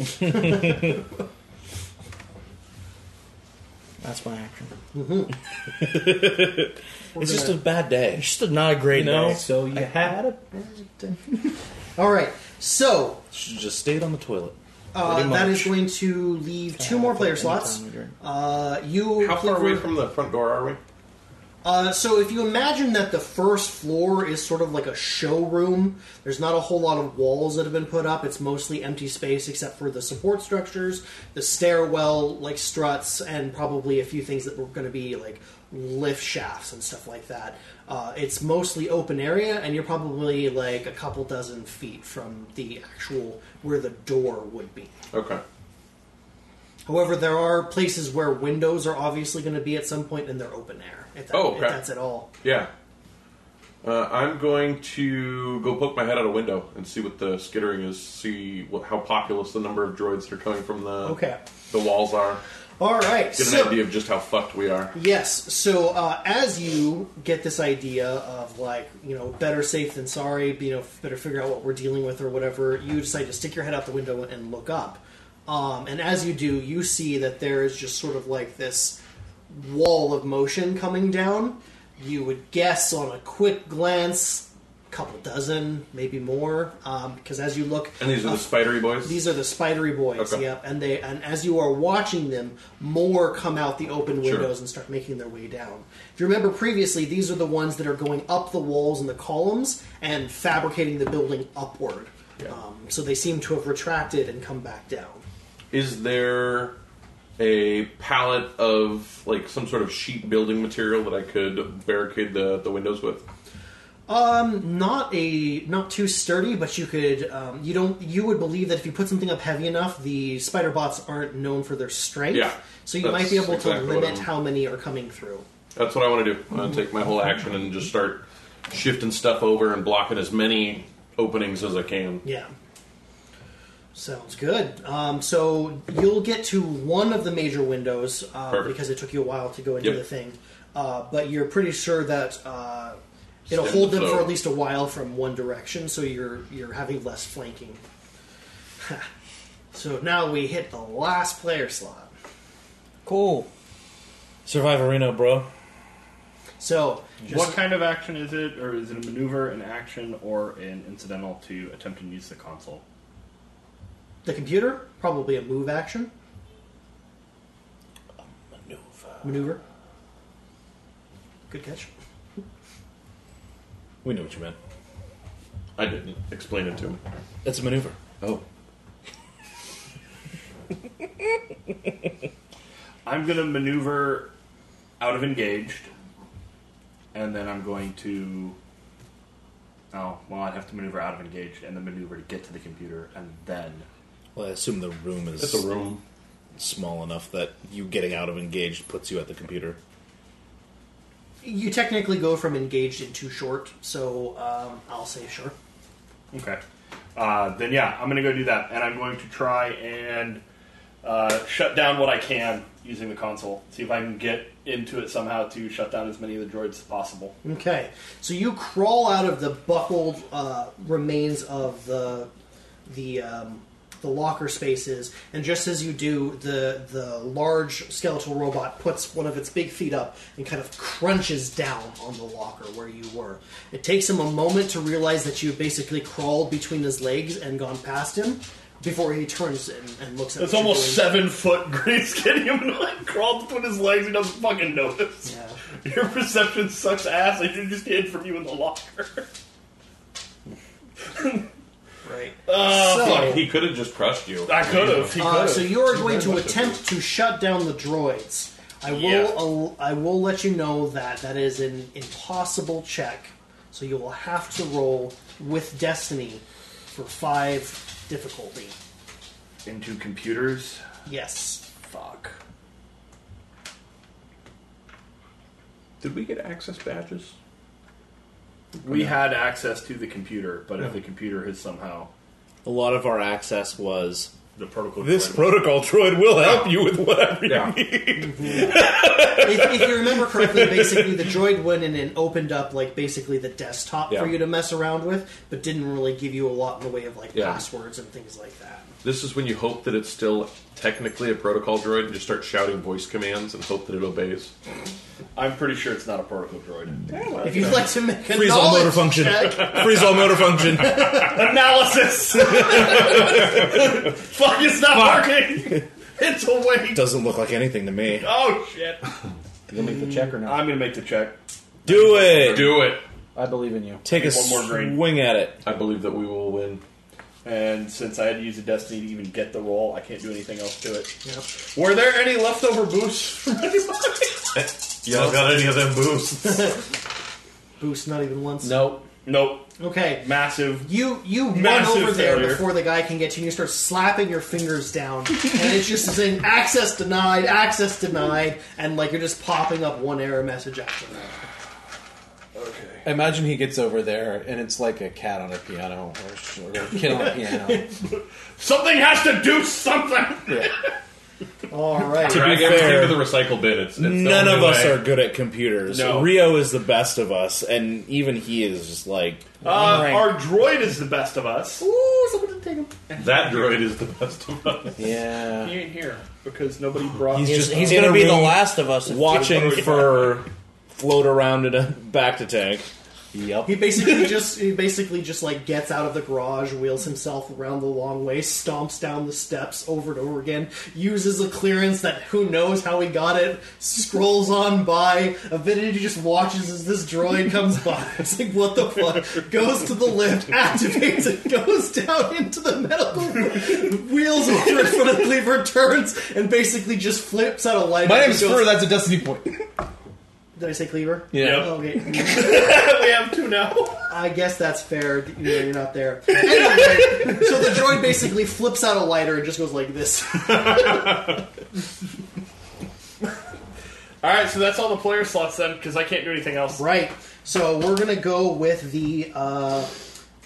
Speaker 9: That's my action.
Speaker 3: It's just a bad day.
Speaker 9: It's just a, not a great
Speaker 3: You know?
Speaker 9: day.
Speaker 6: So you had a
Speaker 2: All right, so
Speaker 3: Should have just stayed on the toilet.
Speaker 2: uh,
Speaker 9: Pretty
Speaker 2: that
Speaker 9: much.
Speaker 2: is going to leave two more player slots. Uh, you
Speaker 8: How far away
Speaker 2: Clifford,
Speaker 8: from the front door are we?
Speaker 2: Uh, so if you imagine that the first floor is sort of like a showroom, there's not a whole lot of walls that have been put up. It's mostly empty space except for the support structures, the stairwell, like struts, and probably a few things that were going to be like lift shafts and stuff like that. Uh, it's mostly open area, and you're probably like a couple dozen feet from the actual where the door would be.
Speaker 8: Okay.
Speaker 2: However, there are places where windows are obviously going to be at some point, and they're open air. If, that,
Speaker 8: Oh, okay.
Speaker 2: if that's at all.
Speaker 8: Yeah. Uh, I'm going to go poke my head out a window and see what the skittering is. See what, how populous the number of droids that are coming from the
Speaker 2: Okay.
Speaker 8: the walls are.
Speaker 2: All right.
Speaker 8: Get an
Speaker 2: so-
Speaker 8: idea of just how fucked we are.
Speaker 2: Yes. So uh, as you get this idea of like you know better safe than sorry, you know better figure out what we're dealing with or whatever, you decide to stick your head out the window and look up. Um, and as you do, you see that there is just sort of like this wall of motion coming down. You would guess on a quick glance, couple dozen, maybe more, because as you look,
Speaker 8: And these are
Speaker 2: uh,
Speaker 8: the spidery boys.
Speaker 2: these are the spidery boys.
Speaker 8: Okay.
Speaker 2: Yep, and they and as you are watching them, more come out the open
Speaker 8: Sure.
Speaker 2: windows and start making their way down. If you remember previously, these are the ones that are going up the walls and the columns and fabricating the building upward. Um, so they seem to have retracted and come back down.
Speaker 8: is there a pallet of like some sort of sheet building material that I could barricade the, the windows with?
Speaker 2: not a not too sturdy, but you could um, you don't you would believe that if you put something up heavy enough, the spider bots aren't known for their strength.
Speaker 8: Yeah,
Speaker 2: so you might
Speaker 8: that's
Speaker 2: be able
Speaker 8: exactly
Speaker 2: to
Speaker 8: what
Speaker 2: limit
Speaker 8: I'm-
Speaker 2: how many are coming through.
Speaker 8: That's what I want to do. I want to take my whole action and just start shifting stuff over and blocking as many openings as I can.
Speaker 2: Yeah. Sounds good. Um, so you'll get to one of the major windows uh,
Speaker 8: Perfect.
Speaker 2: because it took you a while to go into
Speaker 8: Yep.
Speaker 2: the thing, uh, but you're pretty sure that uh, it'll
Speaker 8: Stem
Speaker 2: hold
Speaker 8: the
Speaker 2: them for
Speaker 8: flow.
Speaker 2: at least a while from one direction. So you're you're having less flanking. so now we hit the last player slot.
Speaker 9: Cool.
Speaker 3: Survivor Reno, bro.
Speaker 2: So just
Speaker 10: What kind of action is it, or is it a maneuver, an action, or an incidental to attempt and use the console?
Speaker 2: the computer probably a move action. Maneuver. Good catch.
Speaker 3: We know what you meant.
Speaker 8: I didn't explain it to him.
Speaker 3: It's a maneuver.
Speaker 8: Oh,
Speaker 10: I'm going to maneuver out of engaged, and then I'm going to. Oh, well, I'd have to maneuver out of engaged and then maneuver to get to the computer, and then.
Speaker 3: Well, I assume the room is
Speaker 8: it's a room.
Speaker 3: small enough that you getting out of engaged puts you at the computer.
Speaker 2: You technically go from engaged into short, so um, I'll say sure.
Speaker 10: Okay. Uh, then, yeah, I'm going to go do that, and I'm going to try and uh, shut down what I can using the console. See if I can get into it somehow to shut down as many of the droids as possible.
Speaker 2: Okay, so you crawl out of the buckled uh, remains of the the um, the locker spaces, and just as you do, the the large skeletal robot puts one of its big feet up and kind of crunches down on the locker where you were. It takes him a moment to realize that you basically crawled between his legs and gone past him before he turns and, and looks at.
Speaker 10: It's
Speaker 2: what you're
Speaker 10: almost
Speaker 2: doing.
Speaker 10: seven foot green skin humanoid crawled between his legs. He doesn't fucking notice.
Speaker 2: Yeah.
Speaker 10: Your perception sucks ass. I should just hid from you in the locker.
Speaker 2: Right.
Speaker 10: Uh,
Speaker 8: Fuck, he could have just crushed you.
Speaker 10: I could have. He could
Speaker 2: Uh,
Speaker 10: have.
Speaker 2: so you are going to attempt to shut down the droids. I will.
Speaker 10: Yeah.
Speaker 2: al- I will let you know that that is an impossible check. So you will have to roll with destiny for five difficulty.
Speaker 10: Into computers.
Speaker 2: Yes.
Speaker 10: Fuck.
Speaker 8: Did we get access badges?
Speaker 10: We had access to the computer, but if the computer has somehow
Speaker 3: A lot of our access was
Speaker 10: the protocol.
Speaker 3: this
Speaker 10: droid-
Speaker 3: protocol droid will help you with whatever you
Speaker 8: Yeah.
Speaker 3: need.
Speaker 2: if, if you remember correctly, basically the droid went in and opened up like basically the desktop
Speaker 8: Yeah.
Speaker 2: for you to mess around with, but didn't really give you a lot in the way of like
Speaker 8: Yeah.
Speaker 2: passwords and things like that.
Speaker 8: This is when you hope that it's still technically a protocol droid and just start shouting voice commands and hope that it obeys.
Speaker 10: I'm pretty sure it's not a protocol droid.
Speaker 2: If you'd like to make a
Speaker 3: Freeze all motor
Speaker 2: knowledge
Speaker 3: function.
Speaker 2: check,
Speaker 3: Freeze all motor function.
Speaker 10: Analysis. Fuck! It's not working. It's awake.
Speaker 3: Doesn't look like anything to me.
Speaker 10: Oh shit!
Speaker 6: You'll make the check or not?
Speaker 10: I'm gonna make the check.
Speaker 3: Do it.
Speaker 8: Do it!
Speaker 6: I believe in you.
Speaker 3: Take a
Speaker 10: One more green.
Speaker 3: swing at it.
Speaker 8: I believe that we will win.
Speaker 10: And since I had to use a destiny to even get the roll, I can't do anything else to it.
Speaker 2: Yep.
Speaker 10: Were there any leftover boosts from anybody?
Speaker 8: Y'all got any of them boosts?
Speaker 2: boost not even once.
Speaker 6: Nope.
Speaker 10: nope.
Speaker 2: Okay.
Speaker 10: Massive.
Speaker 2: You you run
Speaker 10: Massive
Speaker 2: over there
Speaker 10: failure.
Speaker 2: before the guy can get you, and you start slapping your fingers down, and it's just saying access denied, access denied, and like you're just popping up one error message after another.
Speaker 6: Imagine he gets over there and it's like a cat on a piano or, or a kid on a piano.
Speaker 10: Something has to do something.
Speaker 2: All right,
Speaker 8: Drag
Speaker 3: be
Speaker 8: everything
Speaker 3: fair,
Speaker 8: to the recycle bin. It's, it's the
Speaker 3: None
Speaker 8: only
Speaker 3: of us
Speaker 8: way.
Speaker 3: are good at computers.
Speaker 10: No.
Speaker 3: Rio is the best of us, and even he is just like
Speaker 10: Uh, Our droid is the best of us.
Speaker 2: ooh, someone didn't take him.
Speaker 8: That droid is the best of us.
Speaker 6: yeah.
Speaker 10: He ain't here because nobody brought.
Speaker 3: he's just
Speaker 9: He's
Speaker 3: in
Speaker 9: gonna
Speaker 3: a
Speaker 9: be the
Speaker 3: room
Speaker 9: last of us. if-
Speaker 3: watching for float around in a back to tank.
Speaker 11: Yep.
Speaker 2: He basically just he basically just like gets out of the garage, wheels himself around the long way, stomps down the steps over and over again, uses a clearance that who knows how he got it, scrolls on by. Avidity just watches as this droid comes by. It's like what the fuck? Goes to the lift, activates it, goes down into the metal, wheels over in front of the lever, turns, and basically just flips out a light.
Speaker 6: My
Speaker 2: and
Speaker 6: name's
Speaker 2: goes-
Speaker 6: Fur. That's a Destiny point.
Speaker 2: Did I say cleaver?
Speaker 6: Yeah.
Speaker 2: Oh, okay.
Speaker 11: we have two now.
Speaker 2: I guess that's fair. You know, you're not there. Anyway, so the droid basically flips out a lighter and just goes like this.
Speaker 11: All right, so that's all the player slots then, because I can't do anything else.
Speaker 2: Right. So we're gonna go with the uh,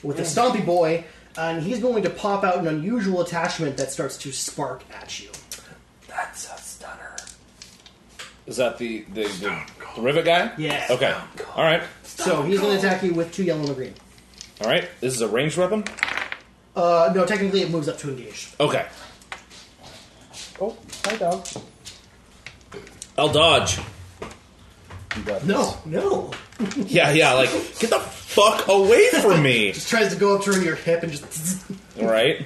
Speaker 2: with the Stompy Boy, and he's going to pop out an unusual attachment that starts to spark at you.
Speaker 11: That's a stunner.
Speaker 3: Is that the the, the, the rivet guy?
Speaker 2: Yes.
Speaker 3: Okay. All right.
Speaker 2: So he's gonna attack you with two yellow and a green.
Speaker 3: All right. This is a ranged weapon.
Speaker 2: Uh, no, technically it moves up to engage.
Speaker 3: Okay.
Speaker 6: Oh, hi dog.
Speaker 3: I'll dodge.
Speaker 2: No, no.
Speaker 3: Yeah, yeah. Like get the fuck away from me.
Speaker 2: Just tries to go up through your hip and just.
Speaker 3: All right.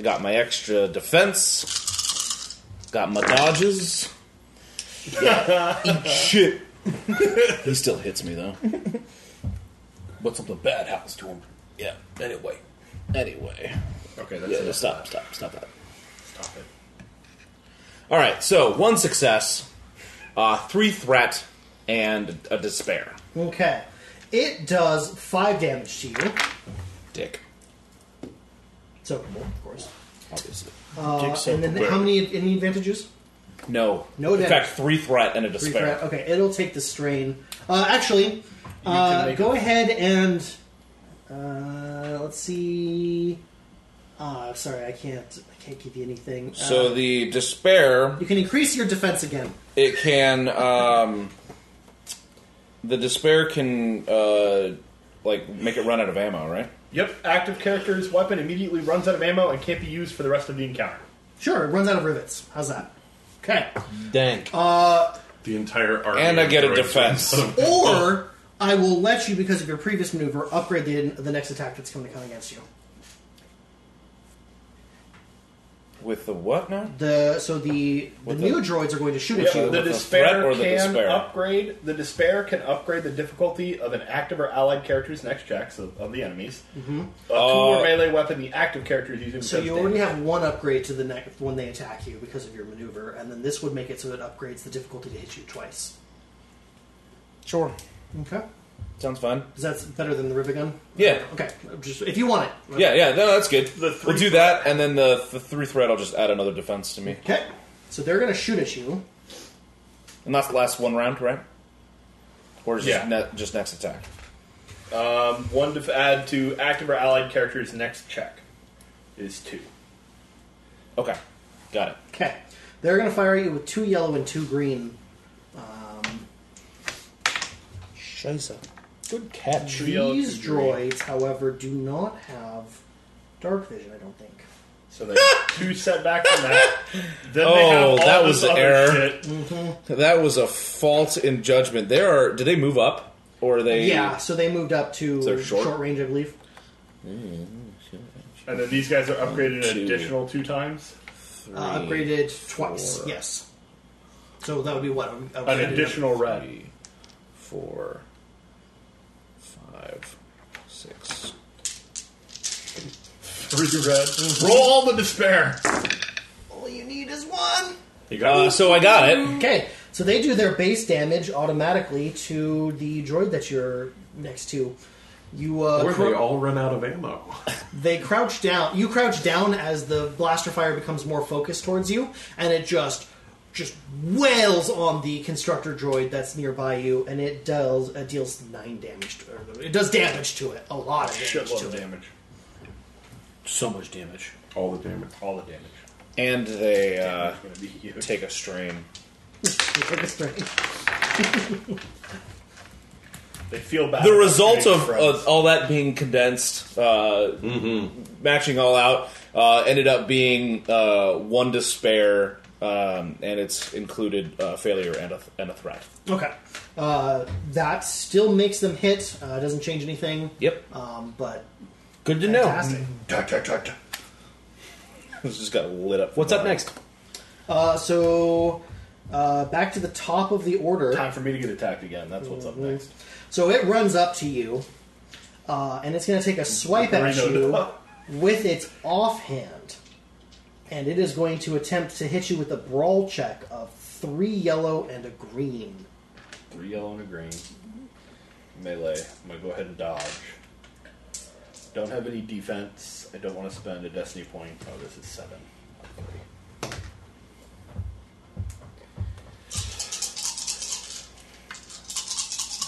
Speaker 3: I got my extra defense. Got my dodges. Yeah. Eat shit. he still hits me though.
Speaker 10: What's up the bad house to him?
Speaker 3: Yeah. Anyway. Anyway.
Speaker 10: Okay, that's
Speaker 3: Yeah, stop, stop, stop that. Stop it. All right, so one success, uh, three threat, and a despair.
Speaker 2: Okay. It does five damage to you.
Speaker 3: Dick,
Speaker 2: It's overboard, of course.
Speaker 3: obviously.
Speaker 2: Uh, and then how many any advantages?
Speaker 3: No.
Speaker 2: No
Speaker 3: In
Speaker 2: damage.
Speaker 3: fact, three threat and a
Speaker 2: Three
Speaker 3: despair.
Speaker 2: threat. Okay, it'll take the strain. Uh, actually, uh, go ahead and uh, let's see. Ah, sorry, I can't. I can't give you anything.
Speaker 3: So
Speaker 2: uh,
Speaker 3: the despair,
Speaker 2: you can increase your defense again.
Speaker 3: it can, um, the despair can, uh, like, make it run out of ammo, right?
Speaker 11: Yep, active character's weapon immediately runs out of ammo and can't be used for the rest of the encounter.
Speaker 2: Sure, it runs out of rivets. How's that?
Speaker 11: Okay.
Speaker 6: Dank.
Speaker 8: The entire army.
Speaker 3: And I
Speaker 8: of
Speaker 3: get a
Speaker 8: droids
Speaker 3: defense.
Speaker 8: runs up.
Speaker 2: Or I will let you because of your previous maneuver upgrade the the next attack that's going to come against you.
Speaker 3: With the what now?
Speaker 2: The so the the
Speaker 3: What the-
Speaker 2: new droids are going to shoot
Speaker 11: Yep,
Speaker 2: at you.
Speaker 11: the
Speaker 3: the
Speaker 11: despair
Speaker 3: threat or the
Speaker 11: can
Speaker 3: despair?
Speaker 11: upgrade. The despair can upgrade the difficulty of an active or allied character's next checks of, of the enemies. Mm-hmm. A two
Speaker 3: Uh,
Speaker 11: or melee weapon the active character is using.
Speaker 2: So
Speaker 11: does
Speaker 2: you already
Speaker 11: damage.
Speaker 2: have one upgrade to the next when they attack you because of your maneuver, and then this would make it so it upgrades the difficulty to hit you twice.
Speaker 3: Sure.
Speaker 2: Okay.
Speaker 3: Sounds fun.
Speaker 2: Is that better than the rivet gun?
Speaker 3: Yeah.
Speaker 2: Okay. Just if you want it.
Speaker 3: Yeah, yeah, no, that's good.
Speaker 11: The three
Speaker 3: we'll do that, and then the, the three threat, I'll just add another defense to me.
Speaker 2: Okay. So they're gonna shoot at you.
Speaker 3: And that's the last one round, right? Or is
Speaker 11: Yeah.
Speaker 3: just, ne- just next attack?
Speaker 11: um, one to add to active or allied character's next check is two.
Speaker 3: Okay, got it.
Speaker 2: Okay. They're gonna fire at you with two yellow and two green. Um,
Speaker 6: Good catch.
Speaker 11: Two yellow,
Speaker 2: These
Speaker 11: two green.
Speaker 2: droids, however, do not have dark vision. I don't think.
Speaker 11: So they have two setback from that. Then they have
Speaker 3: Oh,
Speaker 11: all
Speaker 3: that
Speaker 11: this
Speaker 3: was
Speaker 11: other
Speaker 3: error.
Speaker 11: shit.
Speaker 3: That was a fault in judgment. There are. Did they move up? Or are they.
Speaker 2: Yeah. So they moved up to
Speaker 3: They're short?
Speaker 2: range, I believe.
Speaker 11: And then these guys are upgraded an
Speaker 3: Two.
Speaker 11: additional two times.
Speaker 2: Uh, upgraded twice.
Speaker 3: four.
Speaker 2: Yes. So that would be what a-
Speaker 11: An
Speaker 2: a-
Speaker 11: additional red.
Speaker 3: Three, four, five, six.
Speaker 11: Three red. Roll all the despair.
Speaker 2: All you need is one.
Speaker 8: You
Speaker 3: Uh,
Speaker 8: got
Speaker 3: so I got it.
Speaker 2: Okay, so they do their base damage automatically to the droid that you're next to. You uh,
Speaker 8: Where
Speaker 2: cro-
Speaker 8: they all run out of ammo.
Speaker 2: they crouch down. You crouch down as the blaster fire becomes more focused towards you, and it just just wails on the constructor droid that's nearby you, and it deals it deals nine damage. To, or it does damage to it, a lot of damage
Speaker 11: Shitload
Speaker 2: to
Speaker 11: of
Speaker 2: it.
Speaker 11: damage.
Speaker 6: So much damage.
Speaker 8: All the damage.
Speaker 11: All the damage.
Speaker 3: And they uh,
Speaker 11: It's gonna be huge.
Speaker 3: take a strain.
Speaker 2: Take a strain.
Speaker 11: They feel bad.
Speaker 3: the
Speaker 11: about
Speaker 3: result
Speaker 11: creating
Speaker 3: of
Speaker 11: friends.
Speaker 3: uh, all that being condensed, uh, matching all out, uh, ended up being uh, one despair, um, and it's included uh, failure and a, and a threat.
Speaker 2: Okay. Uh, that still makes them hit. Uh, doesn't change anything.
Speaker 3: Yep,
Speaker 2: Um, but
Speaker 9: Good to know.
Speaker 2: fantastic.
Speaker 3: this just got lit up.
Speaker 9: What's up next?
Speaker 2: Uh, so uh, back to the top of the order.
Speaker 10: Time for me to get attacked again. That's what's up
Speaker 11: Mm-hmm.
Speaker 10: next.
Speaker 2: So it runs up to you, uh, and it's going to take a swipe at you with its offhand. And it is going to attempt to hit you with a brawl check of three yellow and a green.
Speaker 10: Three yellow and a green. Melee. I'm gonna go ahead and dodge. Don't have any defense. I don't want to spend a destiny point. Oh, this is seven.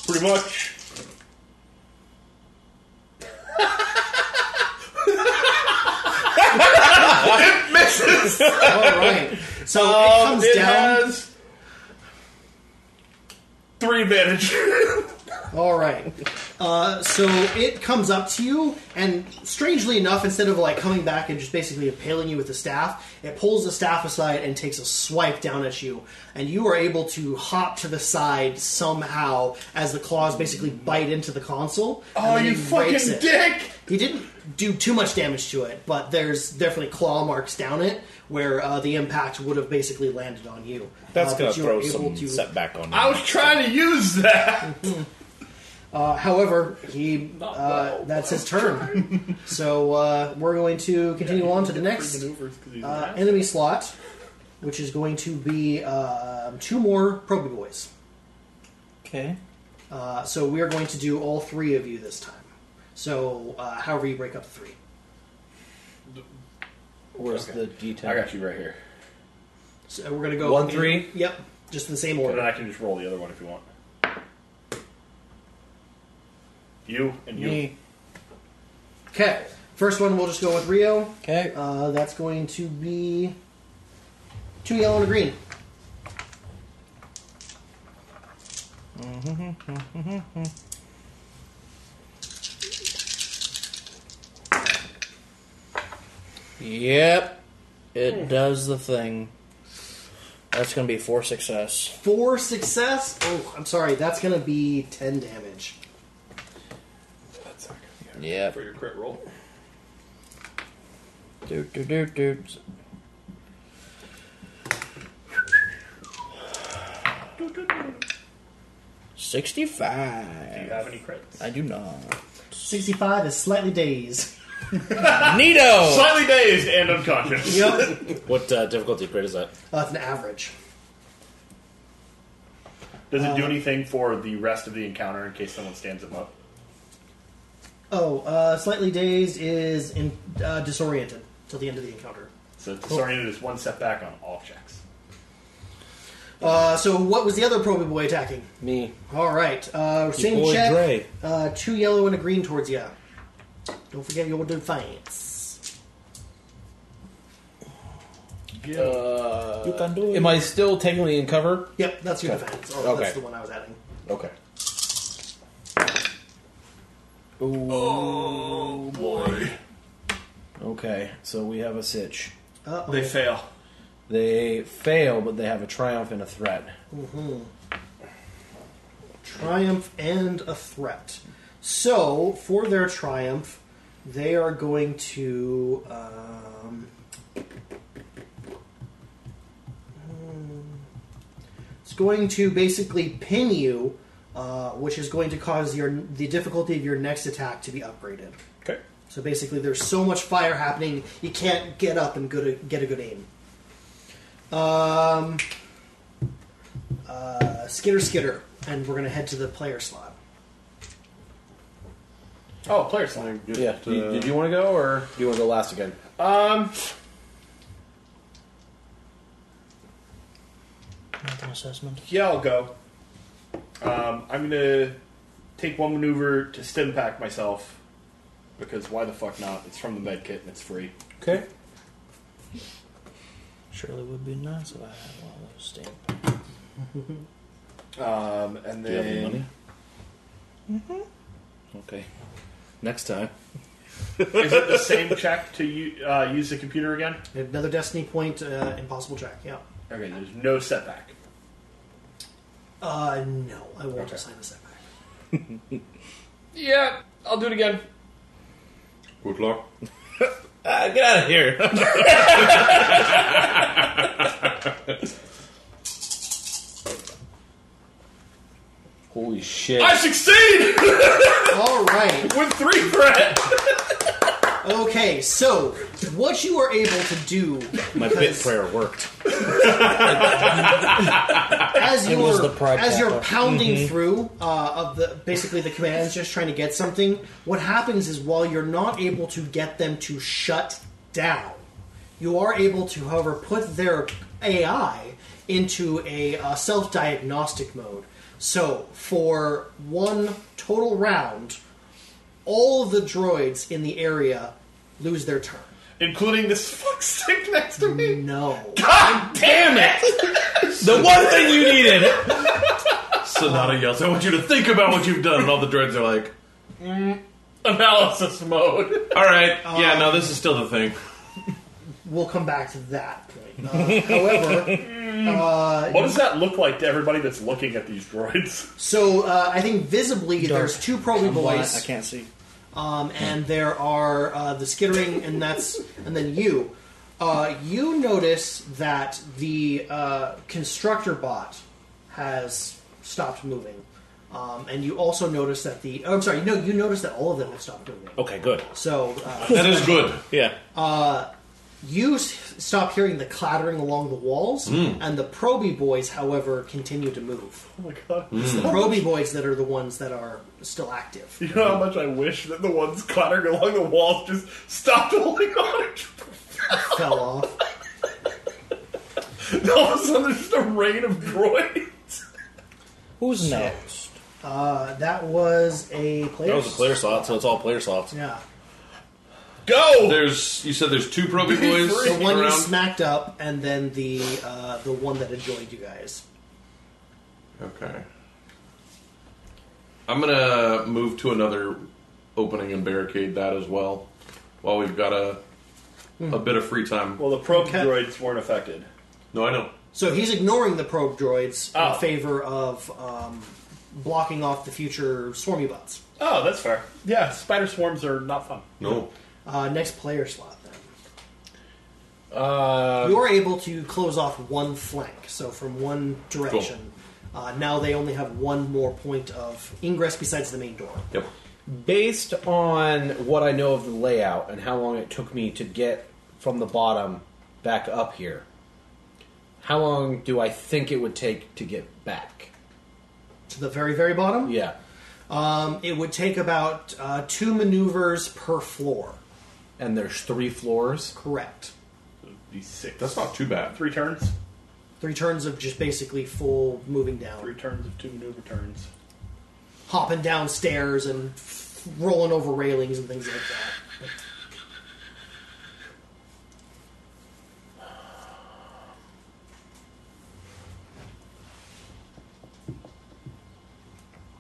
Speaker 10: Pretty much.
Speaker 2: All right. So it
Speaker 10: Um,
Speaker 2: comes
Speaker 10: it
Speaker 2: down.
Speaker 10: has three advantage.
Speaker 2: All right. Uh, so it comes up to you, and strangely enough, instead of like coming back and just basically impaling you with the staff, it pulls the staff aside and takes a swipe down at you, and you are able to hop to the side somehow as the claws basically bite into the console. and
Speaker 10: oh,
Speaker 2: then
Speaker 10: you
Speaker 2: he breaks
Speaker 10: fucking
Speaker 2: it.
Speaker 10: dick!
Speaker 2: He didn't do too much damage to it, but there's definitely claw marks down it where uh, the impact would have basically landed on you.
Speaker 3: That's
Speaker 8: Oh,
Speaker 2: Uh,
Speaker 3: gonna
Speaker 2: but you
Speaker 3: throw
Speaker 2: were able
Speaker 3: some
Speaker 2: to-
Speaker 3: setback on.
Speaker 10: I was trying to use that.
Speaker 2: Uh, however, he uh, that's his turn. so uh, we're going to continue on to the next uh, enemy slot, which is going to be uh, two more Proby Boys.
Speaker 9: Okay.
Speaker 2: Uh, so we are going to do all three of you this time. So uh, however you break up the three.
Speaker 9: Where's the D10?
Speaker 10: I got you right here.
Speaker 2: So we're going to go
Speaker 9: One, three?
Speaker 2: Yep, just in the same
Speaker 10: But
Speaker 2: order.
Speaker 10: I can just roll the other one if you want. You and you.
Speaker 9: Me.
Speaker 2: Okay. First one, we'll just go with Rio.
Speaker 9: Okay.
Speaker 2: Uh, that's going to be two yellow and a green.
Speaker 9: Yep. It does the thing. That's going to be four success.
Speaker 2: Four success. Oh, I'm sorry. That's going to be ten damage.
Speaker 9: Yep.
Speaker 11: for your crit roll.
Speaker 9: Doot, doot, doot, doot.
Speaker 10: Do
Speaker 9: Sixty-five.
Speaker 10: you have any crits?
Speaker 9: I do not.
Speaker 2: 65 is slightly dazed.
Speaker 9: Nito.
Speaker 10: Slightly dazed and unconscious.
Speaker 2: Yep.
Speaker 3: What uh, difficulty grade is that?
Speaker 2: That's an average.
Speaker 10: Does it
Speaker 9: Uh.
Speaker 10: do anything for the rest of the encounter in case someone stands him up?
Speaker 2: Oh, uh, slightly dazed is in, uh, disoriented till the end of the encounter.
Speaker 10: So disoriented is one setback on all checks.
Speaker 2: Uh, so, what was the other Proby Boy attacking?
Speaker 9: Me.
Speaker 2: All right. Uh, same
Speaker 9: boy
Speaker 2: check.
Speaker 9: Dre.
Speaker 2: Uh, two yellow and a green towards you. Don't forget your defiance.
Speaker 6: Uh,
Speaker 3: You can do
Speaker 6: am I still technically in cover?
Speaker 2: Yep, that's your defiance. Oh,
Speaker 6: Okay.
Speaker 2: that's the one I was adding.
Speaker 6: Okay.
Speaker 10: Oh,
Speaker 5: Okay, so we have a sitch.
Speaker 2: Uh,
Speaker 11: They fail.
Speaker 5: They fail, but they have a triumph and a threat.
Speaker 2: triumph and a threat. So for their triumph, they are going to. Um, hmm, it's going to basically pin you, uh, which is going to cause your the difficulty of your next attack to be upgraded.
Speaker 3: Okay.
Speaker 2: So basically, there's so much fire happening, you can't get up and good get a good aim. Um, uh, skitter, skitter, and we're gonna head to the player slot.
Speaker 11: Oh, player slot.
Speaker 6: Yeah. you- did you want to go, or do you want to go last again?
Speaker 11: Um,
Speaker 9: assessment.
Speaker 11: yeah, I'll go. Um, I'm gonna take one maneuver to stim pack myself because why the fuck not? It's from the med kit and it's free.
Speaker 6: Okay.
Speaker 9: Surely would be nice if I had one of those things.
Speaker 11: Um, and
Speaker 3: Do you have any money?
Speaker 11: then
Speaker 3: Okay. Next time.
Speaker 11: is it the same check to u- uh, use the computer again?
Speaker 2: Another destiny point, uh, impossible check. Yeah.
Speaker 10: Okay, there's no setback.
Speaker 2: Uh, no, I won't assign a setback.
Speaker 10: Yeah, I'll do it again.
Speaker 8: Good luck.
Speaker 9: Uh, get out of here.
Speaker 3: Holy shit.
Speaker 10: I succeed
Speaker 2: All right.
Speaker 10: with three threat.
Speaker 2: Okay, so what you are able to do
Speaker 3: My bit prayer worked.
Speaker 2: as you're
Speaker 9: was the pride Mm-hmm.
Speaker 2: as you're
Speaker 9: factor.
Speaker 2: pounding through uh, of the basically the commands, just trying to get something. What happens is while you're not able to get them to shut down, you are able to, however, put their AI into a uh, self-diagnostic mode. So for one total round, all of the droids in the area lose their turn.
Speaker 10: Including this fuck stick next to me.
Speaker 2: No.
Speaker 10: Damn it!
Speaker 9: the one thing you needed.
Speaker 8: Sonata yells, I want you to think about what you've done. And all the droids are like,
Speaker 10: Analysis mode.
Speaker 8: all right,
Speaker 6: Oh.
Speaker 8: yeah, no, this is still the thing.
Speaker 2: We'll come back to that point. Uh, however, uh,
Speaker 10: What does that look like to everybody that's looking at these droids?
Speaker 2: so uh, I think visibly
Speaker 9: Dark.
Speaker 2: there's two probing
Speaker 9: I
Speaker 2: boys,
Speaker 9: can't see.
Speaker 2: um, and there are uh, the skittering, and that's and then you. Uh, you notice that the uh, constructor bot has stopped moving, um, and you also notice that the oh, I'm sorry, no, you notice that all of them have stopped moving.
Speaker 6: Oh.
Speaker 3: Okay, good.
Speaker 2: So uh,
Speaker 8: That is good.
Speaker 3: Yeah.
Speaker 6: Um,
Speaker 2: You s- stop hearing the clattering along the walls, and the Proby boys, however, continue to move.
Speaker 10: Oh my god.
Speaker 2: It's the Proby boys that are the ones that are still active.
Speaker 10: You know how much I wish that the ones clattering along the walls just stopped holding on.
Speaker 2: Fell off.
Speaker 10: And all of a sudden, there's just a rain of droids.
Speaker 9: Who's next?
Speaker 2: Uh, that was a player.
Speaker 3: That was a player slot, so it's all player slots.
Speaker 2: Yeah.
Speaker 10: Go!
Speaker 8: There's, you said there's two probie boys
Speaker 2: The one you
Speaker 8: around.
Speaker 2: smacked up, and then the uh, the one that had joined you guys.
Speaker 8: okay. I'm gonna move to another opening and barricade that as well, while we've got a a bit of free time.
Speaker 10: Well, the probe
Speaker 2: Okay.
Speaker 10: droids weren't affected.
Speaker 8: No, I know.
Speaker 2: So he's ignoring the probe droids
Speaker 10: Oh.
Speaker 2: in favor of um, blocking off the future swarmy bots.
Speaker 10: Oh, that's fair.
Speaker 11: Yeah, spider swarms are not fun.
Speaker 8: No.
Speaker 2: Uh, next player slot. Then
Speaker 6: Uh,
Speaker 2: you are able to close off one flank, so from one direction. Uh, now they only have one more point of ingress besides the main door.
Speaker 8: Yep.
Speaker 6: based on what I know of the layout and how long it took me to get from the bottom back up here, how long do I think it would take to get back?
Speaker 2: To the very, very bottom.
Speaker 6: Yeah.
Speaker 2: Um, it would take about uh, two maneuvers per floor.
Speaker 6: And there's three floors.
Speaker 2: Correct.
Speaker 10: Be six.
Speaker 8: That's not too bad.
Speaker 10: Three turns?
Speaker 2: Three turns of just basically full moving down,
Speaker 10: Three turns of two maneuver turns.
Speaker 2: hopping down stairs and f- rolling over railings and things like that.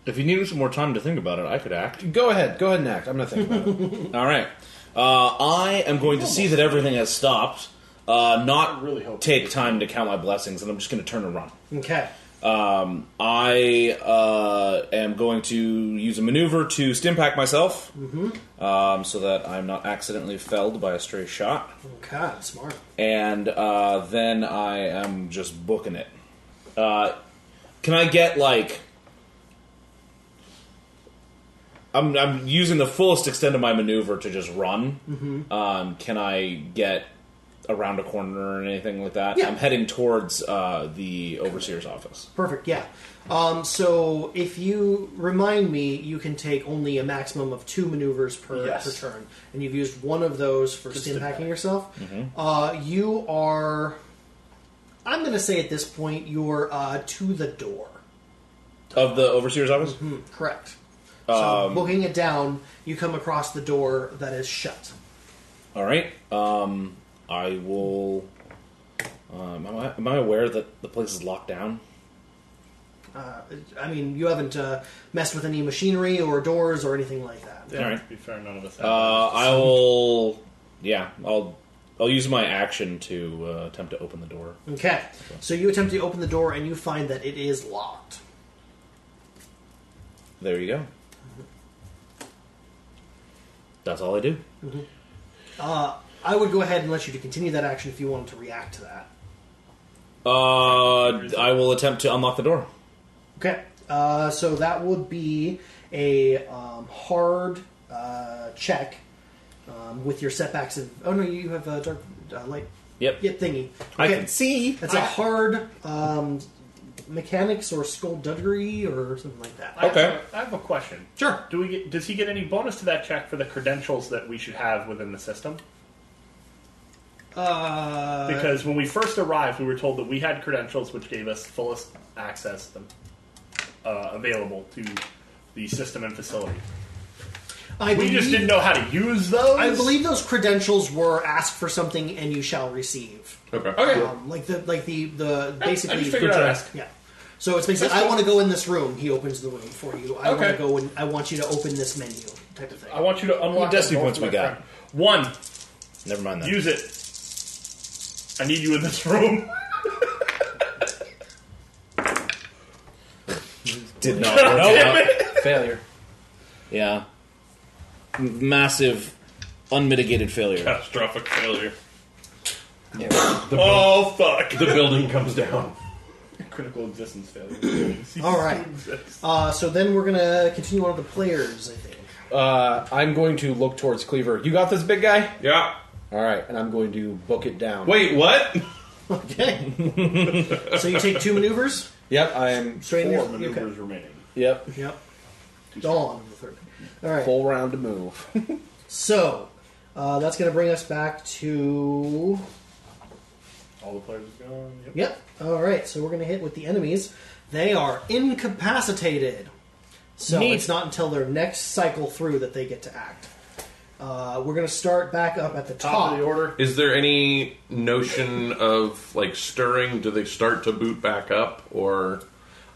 Speaker 3: If you needed some more time to think about it, I could act.
Speaker 6: Go ahead. Go ahead and act. I'm going to think about it.
Speaker 3: All right. Uh, I am going to see that everything has stopped. Uh, not
Speaker 10: I really hope-
Speaker 3: take time to count my blessings, and I'm just going to turn and run.
Speaker 2: Okay.
Speaker 3: Um, I uh, am going to use a maneuver to stimpack myself,
Speaker 6: Mm-hmm.
Speaker 3: um, so that I'm not accidentally felled by a stray shot.
Speaker 2: Okay. Smart.
Speaker 3: and uh, then I am just booking it. Uh, can I get like? I'm I'm using the fullest extent of my maneuver to just run. Um, can I get around a corner or anything like that?
Speaker 2: Yeah.
Speaker 3: I'm heading towards uh, the overseer's office.
Speaker 2: Perfect. Yeah. Um, so if you remind me, you can take only a maximum of two maneuvers per,
Speaker 10: Yes.
Speaker 2: per turn, and you've used one of those for
Speaker 10: Just Mm-hmm.
Speaker 2: stim
Speaker 10: stick
Speaker 2: packing
Speaker 10: back.
Speaker 2: yourself. Uh, you are. I'm going to say at this point you're uh, to the door.
Speaker 3: Of the overseer's office.
Speaker 2: Correct. So
Speaker 3: Um,
Speaker 2: looking it down, you come across the door that is shut.
Speaker 3: All right. Um, I will. Um, am, I, am I aware that the place is locked down?
Speaker 2: I mean, you haven't uh, messed with any machinery or doors or anything like that.
Speaker 3: All right.
Speaker 10: To be fair, none of us
Speaker 3: Uh, I will. Uh, Yeah, I'll I'll use my action to uh, attempt to open the door.
Speaker 2: Okay. So you attempt to open the door and you find that it is locked.
Speaker 3: There you go. That's all I do.
Speaker 2: I would go ahead and let you to continue that action if you wanted to react to that.
Speaker 3: Uh, I will attempt to unlock the door.
Speaker 2: Okay. Uh, so that would be a um, hard uh, check um, with your setbacks of. Oh no, you have a dark uh, light.
Speaker 3: Yep.
Speaker 2: Yep, thingy.
Speaker 3: I
Speaker 2: Okay.
Speaker 3: can see.
Speaker 2: That's a hard um, mechanics or skullduggery or something like that.
Speaker 10: I have
Speaker 3: Okay.
Speaker 10: a- I have a question.
Speaker 2: Sure.
Speaker 10: Do we get, does he get any bonus to that check for the credentials that we should have within the system?
Speaker 2: Uh,
Speaker 10: Because when we first arrived, we were told that we had credentials, which gave us fullest access to, uh, available to the system and facility.
Speaker 2: I
Speaker 10: We just
Speaker 2: believe-
Speaker 10: didn't know how to use those.
Speaker 2: I believe those credentials were ask for something and you shall receive.
Speaker 8: Okay.
Speaker 2: Um, like the like the the basically.
Speaker 10: I just figured I'd ask.
Speaker 2: Yeah. So it's basically I want to go in this room. He opens the room for you. I want
Speaker 10: Okay.
Speaker 2: to go and I want you to open this menu type of thing.
Speaker 10: I want you to unlock that
Speaker 3: destiny
Speaker 10: door
Speaker 3: points
Speaker 10: for
Speaker 3: we
Speaker 10: my
Speaker 3: got?
Speaker 10: friend. One.
Speaker 3: Never mind that.
Speaker 10: Use it. I need you in this room.
Speaker 3: Did not. work out.
Speaker 6: Failure.
Speaker 3: Yeah. M- Massive, unmitigated failure.
Speaker 8: Catastrophic failure.
Speaker 10: Oh fuck!
Speaker 8: The building comes down.
Speaker 10: Critical existence failure.
Speaker 2: All right. Uh, so then we're gonna continue on with the players. I think.
Speaker 6: Uh, I'm going to look towards Cleaver. You got this, big guy?
Speaker 8: Yeah.
Speaker 6: All right, and I'm going to book it down.
Speaker 8: Wait, what?
Speaker 2: Okay. so you take two maneuvers.
Speaker 6: Yep, I am.
Speaker 2: Straight in
Speaker 10: Four
Speaker 2: your-
Speaker 10: maneuvers
Speaker 2: Okay.
Speaker 10: remaining.
Speaker 6: Yep,
Speaker 2: Yep. Dawn of the third. All right.
Speaker 6: full round to move.
Speaker 2: So uh, that's gonna bring us back to
Speaker 10: All the players are gone. Yep.
Speaker 2: Yep. All right. So we're going to hit with the enemies. They are incapacitated. So
Speaker 3: Neat.
Speaker 2: it's not until their next cycle through that they get to act. Uh, we're going to start back up at the top.
Speaker 10: Top of the order.
Speaker 8: Is there any notion of like stirring? Do they start to boot back up, or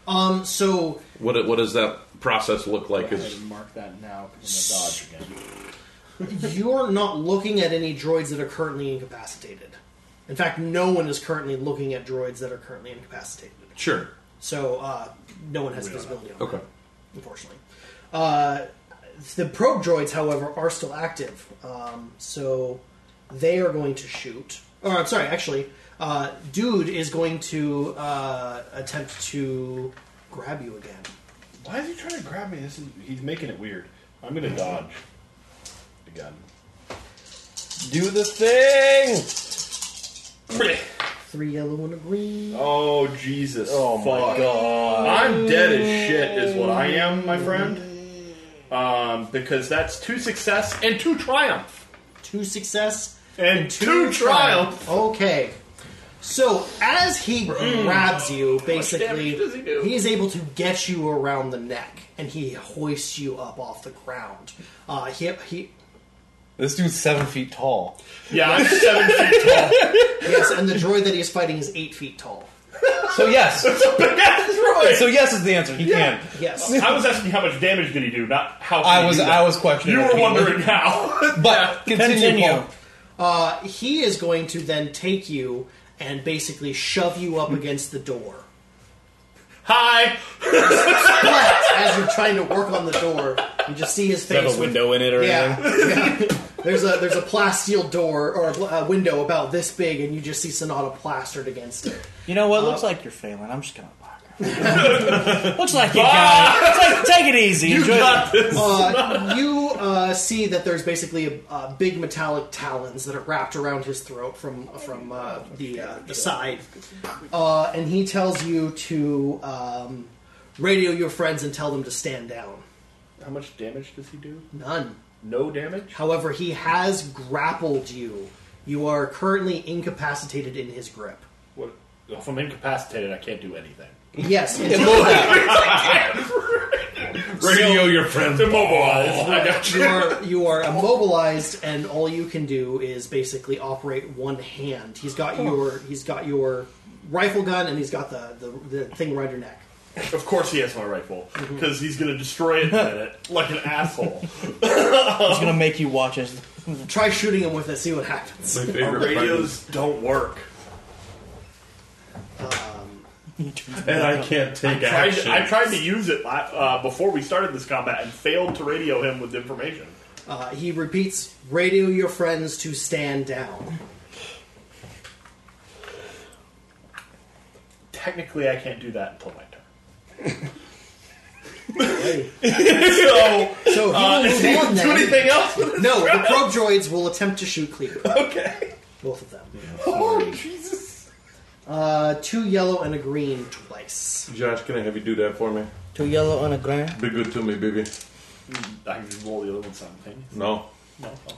Speaker 2: Um, so
Speaker 8: what? What does that process look like? Is
Speaker 11: Mark that now because I'm gonna dodge again.
Speaker 2: you're not looking at any droids that are currently incapacitated. In fact, no one is currently looking at droids that are currently incapacitated.
Speaker 8: sure.
Speaker 2: So uh, no one has visibility on
Speaker 8: Okay.
Speaker 2: that, unfortunately. Uh, the probe droids, however, are still active. Um, so they are going to shoot. Or, I'm sorry, actually, uh, Dude is going to uh, attempt to grab you again.
Speaker 11: Why is he trying to grab me? This is he's making it weird. I'm gonna dodge again.
Speaker 6: Do the thing!
Speaker 2: Three yellow and a green.
Speaker 11: Oh Jesus!
Speaker 6: Oh my god.
Speaker 11: I'm dead as shit, is what I am, my friend. Um, because that's two success and two triumph
Speaker 2: Two success.
Speaker 11: and two triumph.
Speaker 2: Okay. So as he grabs you, basically, he is able to get you around the neck, and he hoists you up off the ground. Uh, he, he,
Speaker 6: This dude's seven feet tall.
Speaker 11: Yeah, I'm seven feet tall.
Speaker 2: yes, and the droid that he's fighting is eight feet tall.
Speaker 6: So, yes! so, yes is the answer. He can.
Speaker 2: Yes.
Speaker 10: I was asking how much damage did he do, not how. can
Speaker 6: I
Speaker 10: he
Speaker 6: was
Speaker 10: do that.
Speaker 6: I was questioning.
Speaker 10: You
Speaker 6: if
Speaker 10: were
Speaker 6: he
Speaker 10: wondering
Speaker 6: was-
Speaker 10: how.
Speaker 6: But continue.
Speaker 9: Continue.
Speaker 6: Paul.
Speaker 2: Uh, he is going to then take you and basically shove you up against the door.
Speaker 10: Hi.
Speaker 2: But as you're trying to work on the door, you just see his face.
Speaker 3: Have a
Speaker 2: with-
Speaker 3: window in it or anything?
Speaker 2: Yeah, yeah. There's a there's a plasteel door or a, pl- a window about this big, and you just see Sonata plastered against it.
Speaker 9: You know what?
Speaker 10: Uh,
Speaker 9: Looks like you're failing. I'm just gonna block. her. Looks like you got it. It's like, take it easy. Enjoy
Speaker 10: Got this.
Speaker 2: Uh, you uh, see that there's basically a, uh big metallic talons that are wrapped around his throat from from uh, the uh, the side, uh, and he tells you to um, radio your friends and tell them to stand down.
Speaker 11: How much damage does he do?
Speaker 2: None.
Speaker 11: No damage.
Speaker 2: However, he has grappled you. You are currently incapacitated in his grip.
Speaker 11: What? If I'm incapacitated, I can't do anything.
Speaker 2: Yes, and
Speaker 8: Radio your friends.
Speaker 10: Immobilized. I got
Speaker 2: you are you are immobilized, and all you can do is basically operate one hand. He's got your he's got your rifle gun, and he's got the the, the thing around your neck.
Speaker 10: Of course he has my rifle because he's gonna destroy it in a minute like an asshole.
Speaker 9: It's gonna make you watch it.
Speaker 2: Try shooting him with it, see what happens.
Speaker 8: My
Speaker 10: Our
Speaker 8: favorite
Speaker 10: radios don't work,
Speaker 8: button. And I can't take
Speaker 10: Um, I,
Speaker 8: action.
Speaker 10: I tried to use it la- uh, before we started this combat and failed to radio him with information.
Speaker 2: Uh, he repeats, radio your friends to stand down.
Speaker 10: Technically, I can't do that until my turn. so,
Speaker 2: So he will
Speaker 10: uh, does
Speaker 2: move
Speaker 10: he
Speaker 2: on
Speaker 10: do
Speaker 2: then.
Speaker 10: anything else? with it?
Speaker 2: No, the probe droids will attempt to shoot clear.
Speaker 10: Okay.
Speaker 2: Both of them.
Speaker 10: Oh Jesus!
Speaker 2: Uh, two yellow and a green twice.
Speaker 8: Josh, can I have you do that for me?
Speaker 9: Two yellow on a ground.
Speaker 8: Be good to me, baby.
Speaker 10: I can just roll the other one something.
Speaker 8: No.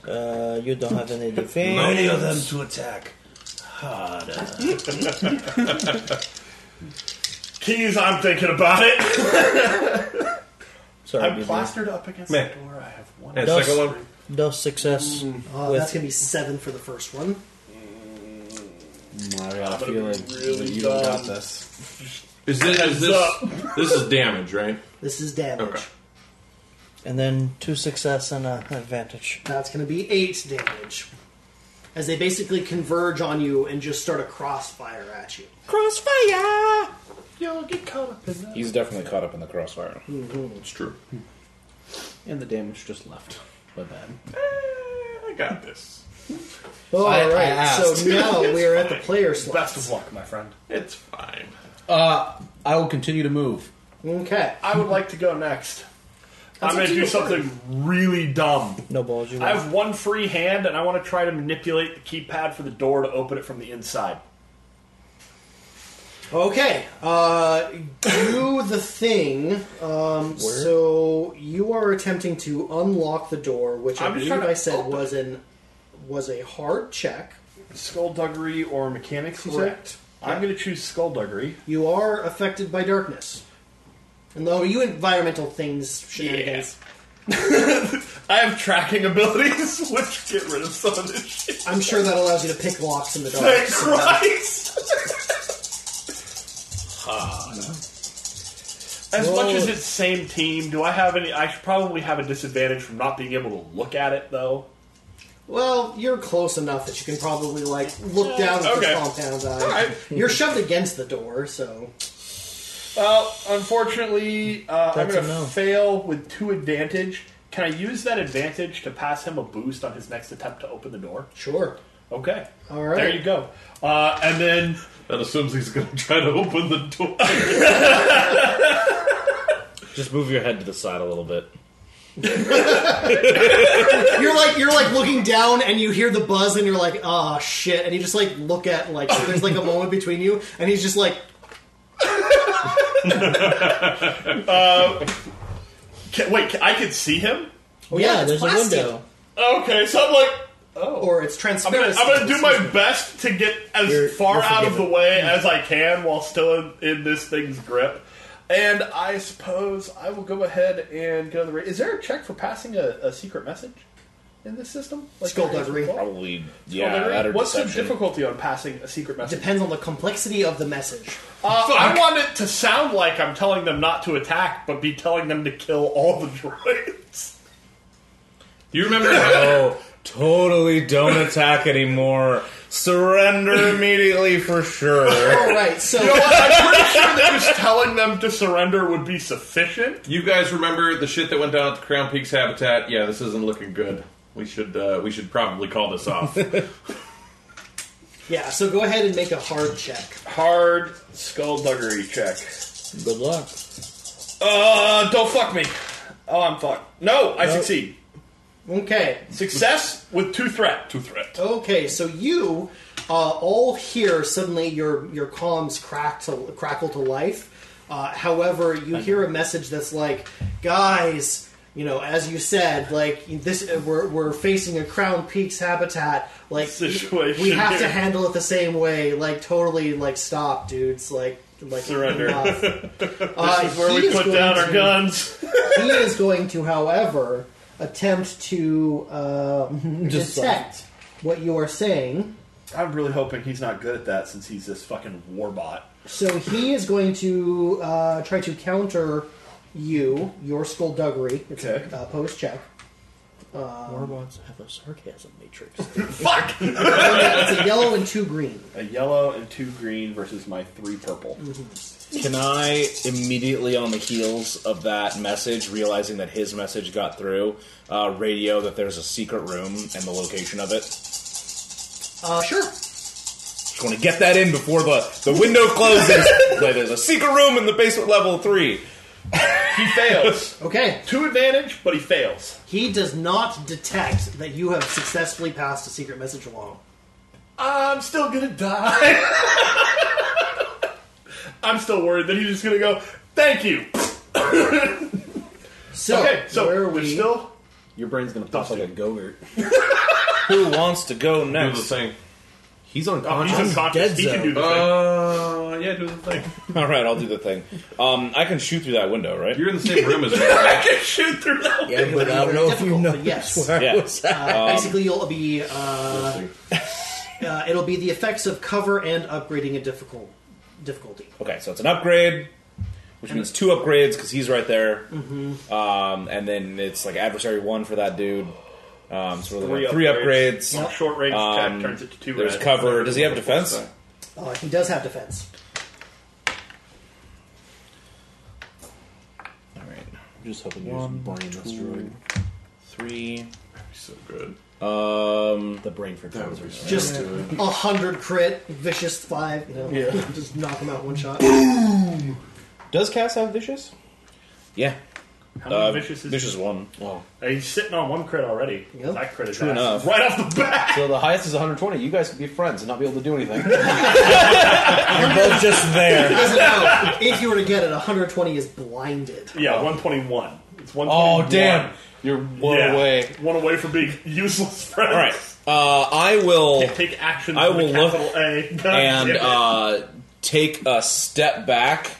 Speaker 9: Uh, you don't have any defense.
Speaker 3: Many of them to attack.
Speaker 10: Keys, I'm thinking about it.
Speaker 9: Sorry,
Speaker 10: I'm
Speaker 9: Bibi.
Speaker 10: plastered up against
Speaker 8: Meh.
Speaker 10: the door. I have one.
Speaker 8: And
Speaker 9: Dos.
Speaker 8: second one,
Speaker 9: Dos success.
Speaker 10: Mm.
Speaker 2: Uh,
Speaker 9: With-
Speaker 2: that's going to be seven for the first one.
Speaker 6: I got a
Speaker 10: gonna be
Speaker 6: feeling
Speaker 10: really
Speaker 6: that you don't got
Speaker 10: dumb.
Speaker 6: this.
Speaker 8: is this, is
Speaker 10: up.
Speaker 8: this this is damage, right?
Speaker 2: This is damage.
Speaker 8: Okay.
Speaker 9: and then two success and a advantage.
Speaker 2: That's going to be eight damage. As they basically converge on you and just start a crossfire at you.
Speaker 9: Crossfire.
Speaker 10: You'll get caught up in that.
Speaker 3: He's definitely caught up in the crossfire.
Speaker 8: It's true.
Speaker 6: And the damage just left. My bad.
Speaker 10: I got this.
Speaker 2: All
Speaker 6: I- I
Speaker 2: right.
Speaker 6: asked.
Speaker 2: Oh, so now we're at the
Speaker 10: fine.
Speaker 2: player slot.
Speaker 10: Best of luck, my friend.
Speaker 8: It's fine.
Speaker 6: Uh, I will continue to move.
Speaker 2: Okay.
Speaker 10: I would like to go next. I'm going
Speaker 2: up to
Speaker 10: to do
Speaker 2: you,
Speaker 10: something really dumb.
Speaker 9: No balls. You
Speaker 10: I
Speaker 9: win.
Speaker 10: have one free hand, and I want to try to manipulate the keypad for the door to open it from the inside.
Speaker 2: Okay. Uh, do the thing. Um, so you are attempting to unlock the door, which i
Speaker 10: I'm just
Speaker 2: believe
Speaker 10: trying to
Speaker 2: I said
Speaker 10: open
Speaker 2: was an was a hard check.
Speaker 10: Skullduggery or mechanics? you say?
Speaker 2: Correct.
Speaker 10: I'm going to choose skullduggery.
Speaker 2: You are affected by darkness. And though you environmental things shenanigans.
Speaker 10: I have tracking abilities, which get rid of some of this shit.
Speaker 2: I'm sure that allows you to pick locks in the dark.
Speaker 10: Thank
Speaker 2: so-
Speaker 10: Christ! Ah, As much as it's same team, do I have any? I should probably have a disadvantage from not being able to look at it, though.
Speaker 2: Well, you're close enough that you can probably like look down at
Speaker 10: okay.
Speaker 2: the compound eye.
Speaker 10: right.
Speaker 2: You're shoved against the door, so
Speaker 10: Well, unfortunately, uh, I'm
Speaker 9: That's a
Speaker 10: going to
Speaker 9: no.
Speaker 10: fail with two advantage. Can I use that advantage to pass him a boost on his next attempt to open the door?
Speaker 2: sure.
Speaker 10: Okay.
Speaker 2: All right.
Speaker 10: There you go. Uh, and then
Speaker 8: That assumes he's going to try to open the door.
Speaker 3: Just move your head to the side a little bit.
Speaker 2: You're like you're like looking down and you hear the buzz and you're like, ah shit, and you just like look at like there's like a moment between you and he's just like
Speaker 10: can, wait, can, I could see him.
Speaker 2: oh, yeah, it's
Speaker 9: there's
Speaker 2: plastic.
Speaker 9: a window.
Speaker 10: Okay, so I'm like,
Speaker 2: Or it's
Speaker 10: I'm gonna,
Speaker 2: transparent.
Speaker 10: I'm gonna do my best to get as
Speaker 9: You're-
Speaker 10: far
Speaker 9: you're
Speaker 10: out of the
Speaker 9: forgiven.
Speaker 10: way as I can while still in, in this thing's grip. And I suppose I will go ahead and go to the. Ra- Is there a check for passing a, a secret message in this system?
Speaker 2: Skullduggery.
Speaker 3: Probably,
Speaker 10: Well,
Speaker 3: yeah.
Speaker 10: there
Speaker 3: that
Speaker 10: is-
Speaker 3: or
Speaker 10: What's the
Speaker 3: deception.
Speaker 10: difficulty on passing a secret message?
Speaker 2: Depends on the complexity of the message.
Speaker 10: Uh, I want it to sound like I'm telling them not to attack, but be telling them to kill all the droids.
Speaker 8: You remember how
Speaker 3: Oh, totally don't attack anymore. Surrender immediately for sure.
Speaker 2: All right, so
Speaker 10: You know what? I'm pretty sure that just telling them to surrender would be sufficient.
Speaker 8: you guys remember the shit that went down at the Crown Peaks habitat? Yeah, this isn't looking good. We should uh, we should probably call this off.
Speaker 2: yeah, so go ahead and make a hard check.
Speaker 10: Hard skullduggery check.
Speaker 9: Good luck.
Speaker 10: Uh, don't fuck me. Oh, I'm fucked. No, I succeed.
Speaker 2: Okay,
Speaker 10: Success with two threat. Two threat.
Speaker 2: Okay, so you uh, all hear suddenly your your comms crack to, crackle to life. Uh, however, you hear a message that's like, guys, you know, as you said, like this, uh, we're, we're facing a Crown Peaks habitat. Like
Speaker 10: Situation
Speaker 2: we have
Speaker 10: here.
Speaker 2: to handle it the same way. Like totally, like stop, dudes. Like like
Speaker 10: Surrender.
Speaker 2: enough. Uh,
Speaker 10: This Oh, is where we put down our guns.
Speaker 2: He is going to, however, attempt to uh, detect what you are saying.
Speaker 10: I'm really hoping he's not good at that since he's this fucking warbot.
Speaker 2: So he is going to uh, try to counter you, your skullduggery. It's
Speaker 10: Okay.
Speaker 2: a uh, post check.
Speaker 9: Warbots have a sarcasm matrix.
Speaker 2: it's a yellow and two green.
Speaker 10: A yellow and two green versus my three purple.
Speaker 9: Mhm.
Speaker 3: Can I immediately on the heels of that message, realizing that his message got through, uh, radio that there's a secret room and the location of it?
Speaker 2: Uh, sure.
Speaker 3: Just want to get that in before the, the window closes. where there's a secret room in the basement level three.
Speaker 10: He fails.
Speaker 2: Okay.
Speaker 10: two advantage, but he fails.
Speaker 2: He does not detect that you have successfully passed a secret message along.
Speaker 10: I'm still gonna die. I'm still worried that he's just gonna go, thank you.
Speaker 2: So,
Speaker 10: okay, so
Speaker 2: where are
Speaker 10: we're
Speaker 2: we?
Speaker 10: still
Speaker 5: Your brain's gonna pop like a gogurt.
Speaker 3: Who wants to go
Speaker 8: Do the
Speaker 3: next?
Speaker 8: thing.
Speaker 5: He's
Speaker 10: oh, he's
Speaker 5: unconscious.
Speaker 10: unconscious.
Speaker 9: dead
Speaker 10: He can
Speaker 9: zone.
Speaker 10: do the thing.
Speaker 8: Uh, yeah, do the thing.
Speaker 3: All right, I'll do the thing. Um, I can shoot through that window, right?
Speaker 8: You're in the same room as me. Right?
Speaker 10: Shoot through that
Speaker 9: yeah, but I don't know if you
Speaker 2: Difficult,
Speaker 9: know.
Speaker 2: but yes.
Speaker 3: Yeah.
Speaker 2: Uh, basically, it'll be uh, uh, it'll be the effects of cover and upgrading a difficult difficulty.
Speaker 3: Okay, so it's an upgrade, which means two upgrades because he's right there. Um, and then it's like adversary one for that dude. Um, so we're
Speaker 10: Three
Speaker 3: looking at three upgrades.
Speaker 10: window. Short range attack
Speaker 3: Um,
Speaker 10: turns it to two
Speaker 3: There's
Speaker 10: red.
Speaker 3: cover. Does he have defense?
Speaker 2: Uh, he does have defense.
Speaker 3: All right. I'm just hoping you One, brain destroyed. Three.
Speaker 8: so good.
Speaker 3: Um,
Speaker 5: the brain for
Speaker 8: That was
Speaker 5: trousers.
Speaker 2: Just a hundred crit, vicious five. You know, just knock him out one shot.
Speaker 6: Does Cass have vicious?
Speaker 3: yeah.
Speaker 10: How many
Speaker 3: Uh,
Speaker 10: vicious is
Speaker 3: vicious one.
Speaker 10: Uh, He's sitting on one crit already.
Speaker 2: Yep.
Speaker 10: I critted
Speaker 3: True
Speaker 10: that.
Speaker 3: enough.
Speaker 10: Right off the bat.
Speaker 6: So the highest is 120. You guys could be friends and not be able to do anything.
Speaker 9: You're both just there.
Speaker 2: Doesn't know. If you were to get it, 120 is blinded.
Speaker 10: Yeah, 121. It's 121.
Speaker 6: oh damn! You're one
Speaker 10: yeah.
Speaker 6: away.
Speaker 10: One away from being useless friends.
Speaker 3: All right. Uh, I will
Speaker 10: Take action.
Speaker 3: I
Speaker 10: with a
Speaker 3: will look
Speaker 10: capital A. God
Speaker 3: and
Speaker 10: damn it.
Speaker 3: uh, take a step back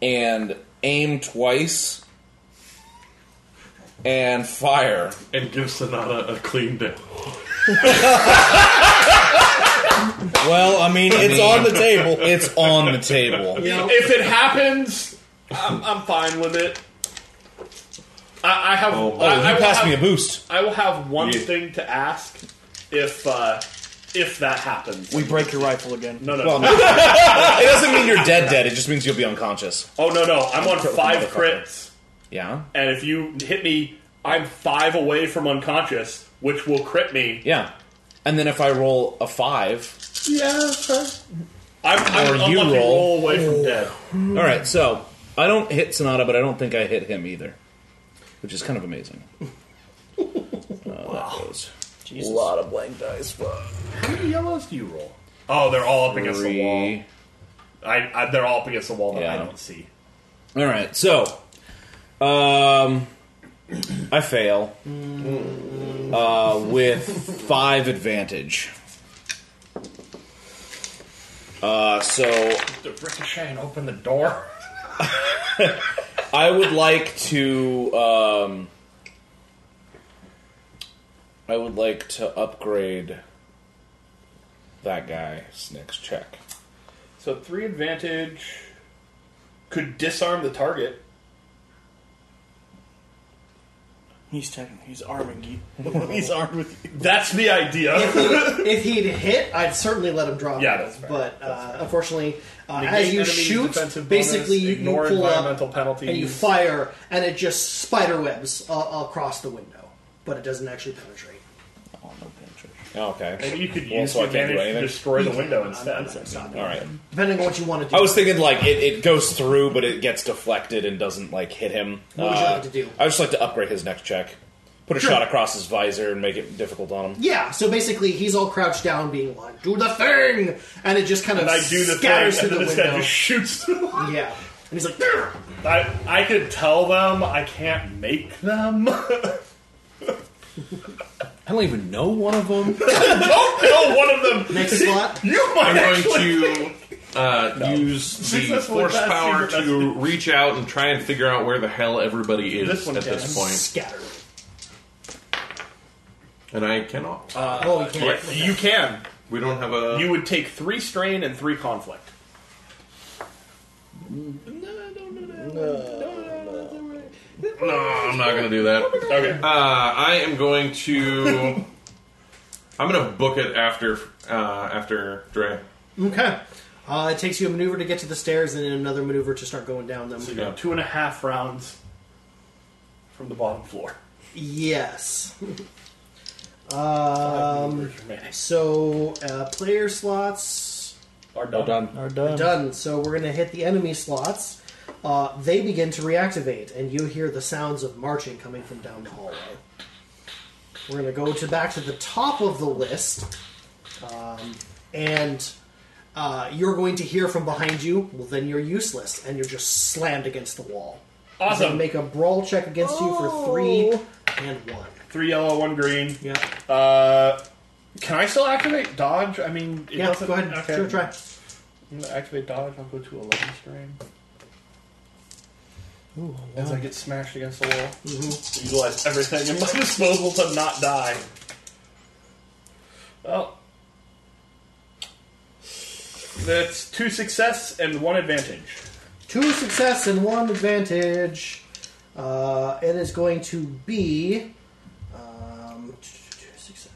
Speaker 3: and aim twice and fire.
Speaker 8: And give Sonata a clean down.
Speaker 9: Well, I mean, it's on the table.
Speaker 3: It's on the table.
Speaker 10: if it happens, I'm, I'm fine with it. I, I have.
Speaker 8: Oh,
Speaker 10: I, I
Speaker 3: You
Speaker 10: will
Speaker 3: passed
Speaker 10: have,
Speaker 3: me a boost.
Speaker 10: I will have one
Speaker 8: Yeah.
Speaker 10: thing to ask if uh, if that happens.
Speaker 9: We break your rifle again.
Speaker 10: no, no.
Speaker 3: Well, no. it doesn't mean you're dead, dead. It just means you'll be unconscious.
Speaker 10: oh no, no. I'm on
Speaker 3: with
Speaker 10: five
Speaker 3: the motherfucker.
Speaker 10: crits,
Speaker 3: Yeah.
Speaker 10: and if you hit me, I'm five away from unconscious, which will crit me.
Speaker 3: Yeah. And then if I roll a five,
Speaker 10: I'm, I'm
Speaker 3: Or
Speaker 10: an
Speaker 3: you
Speaker 10: unlucky
Speaker 3: roll.
Speaker 10: roll away from dead.
Speaker 3: all right. So I don't hit Sonata, but I don't think I hit him either, which is kind of amazing. Uh, That goes. A lot of blank dice. Fuck.
Speaker 10: How many yellows do you roll? Oh, they're all up against the wall.
Speaker 3: Three.
Speaker 10: I, I they're all up against the wall that I
Speaker 3: Yeah.
Speaker 10: don't see.
Speaker 3: All right, so um, I fail uh, with five advantage. Uh, so
Speaker 10: The ricochet and open the door.
Speaker 3: I would like to. Um, I would like to upgrade that guy's next check.
Speaker 10: So three advantage could disarm the target.
Speaker 9: He's taking. He's arming you. he's armed with you.
Speaker 10: That's the idea.
Speaker 2: If he'd hit, I'd certainly let him drop.
Speaker 10: Yeah,
Speaker 2: it.
Speaker 10: that's fair.
Speaker 2: But uh, unfortunately, uh,
Speaker 10: Negate
Speaker 2: as you
Speaker 10: enemy's
Speaker 2: shoot,
Speaker 10: defensive bonus,
Speaker 2: basically you- you
Speaker 10: ignore
Speaker 2: pull
Speaker 10: environmental
Speaker 2: up
Speaker 10: penalties.
Speaker 2: and you fire, and it just spider webs uh, across the window, but it doesn't actually penetrate.
Speaker 3: Okay.
Speaker 10: Maybe you could
Speaker 3: Well,
Speaker 10: use
Speaker 3: so I
Speaker 10: your
Speaker 3: can't do
Speaker 10: advantage to
Speaker 3: anything?
Speaker 10: destroy the window
Speaker 2: I'm- I'm
Speaker 10: instead.
Speaker 2: sorry.
Speaker 3: All right.
Speaker 2: Depending on what you want to do,
Speaker 3: I was thinking like it, it goes through, but it gets deflected and doesn't like hit him. Uh,
Speaker 2: What would you like to do?
Speaker 3: I would just like to upgrade his next check, put a shot across his visor, and make it difficult on him.
Speaker 2: Yeah, so basically he's all crouched down, being like, "Do the thing," and it just kind of
Speaker 10: And I do the
Speaker 2: scatters
Speaker 10: thing,
Speaker 2: through
Speaker 10: and then
Speaker 2: the
Speaker 10: this guy
Speaker 2: window.
Speaker 10: just shoots.
Speaker 2: Yeah, and he's like, "Grr."
Speaker 10: I I could tell them I can't make them. I
Speaker 5: I don't even know one of them.
Speaker 10: don't know one of them.
Speaker 2: "Next slot."
Speaker 10: You might
Speaker 8: I'm going
Speaker 10: actually.
Speaker 8: to uh, use the
Speaker 10: Successful
Speaker 8: force
Speaker 10: pass,
Speaker 8: power
Speaker 10: secret
Speaker 8: to reach out and try and figure out where the hell everybody is
Speaker 10: This one
Speaker 8: at
Speaker 10: can.
Speaker 8: this point.
Speaker 2: Scatter.
Speaker 8: And I cannot.
Speaker 2: oh, you can't.
Speaker 10: You can.
Speaker 8: we don't have a.
Speaker 10: You would take three strain and three conflict.
Speaker 8: No, I'm not gonna do that.
Speaker 10: Okay.
Speaker 8: Uh, I am going to. I'm gonna book it after uh, after Dre.
Speaker 2: Okay. Uh, it takes you a maneuver to get to the stairs, and then another maneuver to start going down them.
Speaker 10: So you got two and a half rounds from the bottom floor.
Speaker 2: Yes.
Speaker 10: Five
Speaker 2: um,
Speaker 10: maneuvers remaining.
Speaker 2: so uh, player slots
Speaker 10: Are done.
Speaker 9: Are done.
Speaker 2: done. So we're gonna hit the enemy slots. Uh, they begin to reactivate, and you hear the sounds of marching coming from down the hallway. We're gonna go to back to the top of the list, um, and uh, you're going to hear from behind you. Well, then you're useless, and you're just slammed against the wall. So
Speaker 10: Awesome. Oh.
Speaker 2: make a brawl check against you for three and one.
Speaker 10: Three yellow, one green.
Speaker 2: Yeah.
Speaker 10: Uh, can I still activate dodge? I mean, it
Speaker 2: Yeah.
Speaker 10: doesn't-
Speaker 2: Go ahead.
Speaker 10: Okay.
Speaker 2: Sure. Try.
Speaker 10: I'm gonna activate dodge. I'll go to 11 strain. As I get smashed against the wall, mm-hmm. utilize everything at my disposal to not die. Well, that's two success and one advantage.
Speaker 2: Two success and one advantage. Uh, it is going to be. Um, two success.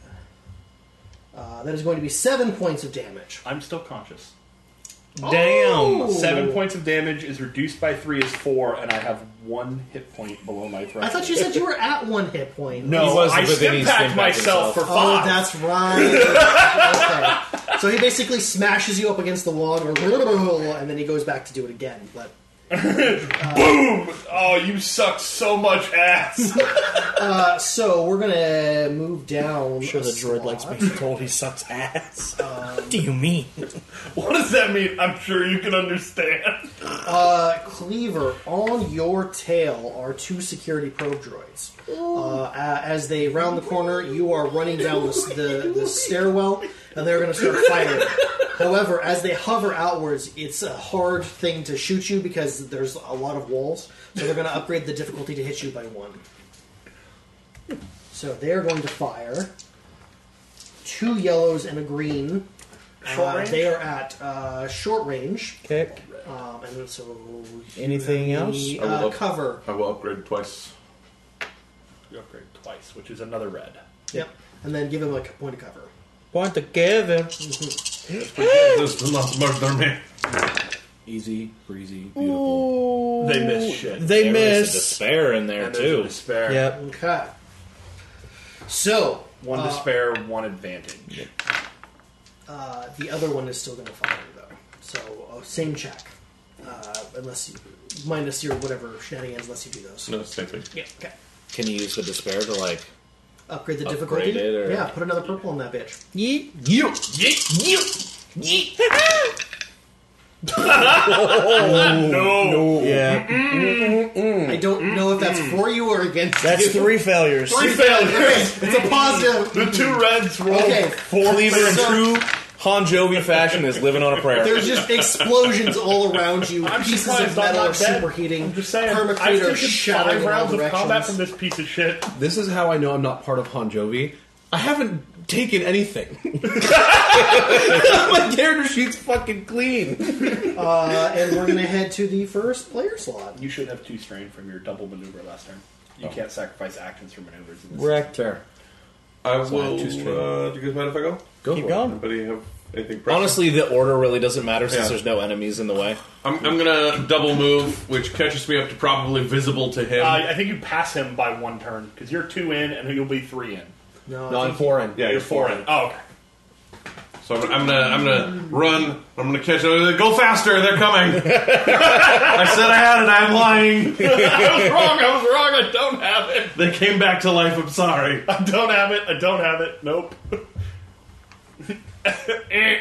Speaker 2: Uh, that is going to be seven points of damage. Oh.
Speaker 10: I'm still conscious.
Speaker 2: Damn!
Speaker 10: Seven points of damage is reduced by three is four, and I have one hit point below my threshold.
Speaker 2: I thought you said you were at one hit point.
Speaker 10: no.
Speaker 3: He wasn't,
Speaker 10: I
Speaker 3: but then he
Speaker 10: stim packed
Speaker 3: stim-packed himself.
Speaker 10: myself for
Speaker 2: Oh,
Speaker 10: five.
Speaker 2: that's right. okay. So he basically smashes you up against the wall, and then he goes back to do it again. But
Speaker 10: oh, you suck so much ass.
Speaker 2: So we're gonna move down.
Speaker 9: I'm sure
Speaker 2: a
Speaker 9: the droid likes
Speaker 2: slot.
Speaker 9: being told he sucks ass. what do you mean?
Speaker 10: What does that mean? I'm sure you can understand.
Speaker 2: Uh, Cleaver, on your tail are two security probe droids. Uh, a- as they round the corner, you are running down the, s- the, the stairwell, and they're gonna start firing. However, as they hover outwards, it's a hard thing to shoot you because there's a lot of walls. So they're gonna upgrade the difficulty to hit you by one. So they're going to fire two yellows and a green.
Speaker 10: Short
Speaker 2: Uh,
Speaker 10: range?
Speaker 2: they are at uh, short range.
Speaker 9: Okay.
Speaker 2: Um, and so
Speaker 9: Anything else?
Speaker 2: the,
Speaker 8: I will
Speaker 2: uh,
Speaker 8: up-
Speaker 2: cover.
Speaker 8: I will upgrade twice.
Speaker 10: You upgrade twice, which is another red.
Speaker 2: Yep. And then give him a c- point of cover.
Speaker 9: Point to Kevin.
Speaker 8: this is not murder man.
Speaker 3: Easy, breezy, beautiful.
Speaker 10: They miss shit.
Speaker 9: They
Speaker 3: There was a
Speaker 9: miss.
Speaker 3: despair in there
Speaker 10: and there's a
Speaker 3: too.
Speaker 10: despair.
Speaker 9: Yep.
Speaker 2: Okay. So
Speaker 10: One
Speaker 2: uh,
Speaker 10: despair, one advantage.
Speaker 2: uh, the other one is still going to fire though. So uh, same check, uh, unless you minus your whatever shenanigans, unless you do those.
Speaker 8: No, same thing.
Speaker 2: Yeah. Okay.
Speaker 3: Can you use the despair to like?
Speaker 2: Upgrade the
Speaker 3: Upgrade
Speaker 2: difficulty.
Speaker 3: it, or-
Speaker 2: Yeah. Put another purple on that bitch.
Speaker 9: Yeet.
Speaker 10: No,
Speaker 9: Yeah.
Speaker 2: I don't know if that's for you or against
Speaker 9: That's
Speaker 2: you.
Speaker 9: three failures.
Speaker 10: three failures.
Speaker 2: It's a positive.
Speaker 10: The two reds rolled
Speaker 2: Okay.
Speaker 10: four
Speaker 3: Believer in
Speaker 2: So-
Speaker 3: true Han Jovi fashion is living on a prayer.
Speaker 2: There's just explosions all around you.
Speaker 10: I'm
Speaker 2: pieces
Speaker 10: surprised
Speaker 2: of
Speaker 10: I'm
Speaker 2: metal
Speaker 10: not
Speaker 2: are
Speaker 10: dead.
Speaker 2: superheating.
Speaker 10: I'm just saying,
Speaker 2: Perma
Speaker 10: I've
Speaker 2: craters
Speaker 10: taken
Speaker 2: shattering
Speaker 10: five
Speaker 2: in all
Speaker 10: rounds of combat
Speaker 2: directions.
Speaker 10: from this piece of shit.
Speaker 6: This is how I know I'm not part of Han Jovi. I haven't taken anything. My character sheet's fucking clean.
Speaker 2: Uh, and we're gonna head to the first player slot.
Speaker 10: You should have two strain from your double maneuver last turn.
Speaker 2: Oh.
Speaker 10: You can't sacrifice actions for maneuvers. In this
Speaker 9: Wrecked.
Speaker 6: Fair.
Speaker 8: I
Speaker 6: I have
Speaker 8: will.
Speaker 6: two straight.
Speaker 8: Uh, do you guys mind if I go?
Speaker 6: Go
Speaker 9: Keep
Speaker 6: for it.
Speaker 9: going.
Speaker 8: Anybody have anything? pressing?
Speaker 3: Honestly, the order really doesn't matter since
Speaker 8: Yeah.
Speaker 3: there's no enemies in the way.
Speaker 8: I'm, I'm gonna double move, which catches me up to probably visible to him.
Speaker 10: Uh, I think you pass him by one turn because you're two in and you'll be three in.
Speaker 2: No, I
Speaker 6: No, I'm
Speaker 2: think-
Speaker 6: foreign.
Speaker 8: yeah,
Speaker 10: You're four in. Oh, okay.
Speaker 8: So I'm, I'm gonna I'm gonna run. I'm gonna catch. Go faster! They're coming. I said I had it. I'm lying.
Speaker 10: I was wrong. I was wrong. I don't have it.
Speaker 8: They came back to life. I'm sorry.
Speaker 10: I don't have it. I don't have it. Nope. Eh.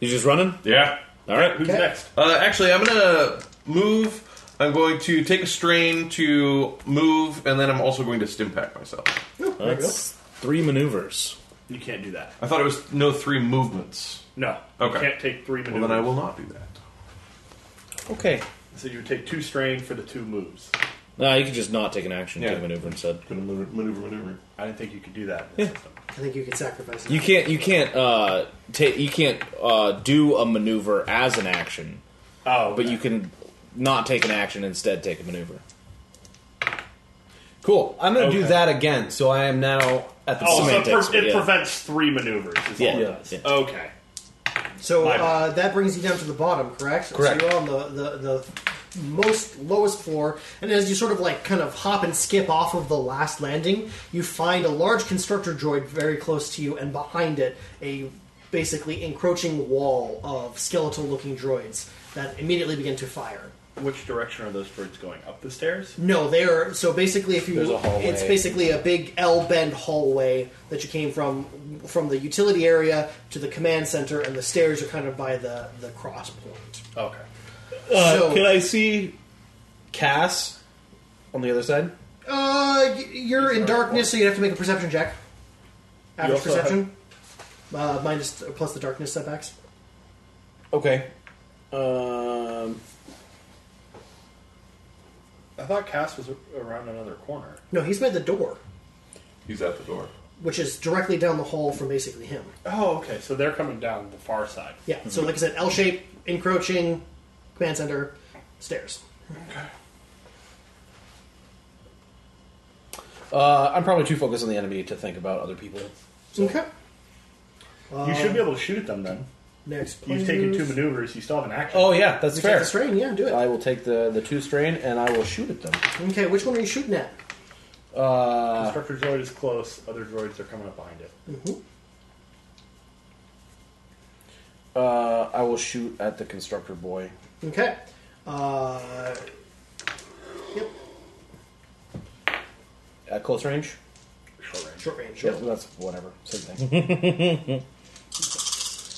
Speaker 3: You just running?
Speaker 8: Yeah.
Speaker 3: All right.
Speaker 10: Who's next?
Speaker 8: Uh, actually, I'm gonna move. I'm going to take a strain to move, and then I'm also going to stim pack myself.
Speaker 3: That's three maneuvers.
Speaker 10: You can't do that.
Speaker 8: I thought it was no three movements.
Speaker 10: No.
Speaker 8: Okay.
Speaker 10: You can't take three
Speaker 8: Well,
Speaker 10: maneuvers.
Speaker 8: then I will not do that.
Speaker 9: Okay.
Speaker 10: So you would take two strain for the two moves.
Speaker 3: No, you could just not take an action,
Speaker 8: Yeah.
Speaker 3: take a maneuver instead.
Speaker 8: Gonna maneuver, maneuver, maneuver.
Speaker 10: I didn't think you could do that. In the system.
Speaker 2: I think you can sacrifice.
Speaker 3: You
Speaker 2: that.
Speaker 3: can't. You can't. Uh, take. You can't uh, do a maneuver as an action.
Speaker 10: Oh,
Speaker 3: but you can not take an action instead take a maneuver.
Speaker 6: Cool. I'm going to do
Speaker 10: Okay.
Speaker 6: that again. So I am now at the
Speaker 10: Oh, so it,
Speaker 3: semantics,
Speaker 10: pre- it
Speaker 3: yeah.
Speaker 10: prevents three maneuvers. Is
Speaker 3: Yeah,
Speaker 10: All it
Speaker 3: yeah,
Speaker 10: does.
Speaker 3: yeah.
Speaker 10: Okay.
Speaker 2: So
Speaker 10: My
Speaker 2: uh, that brings you down to the bottom, correct?
Speaker 6: Correct.
Speaker 2: So you're on the, the, the most lowest floor, and as you sort of like kind of hop and skip off of the last landing, you find a large constructor droid very close to you, and behind it, a basically encroaching wall of skeletal looking droids that immediately begin to fire.
Speaker 10: Which direction are those birds going? Up the stairs?
Speaker 2: No, they are. So basically, if you,
Speaker 10: There's a hallway.
Speaker 2: it's basically a big L bend hallway that you came from, from the utility area to the command center, and the stairs are kind of by the the cross point.
Speaker 10: Okay.
Speaker 2: so,
Speaker 6: Uh, Can I see Cass on the other side?
Speaker 2: uh, y- you're in darkness, so you have to make a perception check. Average
Speaker 10: also have-
Speaker 2: perception, uh, minus plus the darkness setbacks.
Speaker 6: Okay. Um,
Speaker 10: I thought Cass was a- around another corner.
Speaker 2: No, he's by the door,
Speaker 8: He's at the door.
Speaker 2: which is directly down the hall from basically him.
Speaker 10: Oh, okay. So they're coming down the far side.
Speaker 2: Yeah. So
Speaker 8: Mm-hmm.
Speaker 2: like I said, L shape, encroaching, command center, stairs.
Speaker 6: uh, I'm probably too focused on the enemy to think about other people.
Speaker 2: Okay.
Speaker 10: you should be able to shoot at them then.
Speaker 2: Next.
Speaker 10: You've taken two maneuvers. You still have an action.
Speaker 6: Oh yeah, that's
Speaker 2: You take
Speaker 6: fair.
Speaker 2: the strain, yeah, do it.
Speaker 6: I will take the the two strain and I will shoot at them.
Speaker 2: Okay, which one are you shooting at?
Speaker 6: Uh,
Speaker 10: Constructor droid is close. Other droids are coming up behind it.
Speaker 6: uh, I will shoot at the constructor boy.
Speaker 2: Okay. Uh, yep,
Speaker 6: At close range.
Speaker 10: Short range.
Speaker 2: short range.
Speaker 6: Yeah, that's whatever. Same thing.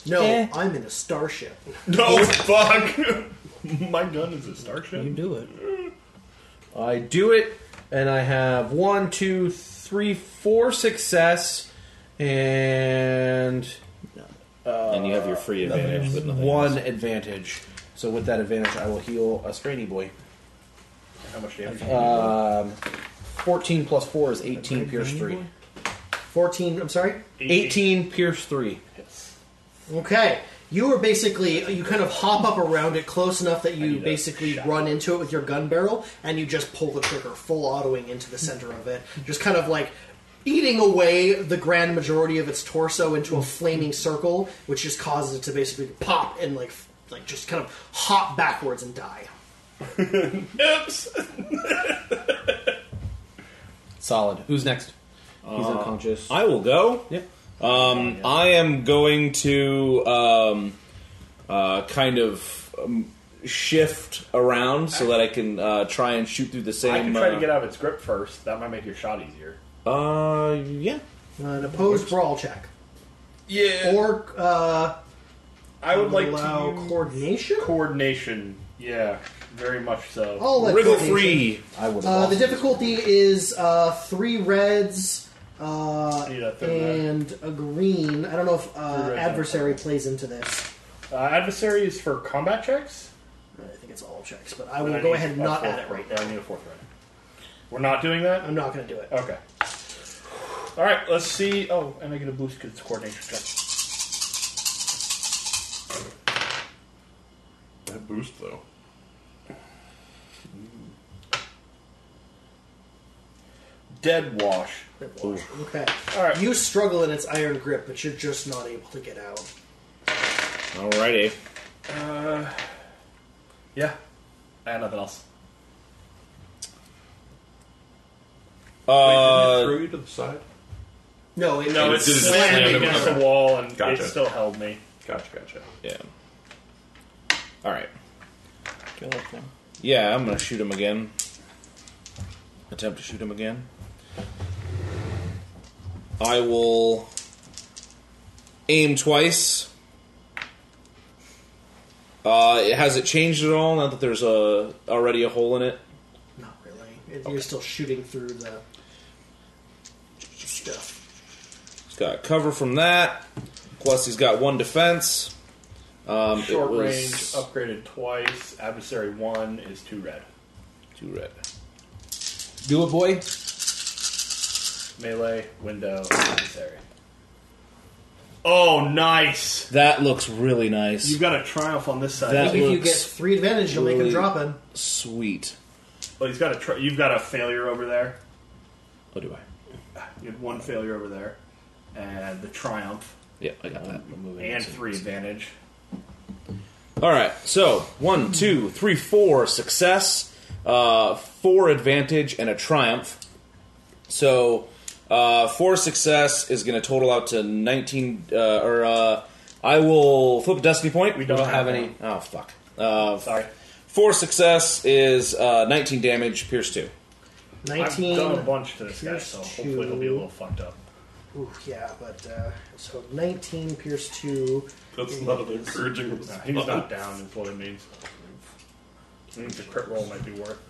Speaker 2: No,
Speaker 9: Eh.
Speaker 2: I'm in a starship.
Speaker 10: No, fuck! My gun is a starship.
Speaker 9: do it.
Speaker 3: Mm-hmm.
Speaker 6: I do it, and I have one, two, three, four success, and
Speaker 3: and you have your free advantage, but Uh, nothing
Speaker 6: one
Speaker 3: else.
Speaker 6: advantage. So with that advantage, I will heal a strainy boy.
Speaker 10: How much damage?
Speaker 6: Um, fourteen plus four is eighteen. Pierce three.
Speaker 2: 14, I'm sorry?
Speaker 6: Eighteen. Pierce three.
Speaker 10: hits.
Speaker 2: Okay. You are basically, you kind of hop up around it close enough that you basically run into it with your gun barrel and you just pull the trigger, full autoing into the center of it. Just kind of like eating away the grand majority of its torso into a flaming circle, which just causes it to basically pop and like, f- like just kind of hop backwards and die.
Speaker 10: Oops!
Speaker 6: Solid. Who's next? He's
Speaker 3: Uh,
Speaker 6: unconscious.
Speaker 3: I will go.
Speaker 6: Yep.
Speaker 3: Um, I am going to um, uh, kind of um, shift around so that I can uh, try and shoot through the same.
Speaker 10: I can try
Speaker 3: uh,
Speaker 10: to get out of its grip first. That might make your shot easier.
Speaker 3: Uh, yeah.
Speaker 2: An opposed brawl check.
Speaker 10: Yeah.
Speaker 2: Or, uh,
Speaker 10: I would like
Speaker 2: allow
Speaker 10: to use
Speaker 2: coordination?
Speaker 10: coordination. Yeah, very much so.
Speaker 2: I'll let
Speaker 3: Wriggle
Speaker 2: coordination-
Speaker 3: free.
Speaker 6: I would.
Speaker 2: Uh, the difficulty is uh, three reds uh,
Speaker 10: Need a third red.
Speaker 2: and a green. I don't know if
Speaker 10: Three
Speaker 2: uh,
Speaker 10: reds and a
Speaker 2: adversary plays into this.
Speaker 10: Uh, adversary is for combat checks.
Speaker 2: I think it's all checks, but I will
Speaker 10: Then I
Speaker 2: go
Speaker 10: need
Speaker 2: ahead and
Speaker 10: a
Speaker 2: not
Speaker 10: fourth
Speaker 2: add it right
Speaker 10: red.
Speaker 2: now.
Speaker 10: I need a fourth red. We're not doing that.
Speaker 2: I'm not going to do it.
Speaker 10: Okay. All right. Let's see. Oh, and I get a boost because it's coordination check.
Speaker 8: That boost though.
Speaker 10: Dead wash.
Speaker 2: Okay.
Speaker 10: All right.
Speaker 2: You struggle in its iron grip, but you're just not able to get out.
Speaker 3: Alrighty.
Speaker 10: Uh, yeah. I got nothing else.
Speaker 8: Wait, didn't it
Speaker 3: Uh,
Speaker 8: throw you to the side?
Speaker 2: No, it,
Speaker 10: No,
Speaker 8: it
Speaker 10: it
Speaker 8: did
Speaker 10: slammed
Speaker 8: slam
Speaker 10: against
Speaker 8: him.
Speaker 10: the wall and
Speaker 8: Gotcha.
Speaker 10: it still held me.
Speaker 8: Gotcha, gotcha.
Speaker 3: yeah. All right. Yeah, I'm gonna shoot him again. Attempt to shoot him again. I will aim twice. Uh, it- has it changed at all now that there's a already a hole in it?
Speaker 2: not really. It- You're still shooting through the stuff.
Speaker 3: He's got cover from that. Plus, he's got one defense. Um, it
Speaker 10: Short
Speaker 3: was
Speaker 10: range, upgraded twice. Adversary one is two red.
Speaker 3: two red.
Speaker 6: do it, boy.
Speaker 10: Melee, window, adversary. Oh, nice.
Speaker 3: That looks really nice.
Speaker 10: You've got a triumph on this side.
Speaker 3: that
Speaker 2: If you get
Speaker 3: looks
Speaker 2: three advantage, you'll make him
Speaker 3: really-
Speaker 2: drop it.
Speaker 3: sweet.
Speaker 10: oh, he's got a. Tri- you've got a failure over there.
Speaker 3: Oh, do I?
Speaker 10: You had one failure over there, and the triumph,
Speaker 3: Yeah, I got that.
Speaker 10: and three advantage.
Speaker 3: All right, so one, two, three, four success, uh, four advantage, and a triumph. So uh, four success is going to total out to nineteen. Uh, or uh, I will flip a destiny point.
Speaker 10: We don't have
Speaker 3: any.
Speaker 10: one.
Speaker 3: Oh fuck! Uh,
Speaker 10: Sorry,
Speaker 3: four success is uh, nineteen damage. Pierce two.
Speaker 10: I've done a
Speaker 2: 19.
Speaker 10: bunch to this guy,
Speaker 2: Here's
Speaker 10: so hopefully he'll be a little fucked up.
Speaker 2: Ooh, yeah, but uh, so 19, Pierce 2.
Speaker 8: That's not an encouraging
Speaker 10: No,
Speaker 8: response.
Speaker 10: he's not down. Is what it means. It means the crit roll might be worth.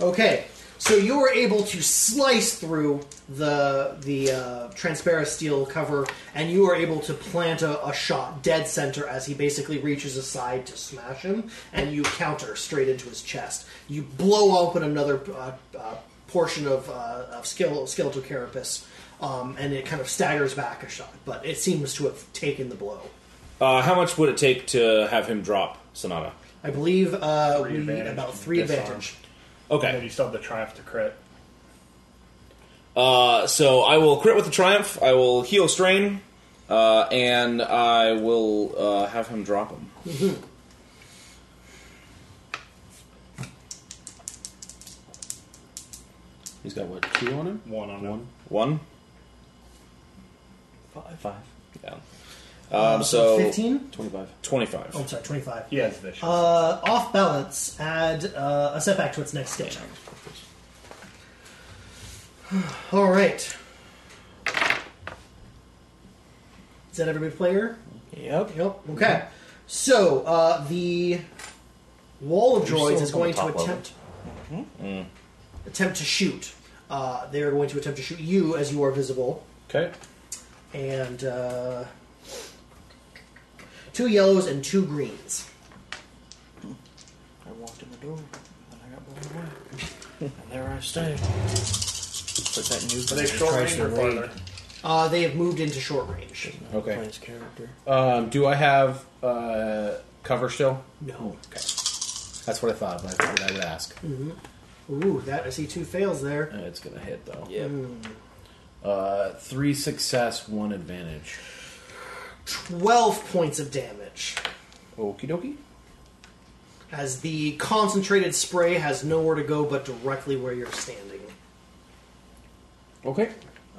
Speaker 2: Okay, so you were able to slice through the the uh, transparent steel cover, and you are able to plant a, a shot dead center as he basically reaches aside to smash him, and you counter straight into his chest. You blow open another uh, uh, portion of, uh, of skele- skeletal carapace, um, and it kind of staggers back a shot, but it seems to have taken the blow.
Speaker 3: Uh, how much would it take to have him drop Sonata?
Speaker 2: I believe uh,
Speaker 10: Three
Speaker 2: we
Speaker 10: advantage
Speaker 2: about
Speaker 10: and
Speaker 2: three
Speaker 10: disarm.
Speaker 2: advantage.
Speaker 10: And then
Speaker 3: Okay,
Speaker 10: you still have the triumph to crit.
Speaker 3: uh, so I will crit with the triumph. I will heal strain, uh, and I will uh, have him drop him.
Speaker 5: He's got what two on him?
Speaker 10: One on one.
Speaker 3: One.
Speaker 5: Five, five,
Speaker 3: Yeah. Um, so
Speaker 2: fifteen.
Speaker 5: twenty-five.
Speaker 3: twenty-five.
Speaker 2: Oh, I'm sorry, twenty-five.
Speaker 10: He has this.
Speaker 2: Uh, off balance, add uh, a setback to its next skill check. All right. Is that every player? Yep.
Speaker 9: Yep.
Speaker 5: Mm-hmm.
Speaker 2: Okay. So uh, the wall of droids is
Speaker 5: still on
Speaker 2: going
Speaker 5: the
Speaker 2: to
Speaker 5: top level. Mm-hmm.
Speaker 2: attempt attempt to shoot. Uh, they are going to attempt to shoot you as you are visible.
Speaker 6: Okay.
Speaker 2: and uh, two yellows and two greens.
Speaker 9: I walked in the door, and I got blown away. and there I stayed. But that new
Speaker 10: Are they
Speaker 9: guy
Speaker 10: short range
Speaker 9: tries to
Speaker 10: or farther?
Speaker 9: raid
Speaker 2: Uh, they have moved into short range.
Speaker 6: Okay.
Speaker 9: his character.
Speaker 6: Um, do I have uh, cover still?
Speaker 2: No.
Speaker 6: That's what I thought. But I figured I would ask.
Speaker 2: Ooh, that I see two fails there.
Speaker 6: Uh, It's gonna hit though. Hmm.
Speaker 9: Yep.
Speaker 6: Uh, three success, one advantage.
Speaker 2: Twelve points of damage.
Speaker 6: Okie dokie.
Speaker 2: As the concentrated spray has nowhere to go but directly where you're standing.
Speaker 6: Okay.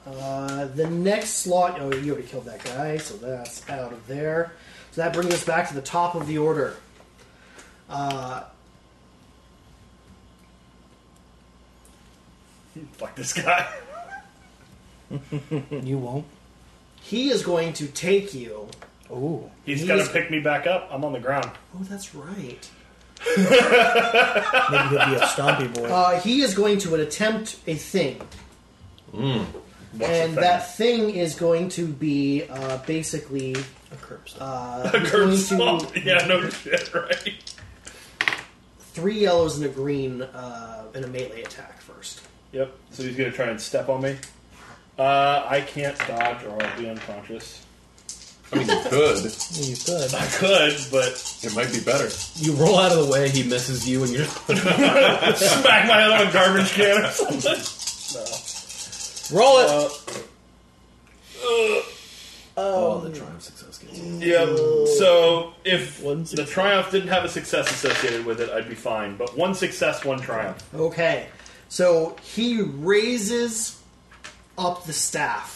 Speaker 2: Uh, the next slot. Oh, you already killed that guy, so that's out of there. So that brings us back to the top of the order. Uh,
Speaker 10: Fuck this guy.
Speaker 9: You won't.
Speaker 2: he is going to take you.
Speaker 9: Ooh.
Speaker 10: He's
Speaker 2: He's-
Speaker 10: got to pick me back up. I'm on the ground.
Speaker 2: Oh, that's right.
Speaker 9: Maybe he'll be a stompy boy.
Speaker 2: Uh, he is going to attempt a thing,
Speaker 10: What's
Speaker 2: and
Speaker 10: the thing?
Speaker 2: that thing is going to be uh, basically
Speaker 9: a curb stop.
Speaker 2: uh,
Speaker 10: A
Speaker 2: he's
Speaker 10: curb
Speaker 2: going to-
Speaker 10: stop. Yeah, no shit, right?
Speaker 2: three yellows and a green uh, in a melee attack first.
Speaker 10: Yep. So he's gonna try and step on me. Uh, I can't dodge, or I'll be unconscious.
Speaker 8: I mean, you could.
Speaker 9: You could.
Speaker 10: I could, but
Speaker 8: It might be better.
Speaker 6: You roll out of the way. He misses you, and you're.
Speaker 10: smack my head on a garbage can or something.
Speaker 6: roll it.
Speaker 10: Uh,
Speaker 6: oh, the triumph success gets you.
Speaker 10: yep. um, So if
Speaker 9: One
Speaker 10: the
Speaker 9: success.
Speaker 10: triumph didn't have a success associated with it, I'd be fine. But one success, one triumph.
Speaker 2: Okay, so he raises up the staff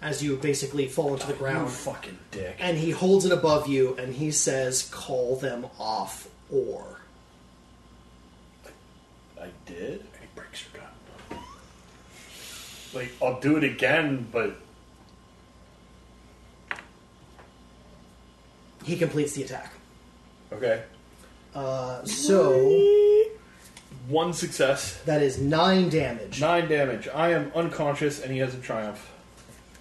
Speaker 2: as you basically fall into the
Speaker 10: You
Speaker 2: ground,
Speaker 10: fucking dick.
Speaker 2: and he holds it above you, and he says, "Call them off, or."
Speaker 10: I did. And he breaks your gun. Like I'll do it again, but
Speaker 2: He completes the attack.
Speaker 10: okay.
Speaker 2: Uh, so
Speaker 10: One success.
Speaker 2: that is nine damage.
Speaker 10: Nine damage. I am unconscious, and he has a triumph.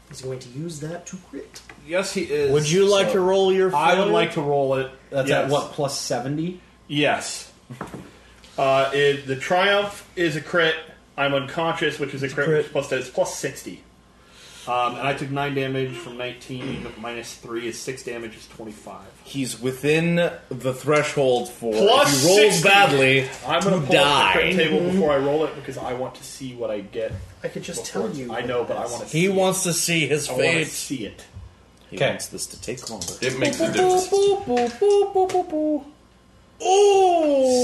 Speaker 2: He's going to use that to crit.
Speaker 6: Yes, he is.
Speaker 9: Would you like
Speaker 6: So-
Speaker 9: to roll your?
Speaker 6: I would
Speaker 9: failure?
Speaker 6: like to roll it. That's at
Speaker 10: Yes.
Speaker 6: what plus seventy.
Speaker 10: Yes. Uh, it, the triumph is a crit. I'm unconscious, which is a crit,
Speaker 9: crit.
Speaker 10: Which plus that is plus sixty. Um, and I took 9 damage from 19, minus 3 is 6 damage, is 25.
Speaker 3: He's within the threshold for
Speaker 10: Plus
Speaker 3: if he rolls
Speaker 10: 60.
Speaker 3: badly.
Speaker 10: I'm going to pull
Speaker 3: die.
Speaker 10: up
Speaker 3: Mm-hmm.
Speaker 10: the crit table before I roll it because I want to see what I get.
Speaker 2: I could just
Speaker 10: before-
Speaker 2: tell you.
Speaker 10: I know, but I want to see
Speaker 9: He
Speaker 10: it.
Speaker 9: wants to see his
Speaker 10: I want to
Speaker 9: face.
Speaker 10: see it.
Speaker 3: He
Speaker 6: Okay.
Speaker 3: wants this to take longer.
Speaker 8: It makes a difference.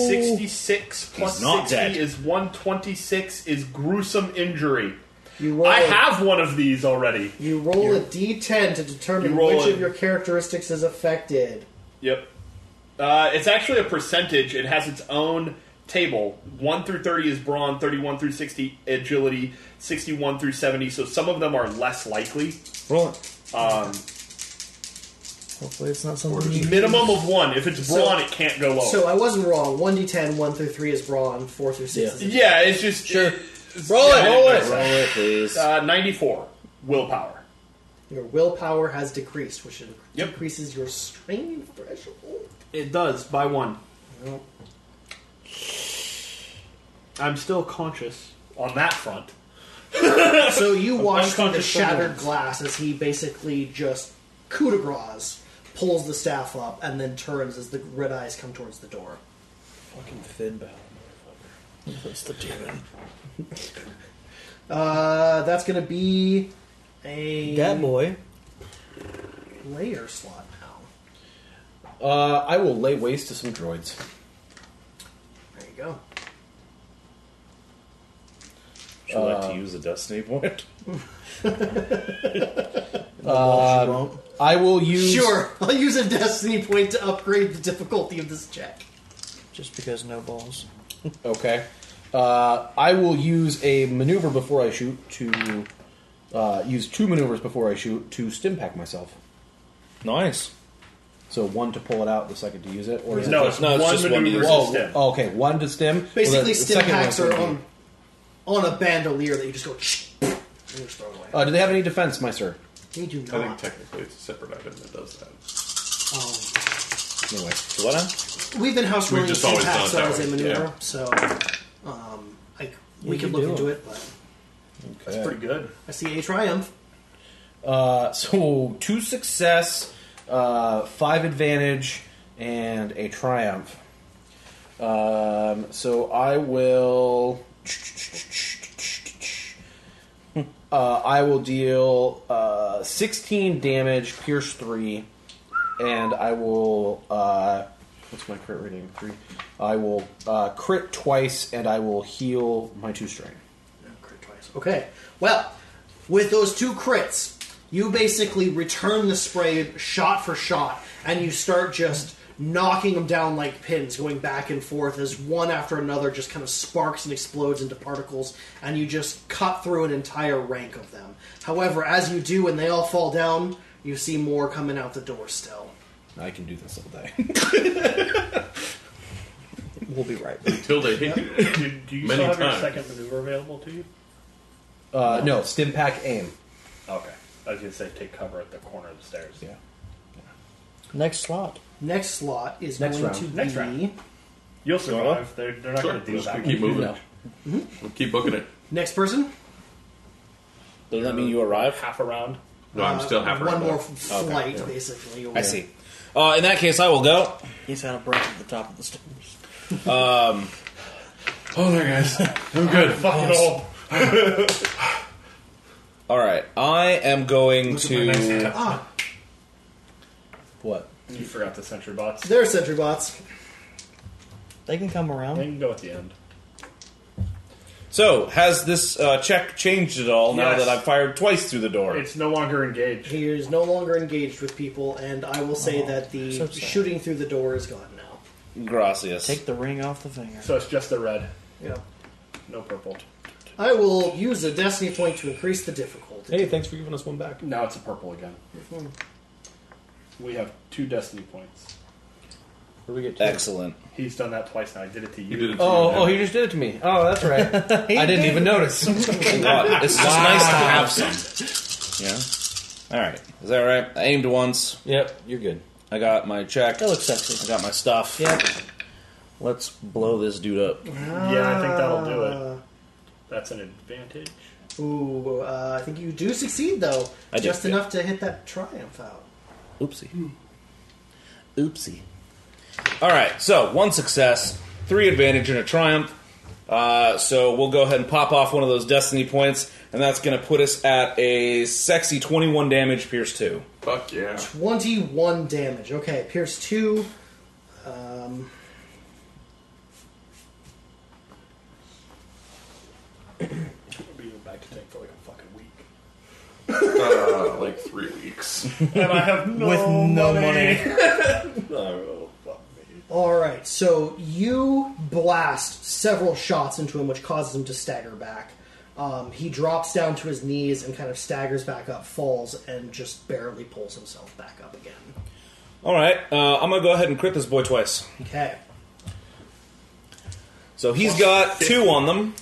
Speaker 10: 66 plus
Speaker 3: He's not
Speaker 10: 60
Speaker 3: dead.
Speaker 10: is 126 is gruesome injury.
Speaker 2: You
Speaker 3: Oh.
Speaker 2: roll.
Speaker 10: I have one of these already.
Speaker 2: You roll a D10 to determine
Speaker 10: You roll
Speaker 2: which
Speaker 10: a-
Speaker 2: of your characteristics is affected.
Speaker 10: Yep. Uh, it's actually a percentage. It has its own table. 1 through 30 is brawn, 31 through 60 agility, 61 through 70. So some of them are less likely.
Speaker 9: Roll it. Hopefully, it's not something. you-
Speaker 10: Minimum of 1. If it's
Speaker 2: So-
Speaker 10: brawn, it can't go lower.
Speaker 2: So I wasn't wrong. 1d10, 1 through 3 is brawn, 4 through 6 is.
Speaker 10: yeah, it's just
Speaker 9: Sure. Roll it. Roll it.
Speaker 3: Roll it, please.
Speaker 10: Uh, 94 willpower.
Speaker 2: Your willpower has decreased, which in-
Speaker 10: Yep.
Speaker 2: increases your strain threshold.
Speaker 10: It does by one.
Speaker 2: Well,
Speaker 10: I'm still conscious on that front.
Speaker 2: So you watch through the
Speaker 10: unconscious
Speaker 2: shattered
Speaker 10: somewhere.
Speaker 2: glass as he basically just coup de grace, pulls the staff up, and then turns as the red eyes come towards the door.
Speaker 9: Fucking Finbound. That's the demon.
Speaker 2: Uh, that's going to be a
Speaker 9: That boy.
Speaker 2: layer slot now.
Speaker 6: Uh, I will lay waste to some droids.
Speaker 2: There you go.
Speaker 3: Would you like to use a destiny point?
Speaker 6: I will use.
Speaker 2: Sure, I'll use a destiny point to upgrade the difficulty of this check.
Speaker 9: Just because no balls.
Speaker 6: Okay. Uh, I will use a maneuver before I shoot to uh, use two maneuvers before I shoot to stim pack myself.
Speaker 3: Nice.
Speaker 6: So one to pull it out, the second to use it, or is it
Speaker 10: No,
Speaker 6: just-
Speaker 10: it's
Speaker 3: No, it's
Speaker 10: one
Speaker 3: just one
Speaker 10: maneuver
Speaker 3: maneuver.
Speaker 10: versus
Speaker 6: oh,
Speaker 10: stem.
Speaker 6: oh, okay, one to stim. Well,
Speaker 2: Basically,
Speaker 6: the- the
Speaker 2: stim
Speaker 6: second
Speaker 2: packs
Speaker 6: one's
Speaker 2: are
Speaker 6: gonna be-
Speaker 2: on, on a bandolier that you just go and you just throw it away.
Speaker 6: Uh, do they have any defense, my sir?
Speaker 2: they do not.
Speaker 8: I think technically it's a separate item that does that.
Speaker 2: Oh.
Speaker 6: No way.
Speaker 3: So What? now?
Speaker 2: we've been house running
Speaker 8: just
Speaker 2: stim
Speaker 8: always done
Speaker 2: packs
Speaker 8: it that
Speaker 2: as a
Speaker 8: way,
Speaker 2: maneuver,
Speaker 8: yeah.
Speaker 2: so um, I, we could
Speaker 6: Yeah, you
Speaker 2: look
Speaker 6: do
Speaker 2: into it. But
Speaker 6: Okay.
Speaker 10: Pretty good.
Speaker 2: I see a triumph.
Speaker 6: Uh, so two success, uh, five advantage, and a triumph. Um, so I will. Uh, I will deal uh, 16 damage, pierce 3, and I will. Uh, what's my crit rating? 3. I will uh, crit twice, and I will heal my 2 string.
Speaker 2: No, crit twice. Okay. Well, with those two crits, you basically return the spray shot for shot, and you start just knocking them down like pins, going back and forth as one after another just kind of sparks and explodes into particles, and you just cut through an entire rank of them. However, as you do and they all fall down, you see more coming out the door still.
Speaker 6: I can do this all day.
Speaker 9: We'll be right.
Speaker 8: Until they hit you.
Speaker 10: Do, do you
Speaker 8: Many
Speaker 10: still have
Speaker 8: times.
Speaker 10: your second maneuver available to you?
Speaker 6: Uh, no, stim pack aim.
Speaker 10: Okay. I was going to say take cover at the corner of the stairs.
Speaker 6: Yeah.
Speaker 9: Next slot.
Speaker 2: Next slot is
Speaker 6: Next
Speaker 2: going
Speaker 6: round.
Speaker 2: to be
Speaker 10: Next round. You'll survive. They're, they're not
Speaker 8: Sure.
Speaker 10: going to deal
Speaker 8: Just
Speaker 10: that.
Speaker 8: gonna keep moving.
Speaker 6: No.
Speaker 8: We'll keep booking it.
Speaker 2: next person.
Speaker 3: Doesn't that mean you arrive?
Speaker 10: half around.
Speaker 8: No, I'm
Speaker 2: Uh,
Speaker 8: still half
Speaker 2: One
Speaker 8: around
Speaker 2: more
Speaker 8: that.
Speaker 2: f- flight, basically.
Speaker 3: I see. Uh, in that case, I will go.
Speaker 9: He's out of breath at the top of the stairs.
Speaker 8: Hold on, Oh, guys. I'm good.
Speaker 10: Fucking all.
Speaker 3: All right, I am going to.
Speaker 2: Ah,
Speaker 6: What?
Speaker 10: You forgot the sentry bots.
Speaker 2: there are sentry bots.
Speaker 9: They can come
Speaker 10: They
Speaker 9: around.
Speaker 10: can go at the end.
Speaker 3: So, has this uh, check changed at all now
Speaker 10: Yes.
Speaker 3: that I've fired twice through the door?
Speaker 10: It's no longer engaged.
Speaker 2: He is no longer engaged with people, and I will say that the
Speaker 9: Oh, so sad.
Speaker 2: shooting through the door is gone now.
Speaker 3: Gracias.
Speaker 9: Take the ring off the finger.
Speaker 10: So it's just the red,
Speaker 2: Yeah.
Speaker 10: no purple.
Speaker 2: I will use a destiny point to increase the difficulty. Hmm.
Speaker 6: Hey, thanks for giving us one back.
Speaker 10: Now it's a purple again. We have two destiny points.
Speaker 6: Where we get to?
Speaker 3: Excellent.
Speaker 10: He's done that twice now. I did it to you.
Speaker 8: You did it.
Speaker 6: Oh,
Speaker 8: to
Speaker 6: oh,
Speaker 8: me,
Speaker 6: he just did it to me. Oh, that's right. I didn't even notice.
Speaker 3: God, it's just nice to have some. Yeah. All right. Is that right? I aimed once.
Speaker 6: yep, you're good.
Speaker 3: I got my check.
Speaker 9: That looks
Speaker 3: I
Speaker 9: sexy.
Speaker 3: got my stuff.
Speaker 9: Yep.
Speaker 3: Let's blow this dude up.
Speaker 10: Yeah, I think that'll do it.
Speaker 2: Uh,
Speaker 10: That's an advantage.
Speaker 2: Ooh, uh, I think you do succeed though,
Speaker 3: I did,
Speaker 2: just
Speaker 3: yeah.
Speaker 2: enough to hit that triumph out.
Speaker 3: Oopsie. Oopsie. All right, so one success, three advantage, and a triumph. Uh, so we'll go ahead and pop off one of those destiny points, and that's going to put us at a sexy 21 damage, Pierce 2.
Speaker 8: Fuck yeah.
Speaker 2: 21 damage. Okay, Pierce 2. Um,
Speaker 10: I'll be back to tank for like a fucking week.
Speaker 8: Uh, like three weeks.
Speaker 10: And I have no
Speaker 9: With no money.
Speaker 10: No, fuck me.
Speaker 2: Alright, so you blast several shots into him, which causes him to stagger back. Um, he drops down to his knees and kind of staggers back up, falls, and just barely pulls himself back up again.
Speaker 3: All right, uh, I'm going to go ahead and crit this boy twice.
Speaker 2: Okay.
Speaker 3: So he's got two on them,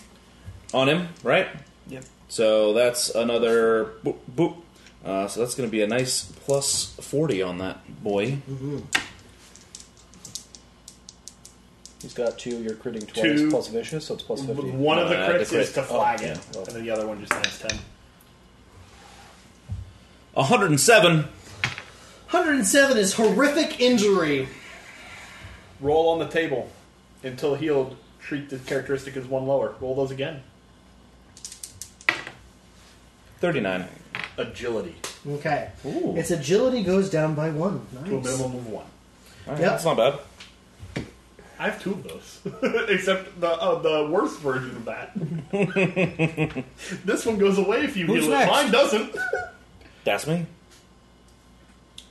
Speaker 3: on him, right?
Speaker 2: Yep.
Speaker 3: So that's another boop. boop. Uh, so that's going to be a nice plus 40 on that boy.
Speaker 6: He's got two. You're critting twice
Speaker 10: Two.
Speaker 6: plus vicious, so it's plus fifty.
Speaker 10: One of the
Speaker 3: Uh,
Speaker 10: crits
Speaker 3: the
Speaker 10: is
Speaker 3: crit.
Speaker 10: to flag
Speaker 6: yeah.
Speaker 10: it, and then the other one just times ten.
Speaker 3: 107.
Speaker 2: 107 is horrific injury.
Speaker 10: Roll on the table until healed. Treat the characteristic as one lower. Roll those again.
Speaker 3: 39.
Speaker 10: Agility
Speaker 2: Okay. Its agility goes down by one.
Speaker 10: to a
Speaker 2: Nice.
Speaker 10: minimum of one.
Speaker 3: All right,
Speaker 2: Yep.
Speaker 3: That's not bad.
Speaker 10: I have two of those, except the uh, the worst version of that. this one goes away if you
Speaker 9: Who's
Speaker 10: heal
Speaker 9: next?
Speaker 10: it. Mine doesn't.
Speaker 3: That's me.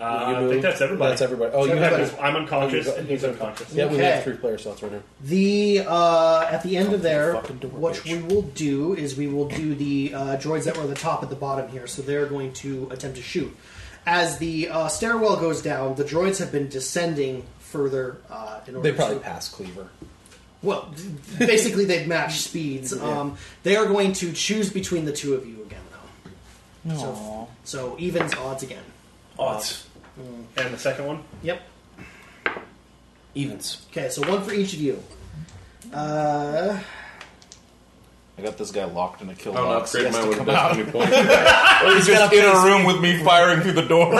Speaker 10: Uh,
Speaker 6: You
Speaker 10: I think
Speaker 6: move.
Speaker 10: that's everybody.
Speaker 6: That's everybody. Oh, you
Speaker 10: Everybody.
Speaker 6: have to.
Speaker 10: I'm unconscious,
Speaker 6: Oh, you got-
Speaker 10: and he's unconscious.
Speaker 6: Yeah, we
Speaker 2: Okay.
Speaker 6: have three player slots right now.
Speaker 2: The uh, at the end of there,
Speaker 6: fucking door,
Speaker 2: what
Speaker 6: bitch.
Speaker 2: we will do is we will do the uh, droids that were at the top at the bottom here. So they're going to attempt to shoot. As the uh, stairwell goes down, the droids have been descending further uh, in order
Speaker 6: They probably
Speaker 2: to.
Speaker 6: pass Cleaver.
Speaker 2: Well, basically they've matched speeds. Um, they are going to choose between the two of you again, though. So, so evens, odds again.
Speaker 10: Odds. And the second one.
Speaker 2: Yep.
Speaker 6: Evens.
Speaker 2: Okay, so one for each of you. Uh,
Speaker 3: I got this guy locked in a kill
Speaker 8: I don't
Speaker 3: box. He
Speaker 8: upgrade
Speaker 3: has
Speaker 8: mine
Speaker 3: to
Speaker 8: with a
Speaker 3: come out.
Speaker 8: destiny point. or he's just in a room with me firing through the door.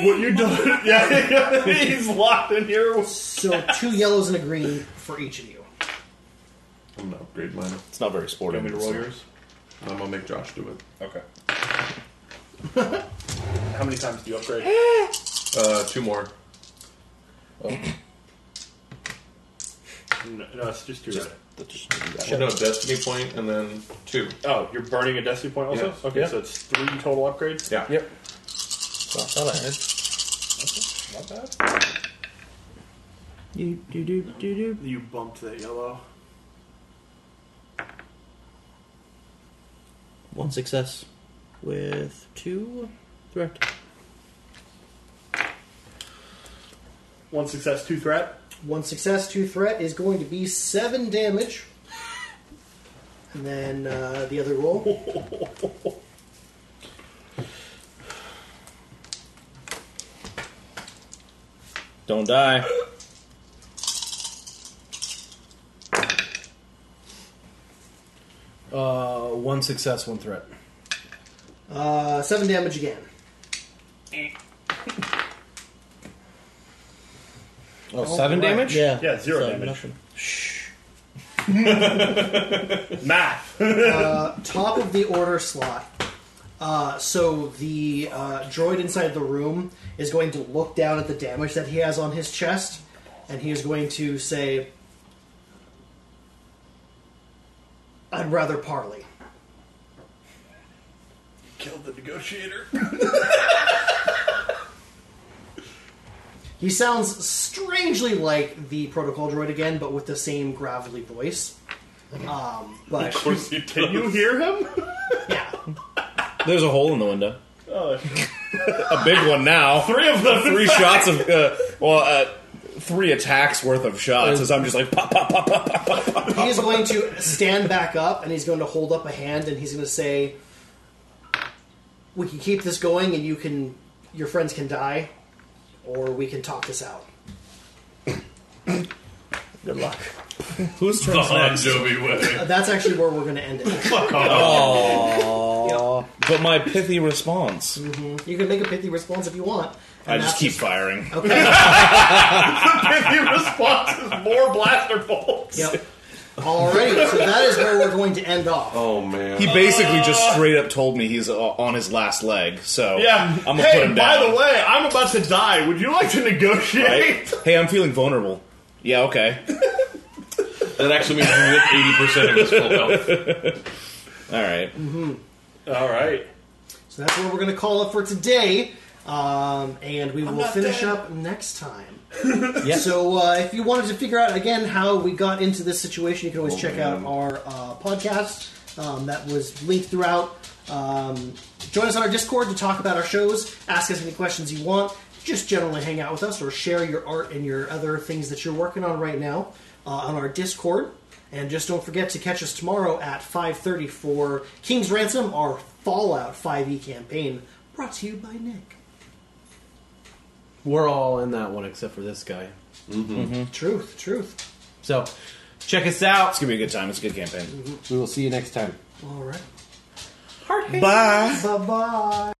Speaker 10: What you done? yeah, he's locked in here.
Speaker 2: so two yellows and a green for each of you.
Speaker 8: I'm gonna upgrade mine.
Speaker 3: It's not very sporting.
Speaker 10: yours?
Speaker 8: I'm gonna make Josh do it.
Speaker 10: Okay. How many times do you upgrade?
Speaker 8: Uh, two more.
Speaker 10: No, no it's just two. right?
Speaker 8: Well, no, destiny point and then two.
Speaker 10: Oh, you're burning a destiny point also.
Speaker 8: Yes.
Speaker 10: Okay, so it's three total upgrades.
Speaker 8: Yeah.
Speaker 6: Yep. So I thought I had. Not bad.
Speaker 10: You bumped that yellow.
Speaker 4: One success with two direct.
Speaker 10: One success, two threat.
Speaker 2: One success, two threat is going to be seven damage. And then uh, the other roll.
Speaker 3: Don't die.
Speaker 6: Uh, one success, one threat.
Speaker 2: Uh, seven damage again.
Speaker 6: Oh, seven
Speaker 2: right.
Speaker 6: damage.
Speaker 4: Yeah.
Speaker 10: Yeah, zero
Speaker 4: so
Speaker 10: damage.
Speaker 4: nothing.
Speaker 10: Math.
Speaker 2: Top of the order slot. Uh, so the uh, droid inside the room is going to look down at the damage that he has on his chest, and he is going to say, "I'd rather parley."
Speaker 10: Killed the negotiator.
Speaker 2: He sounds strangely like the protocol droid again, but with the same gravelly voice. Um, but
Speaker 10: Can you hear him?
Speaker 2: yeah,
Speaker 3: There's a hole in the window.
Speaker 10: Oh,
Speaker 3: A big one now. Three of them. Three shots of. Uh, well, uh, three attacks worth of shots as I'm just like pop, pop, pop, pop, pop, pop.
Speaker 2: he is going to stand back up and he's going to hold up a hand and he's going to say, "We can keep this going, and you can, your friends can die, or we can talk this out."
Speaker 3: Good luck.
Speaker 4: Who's
Speaker 8: The
Speaker 4: turn
Speaker 3: Oh,
Speaker 8: Han
Speaker 4: next?
Speaker 8: Jovi way.
Speaker 2: Uh, That's actually where we're going to end it.
Speaker 3: But my pithy response.
Speaker 2: You can make a pithy response if you want.
Speaker 3: I
Speaker 2: and
Speaker 3: just
Speaker 2: that's
Speaker 3: keep firing.
Speaker 2: Okay.
Speaker 10: Pithy response is more blaster bolts.
Speaker 2: yep. Alrighty, so that is where we're going to end off.
Speaker 8: Oh man.
Speaker 3: He basically just straight up told me he's uh, on his last leg, so
Speaker 10: Yeah.
Speaker 3: I'm gonna
Speaker 10: hey,
Speaker 3: put him
Speaker 10: by
Speaker 3: down.
Speaker 10: the way, I'm about to die. Would you like to negotiate?
Speaker 3: hey, I'm feeling vulnerable. Yeah, okay.
Speaker 8: That actually means you get eighty percent of his full health.
Speaker 3: All right.
Speaker 10: All right.
Speaker 2: So that's where we're going to call it for today. Um, and we will finish up next time. So uh, if you wanted to figure out again how we got into this situation, you can always check out our uh, podcast um, that was linked throughout. Um, join us on our Discord to talk about our shows, ask us any questions you want, just generally hang out with us or share your art and your other things that you're working on right now uh, on our Discord. And just don't forget to catch us tomorrow at 5:30 for King's Ransom, our Fallout 5e campaign, brought to you by Nick.
Speaker 6: We're all in that one except for this guy.
Speaker 2: Truth, truth.
Speaker 6: So check us out.
Speaker 3: It's gonna be a good time. It's a good campaign.
Speaker 6: We will see you next time.
Speaker 2: All right.
Speaker 3: Bye.
Speaker 2: Bye bye.